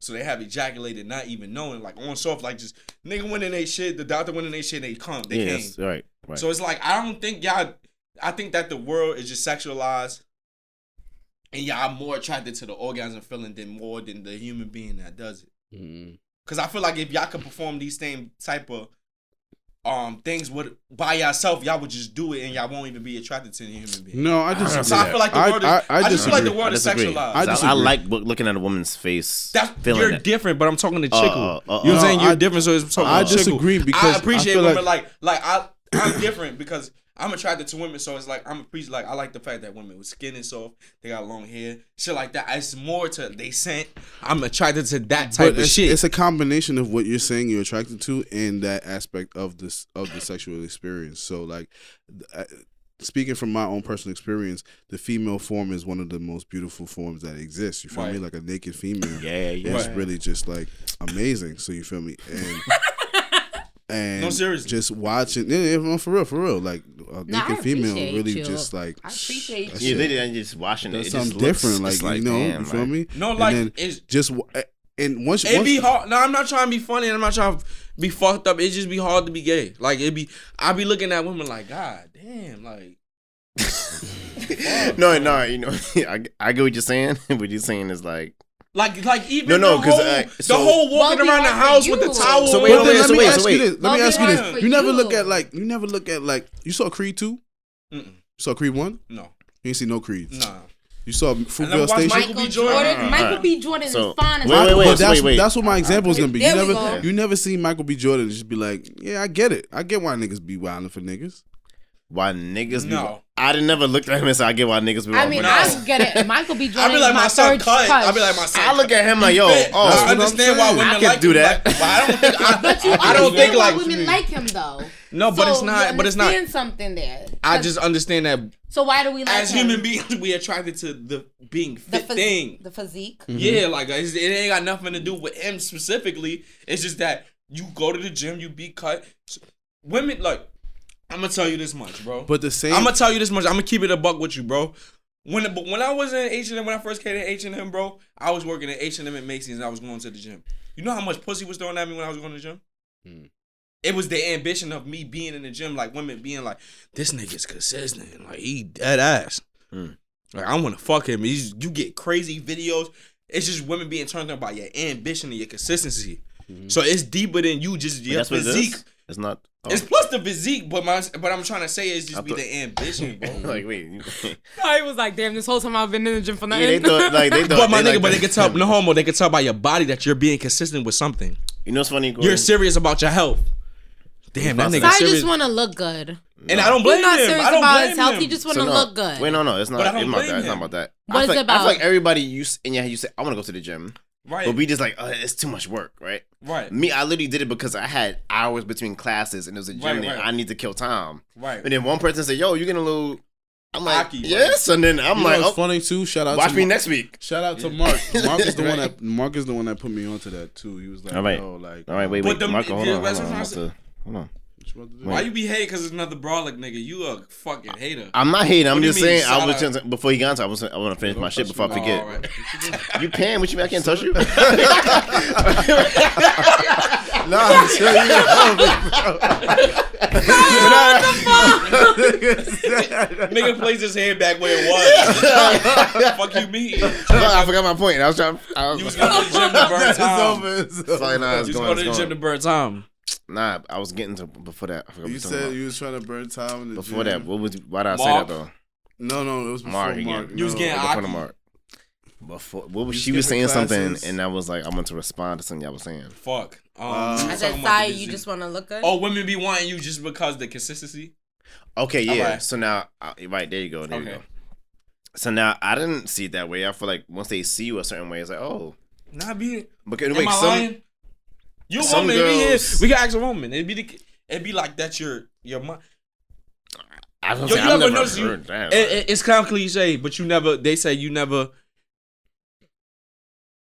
so they have ejaculated not even knowing, like on soft, like just nigga went in they shit. The doctor went in they shit. They come, they came. yes, right, right. So it's like I don't think y'all. I think that the world is just sexualized, and y'all more attracted to the orgasm feeling than more than the human being that does it. Mm. Because I feel like if y'all could perform these same type of um things with by yourself, y'all would just do it, and y'all won't even be attracted to the human being. No, I don't just. So I feel like the I- world I- is. I, I just feel like the disagree. world is disagree. sexualized. I I, disagree. like look- looking at a woman's face. That's feeling you're it. different, but I'm talking to Oh, Chickle. oh, oh, you know what I'm oh. saying No, you're I- different, so it's talking I to Chickle. disagree because I I appreciate feel women like- like like I I'm different because I'm attracted to women, so it's like I'm appreciate like I like the fact that women with skin and soft, they got long hair, shit like that. It's more to they scent. I'm attracted to that type But of it's, shit. it's a combination of what you're saying you're attracted to and that aspect of this of the sexual experience. So like th- I, speaking from my own personal experience, the female form is one of the most beautiful forms that exists. You feel me? Right. Like a naked female. yeah, yeah. It's Right. really just like amazing. So you feel me? And and No, seriously. just watching. Yeah, yeah, no, for real, for real. Like a No, I naked female appreciate really you. just like I appreciate that you. Yeah, shit they didn't just washing it. does It something just looks- different. it's Like, you know, damn, you feel like- me? no, And like then it's just wa- and once it be once hard. No, I'm not trying to be funny. and I'm not trying to be fucked up. It just be hard to be gay. Like it be, I be looking at women like, God damn, like No, no, you know, I, I get what you're saying. what you're saying is like, Like, like even No, no, the 'cause, whole, uh, the so- whole walking Well, we around the are for house with the you. towel. So wait, wait, But no, then wait, let so me wait, so ask wait. you this. Let Well, me we ask you are this. for You never look you. at like you never look at like you saw Creed two, you saw Creed one, no, you ain't see no Creeds. no. You saw I Fruitvale watched Station. Michael Michael B. Jordan. Jordan. Alright. Michael B. Jordan So- is fine. as Wait, wait, But wait, so that's, wait, wait. that's what my example is gonna be. You There we never, go. you never see Michael B. Jordan just be like, yeah, I get it. I get why niggas be wilding for niggas. why niggas be. No. I didn't never look at him and say, I get why niggas be. I mean, walking I- around." I get it. Michael B. Jordan. I be is like my my son third cut. I crush. be like my son. I look at him like, yo, Fit. oh, I what I'm understand why saying. women I can like do him, that. Like, but I don't think. I, But you I don't think like mm. women like him though. No, but So it's not. you But it's not. understand something there. I just understand that So why do we like as him? human beings, we attracted to the being the fit phys- thing. the physique. Yeah, like it's, it ain't got nothing to do with him specifically. It's just that you go to the gym, you be cut. Women like I'm gonna tell you this much, bro. But the same, I'm gonna tell you this much. I'm gonna keep it a buck with you, bro. When but when I was in H and M, when I first came to H and M, bro, I was working at H and M at Macy's, and I was going to the gym. You know how much pussy was throwing at me when I was going to the gym? Hmm. It was the ambition of me being in the gym, like women being like, "This nigga's consistent, like he dead ass." Hmm. Like I want to fuck him. He's, you get crazy videos. It's just women being turned on by your ambition and your consistency. So it's deeper than you just your Mm-hmm. that's what it physique. is. It's not. oh. It's plus the physique, but my but I'm trying to say is just I be thought- the ambition, bro. oh. like wait, you- I was like, damn, this whole time I've been in the gym for yeah, they nothing. thought like they thought. But my they nigga, like but they the- can tell no homo. They can tell by your body that you're being consistent with something. You know what's funny? Gordon? You're serious about your health. Damn, that Process. nigga I serious. just want to look good. and I don't blame He's not him. serious I don't about blame his health. him. He just want to no, look good. Wait, no, no, it's not. But I It's don't not about blame that. It's not him. about that. What I is feel it like, I feel like about? everybody you s- in your head, you say, "I want to go to the gym," right, but we Mm. just like, uh, "It's too much work," right? right, Me, I literally did it because I had hours between classes and it was a gym Right, there. right. I need to kill time. right. And then one person said, "Yo, you getting a little?" I'm like, Cocky, right? "Yes," and then I'm you know like, what's oh, funny too. Shout out "Watch to me Mar- next week." Shout out to Mark. Mark is the one Right. that Mark is the one that put me onto that too. He was like, All right. yo, like, All right, wait, But wait, the- Marco, hold the- on, that's hold what on, I'm I'm about to- hold on. what you about to do? Why you be hating? Cause it's another brolic, nigga. You a fucking hater. I'm not hating. I'm What do you just mean, saying. I shout was out? just, before you got into, it, I was I want to finish Don't my shit touch before me. I forget. All right. You pan with you, man, I can't touch you. nah, I'm sure you nigga plays his hand back where it was. Fuck you, me. I forgot my point. I was trying. I was, You was going to the gym to burn time. You Sorry, nah, it's was going, going to the it's gym to going. burn time. Nah, I was getting to before that. I forgot what You you said said you was trying to burn time in the before gym. that. What was? Why did I Mark. say that though? No, no, it was before Mark Mark. again. You was no. getting Before the Aki. mark. Before what was You she was saying skipping classes. something, and I was like, I want to respond to something y'all was saying. Fuck. Um, Uh, we I was said, talking about sorry, the you disease. just want to look good. Oh, women be wanting you just because the consistency. Okay, yeah. Alright. So now, I, right there you go. There you Okay. go. So now I didn't see it that way. I feel like once they see you a certain way, it's like, oh, Nah, be. because Am wait, I some lying? You a some woman? it be girls- his. We can ask a woman. It'd be the. It'd be like that's your your mind. I don't Yo, say, you I've ever never notice you- heard that. It, it- it's kind of cliche, but you never. They say you never.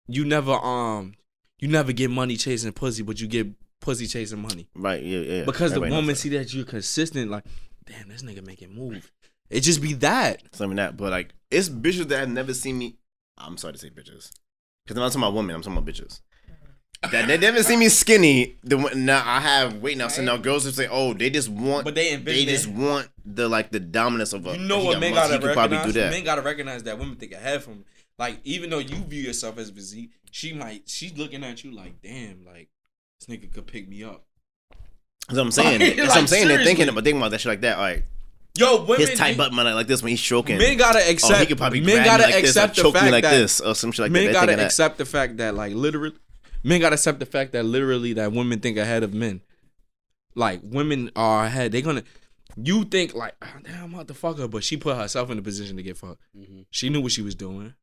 You never um. You never get money chasing pussy, but you get pussy chasing money right? Yeah, yeah. because the Everybody woman knows see that you're consistent. Like, damn, this nigga make it move. It just be that. that. something that, but like it's bitches that have never seen me. I'm sorry to say bitches, because I'm not talking about women. I'm talking about bitches. That they never seen me skinny. The one- now I have weight now. So now girls just say, "Oh, they just want, But they they envision just it. want the like the dominance of a." You know if Uh, he what got men muscle, gotta he could probably recognize? do that. Men gotta recognize that women think ahead from. Like, even though you view yourself as physique, she might she's looking at you like, damn, like this nigga could pick me up. That's what I'm saying. Like, That's what I'm saying. They're thinking seriously. about thinking about that shit like that. All right, Yo, women his tight butt might like this when he's stroking. men gotta oh, accept. he could probably men grab gotta me like accept this the or choke fact me like that this or some shit like men that. They're gotta thinking that. accept the fact that like literally, men gotta accept the fact that literally that women think ahead of men. Like women are ahead. They gonna. You think like, oh, damn, I'm about to fuck her, but she put herself in a position to get fucked. She knew what she was doing.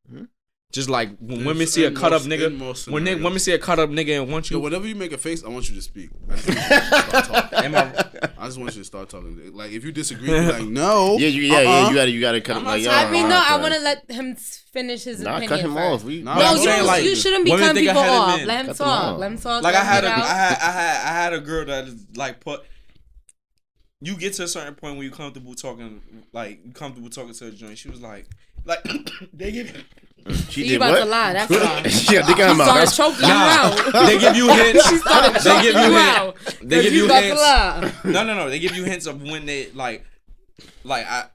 Just like when women There's see a Mm-hmm. in cut up most- in most nigga, when they, scenarios. women see a cut up nigga and want Yo, you, whenever you make a face, I want you to speak. I just want you to start talking. Am I- I just want you to start talking. Like if you disagree, be like no. Uh-uh. Yeah, you, yeah, yeah. You gotta, you gotta cut him. Like, yo, Uh-huh. I mean, no, nah, I cuz. want to let him s- finish his Nah, opinion. cut him first. off. We, Nah, we- I'm No, you, saying, don't, like, you shouldn't be women cutting think people ahead of off. men. Let him Cut them talk. off. Let him talk. Like I had a, it I out. had, I had, I had a girl that is like put. You get to a certain point where you comfortable talking, like you comfortable talking to a joint. She was like, like they give, she You did about what? to lie, that's why. yeah, dick out She of mouth. started That's- choking you out. they give you hints. they give You you out. hints. They give you you about to hints. lie. No, no, no. They give you hints of when they like, like I.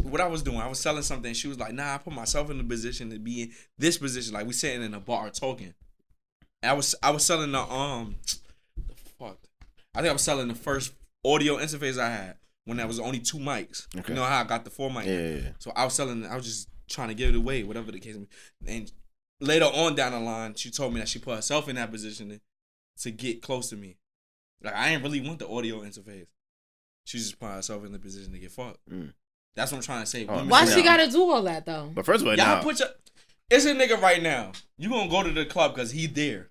What I was doing, I was selling something. She was like, "Nah, I put myself in the position to be in this position. Like we sitting in a bar talking." And I was, I was selling the um, the fuck. I think I was selling the first audio interface I had when there was only two mics. You Okay. know how I got the four mic. Yeah, yeah, yeah. So I was selling. I was just trying to give it away, whatever the case. may be. And later on down the line, she told me that she put herself in that position to get close to me. Like I didn't really want the audio interface. She just put herself in the position to get fucked. Mm. That's what I'm trying to say. Oh, Women- Why Yeah. she gotta do all that though? But first of all, y'all nah, put your. It's a nigga right now. You gonna go to the club because he there.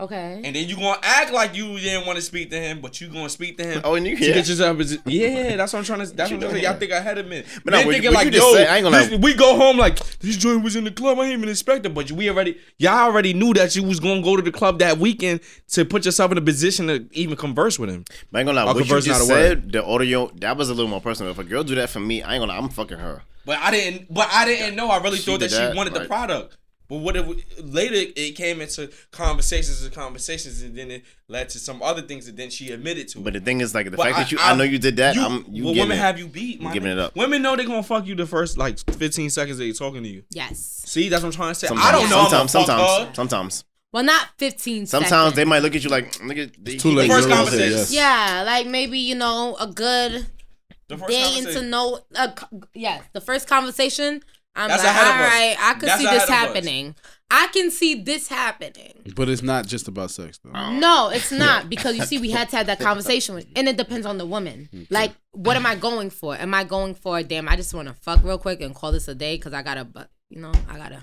Okay. And then you gonna act like you didn't want to speak to him, but you gonna speak to him. Oh, and you To can get yourself, is- yeah, that's what I'm trying to. That's what I'm doing saying. Y'all here? think I had a minute, But but no, I'm what- thinking what you like, just yo, said, I ain't gonna- this- we go home like this joint was in the club. I ain't even expect it, but we already, y'all already knew that you was gonna go to the club that weekend to put yourself in a position to even converse with him. But I ain't gonna lie, I'll what you converse, just not a word. said, the audio, that was a little more personal. If a girl do that for me, I ain't gonna lie, I'm fucking her. But I didn't. But I didn't know. I really She thought did that, that, she wanted right. the product. But what if we, later it came into conversations and conversations, and then it led to some other things, and then she admitted to it. But the thing is, like, the But fact that you, I, know you did that, you- I'm, you well, getting women it. have you beat. my giving nigga. it up. Women know they gonna fuck you the first like 15 seconds they talking to you. Yes. See, that's what I'm trying to say. Sometimes, I don't know, I'm Sometimes, a fuck sometimes, her. sometimes, Well, not 15 sometimes they seconds. might look at you like, nigga, they- too he late. thinks First you're gonna conversation. say yes. Yeah, like maybe, you know, a good The first day into conversation. no. Uh, co- yes, the first conversation, I'm That's like, ahead of all us. right, I could That's see this ahead of us." happening. I can see this happening. But it's not just about sex though. No, it's not because you see, we had to have that conversation, with, and it depends on the woman. Mm-hmm. Like, what am I going for? Am I going for damn? I just want to fuck real quick and call this a day because I gotta, but you know, I gotta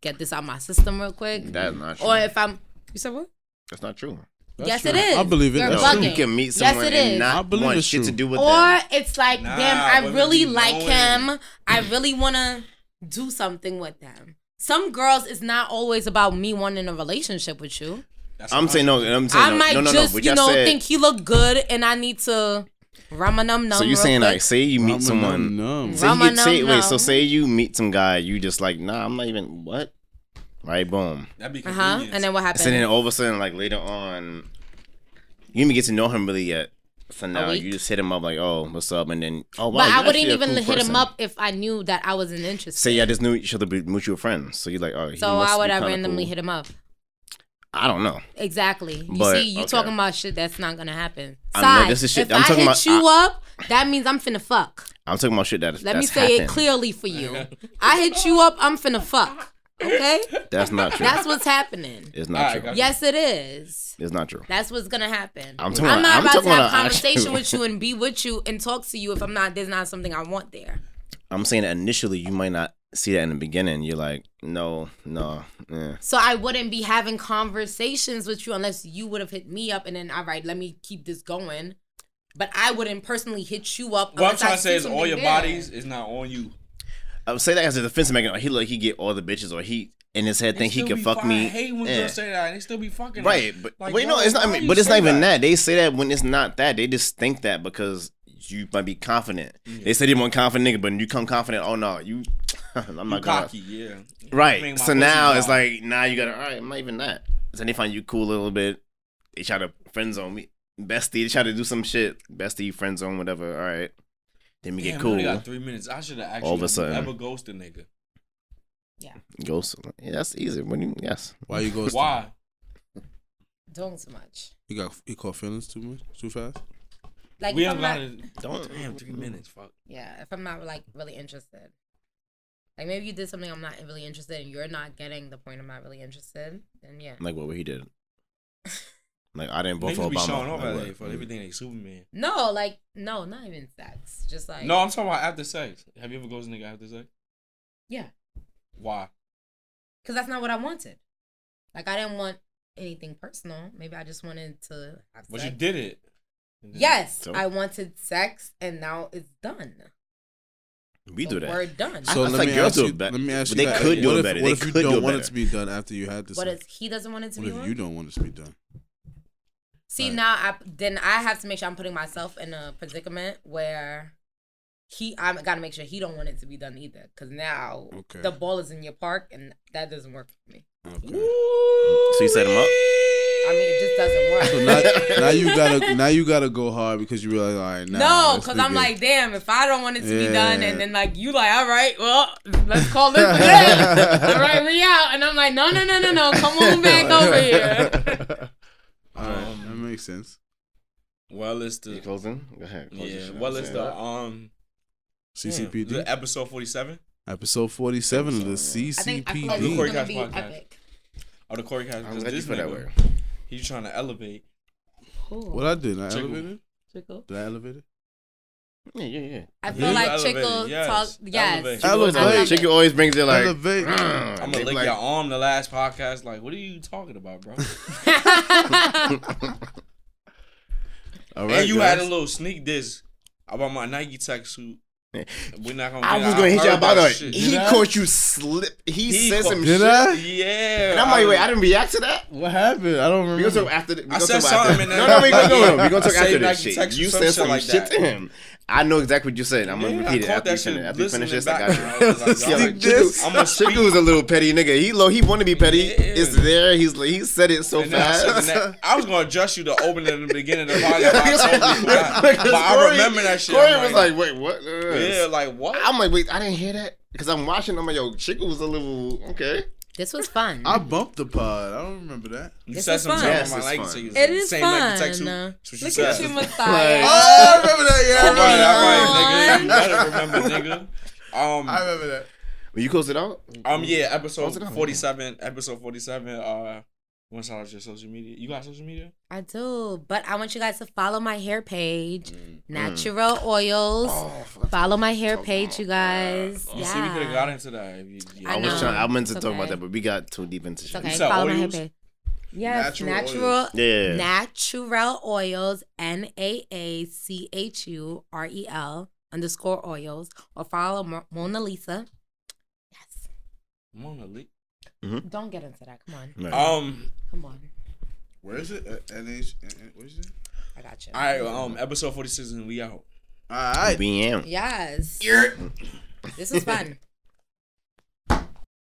get this out my system real quick. That's not true. Or if I'm, you said what? That's not true. yes, true. it is. I believe it. You're That's bugging. true. You can meet Yes, someone it and is. I not believe want it's shit to true. do with Or them. it's like, Nah, damn, I women really be like knowing. him. I really wanna do something with them. Some girls, it's not always about me wanting a relationship with you. That's I'm what saying no. I'm saying I no. might no, no, just, no. What you y'all know, said, think he looked good, and I need to rum a num num. so you're real saying quick. like, say you meet Numb, someone. numb, numb. Say you Rama get, say, numb, wait. numb. So say you meet some guy, you just like, nah, I'm not even what. Right, boom. That'd be Uh huh. convenient. And then what happened? So then all of a sudden, like later on, you didn't even get to know him really yet. So now week. you just hit him up like, oh, what's up? And then, oh wow. but you're I wouldn't actually a even cool hit him person. up if I knew that I wasn't interested. Say I just knew each other be mutual friends. So you're like, oh, he so must why would be I kinda randomly cool. hit him up? I don't know. Exactly. You But, see, you okay. talking about shit that's not gonna happen. I'm not- Side, this is shit- if I'm i talking hit about- you up, that means I'm finna fuck. I'm talking about shit that. Let that's me say it happened. clearly for you. I hit you up, I'm finna fuck. Okay, That's not true. that's what's happening. it's All not right, true. guys. Yes, it is. It's not true. That's what's gonna happen. I'm talking about- not I'm about talking to have about an conversation actual- with you and be with you and talk to you if I'm not. There's not something I want there. I'm saying that initially you might not see that in the beginning. You're like, no, no, yeah. So I wouldn't be having conversations with you unless you would have hit me up and then all right, let me keep this going. But I wouldn't personally hit you up. What I'm unless I trying to say see is all something your there. bodies is not on you. I would say that as a defense making. Like, he like he get all the bitches, or he in his head They think he still could be fuck fine. me. I hate when Yeah. girls say that. They still be fucking. Right, us. but Like, wait, no, why- it's not. I why mean, you but it's not say even that? They say that when it's not that. They just think that because you might be confident. They say they want confident nigga, but you come confident. Oh no, you. I'm You not gonna. cocky, yeah. Make Right. my So now pussy it's hard. like now you gotta. All right, I'm not even that. So they find you cool a little bit. They try to friend zone me, bestie. They try to do some shit, bestie, friend zone, whatever. All right. Then we Damn, get we only cool. got three minutes. I should have asked All you of a if you sudden. ever ghost a nigga. Ghost. Yeah, that's easy. When you yes. Why you go? Why? Doing so much. You got you caught feelings too much, too fast. Like we if have I'm a not, lot of Don't damn three minutes. Fuck. yeah, if I'm not like really interested. Like maybe you did something I'm not really interested in. You're not getting the point. I'm not really interested. Then yeah. Like what he did. Like I didn't vote for Niggas be showing Obama. off Like, at what? they for everything they Superman. No, like no, not even sex. Just like No, I'm talking about after sex. Have you ever ghosted a nigga after sex? Yeah, Why? because that's not what I wanted. Like I didn't want anything personal. Maybe I just wanted to. Have But you sex. did it. Yes, So? I wanted sex, and now it's done. We do We're that. done. I- So I let, feel like me girls ask do it you, bet- let me ask but you. they that. could do what it if, better. What They if you could do don't it want it better. to be done after you had this? what if he doesn't want it to What be if on? you don't want it to be done? See Right. now, I then I have to make sure I'm putting myself in a predicament where he I got to make sure he don't want it to be done either. Because now Okay. the ball is in your park, and that doesn't work for me. Okay. So you set him up. I mean, it just doesn't work. So now, now you gotta now you gotta go hard because you realize all right now. no, because I'm like, damn, if I don't want it to be done, Yeah. and then like you like, all right, well, let's call this a day. all right, we out, and I'm like, no, no, no, no, no, come on back over here. all right, Oh, that makes sense. Well, it's You the closing? Go ahead. close your yeah. shit. Well, it's Yeah. the um damn, CCPD the episode 47 episode forty seven of the CCPD. I think I feel Look like this is where it gonna got be podcast. epic. of the Corey Cast. I'm Because glad you this put that nigga, word. he's trying to elevate. Cool. what I did, I Tickle. elevated. Tickle. Did I elevate it? Yeah, yeah, yeah. I Yeah, feel like elevated, Chickle yes. talk. Yes. Elevated. I Elevate. love it. Chicken always brings it like. Elevate. "Mm," I'm they gonna lick like- your arm the last podcast. Like, what are you talking about, bro? All and you had guys. a little sneak diss about my Nike tech suit. We're not gonna. I get was it. gonna hit heard you about that. shit. He Did I? caught you slip. He, He said caught- some Did shit. I? Yeah. And I'm like, wait, I didn't react to that. What happened? I don't We gonna remember. talk after. The, we I gonna said talk after- something and No, I- no, we gonna no, no, we gonna I talk said Nike after this shit. text or You some said shit some like shit that. to him. I know exactly what you said. I'm gonna Yeah, repeat I it caught after you that finish. shit After you finish this, I listening got back. you. I was like, Yeah, like, yo, Chiku- I'm gonna speak. Chiku was a little petty nigga. He low. He want to be petty. It's Yeah. there. He's like, he said it so And then I, said the fast. next- I was gonna adjust you to open it in the beginning of the podcast, but I totally forgot. But I Corey- remember that shit. Corey I'm was like, wait, what? yeah, like what? I'm like, wait, I didn't hear that because I'm watching. I'm like, yo, Chiku was a little okay. this was fun. I bumped the pod. I don't remember that. you This said is some fun. shit Yes, about it's my Nike fun. tech suit. it is Same fun. Nike tech suit. That's what you Look at said. Oh, you, Like- Messiah. Oh, I remember that. Yeah, I All remember that. right, all right, nigga. You Come on. better remember, nigga. Um, I remember that. Will you close it out? Um, yeah, Close it episode out. forty-seven. Episode forty-seven. Uh, what's out your social media? You got social media? I do, but I want you guys to follow my hair page, Mm. Natural Oils. Oh, fuck. Follow my hair page, you guys. You Oh, see, we could have Yeah. got into that. If you, yeah. I I was know. trying. I meant to It's talk about okay. that, but we got too deep into It's shit. okay. said Follow my hair oils? page. Yes, Natural natural, Yeah. natural oils, N A A C H U R E L underscore oils, or follow Mo- Mona Lisa. Yes, Mona Lee. don't get into that. Come on, Right. Um, come on, Where is it? Uh, NH. Where is it? I got you. all right. Um, episode forty-six, and we out. All right. we am. Yes, this was fun.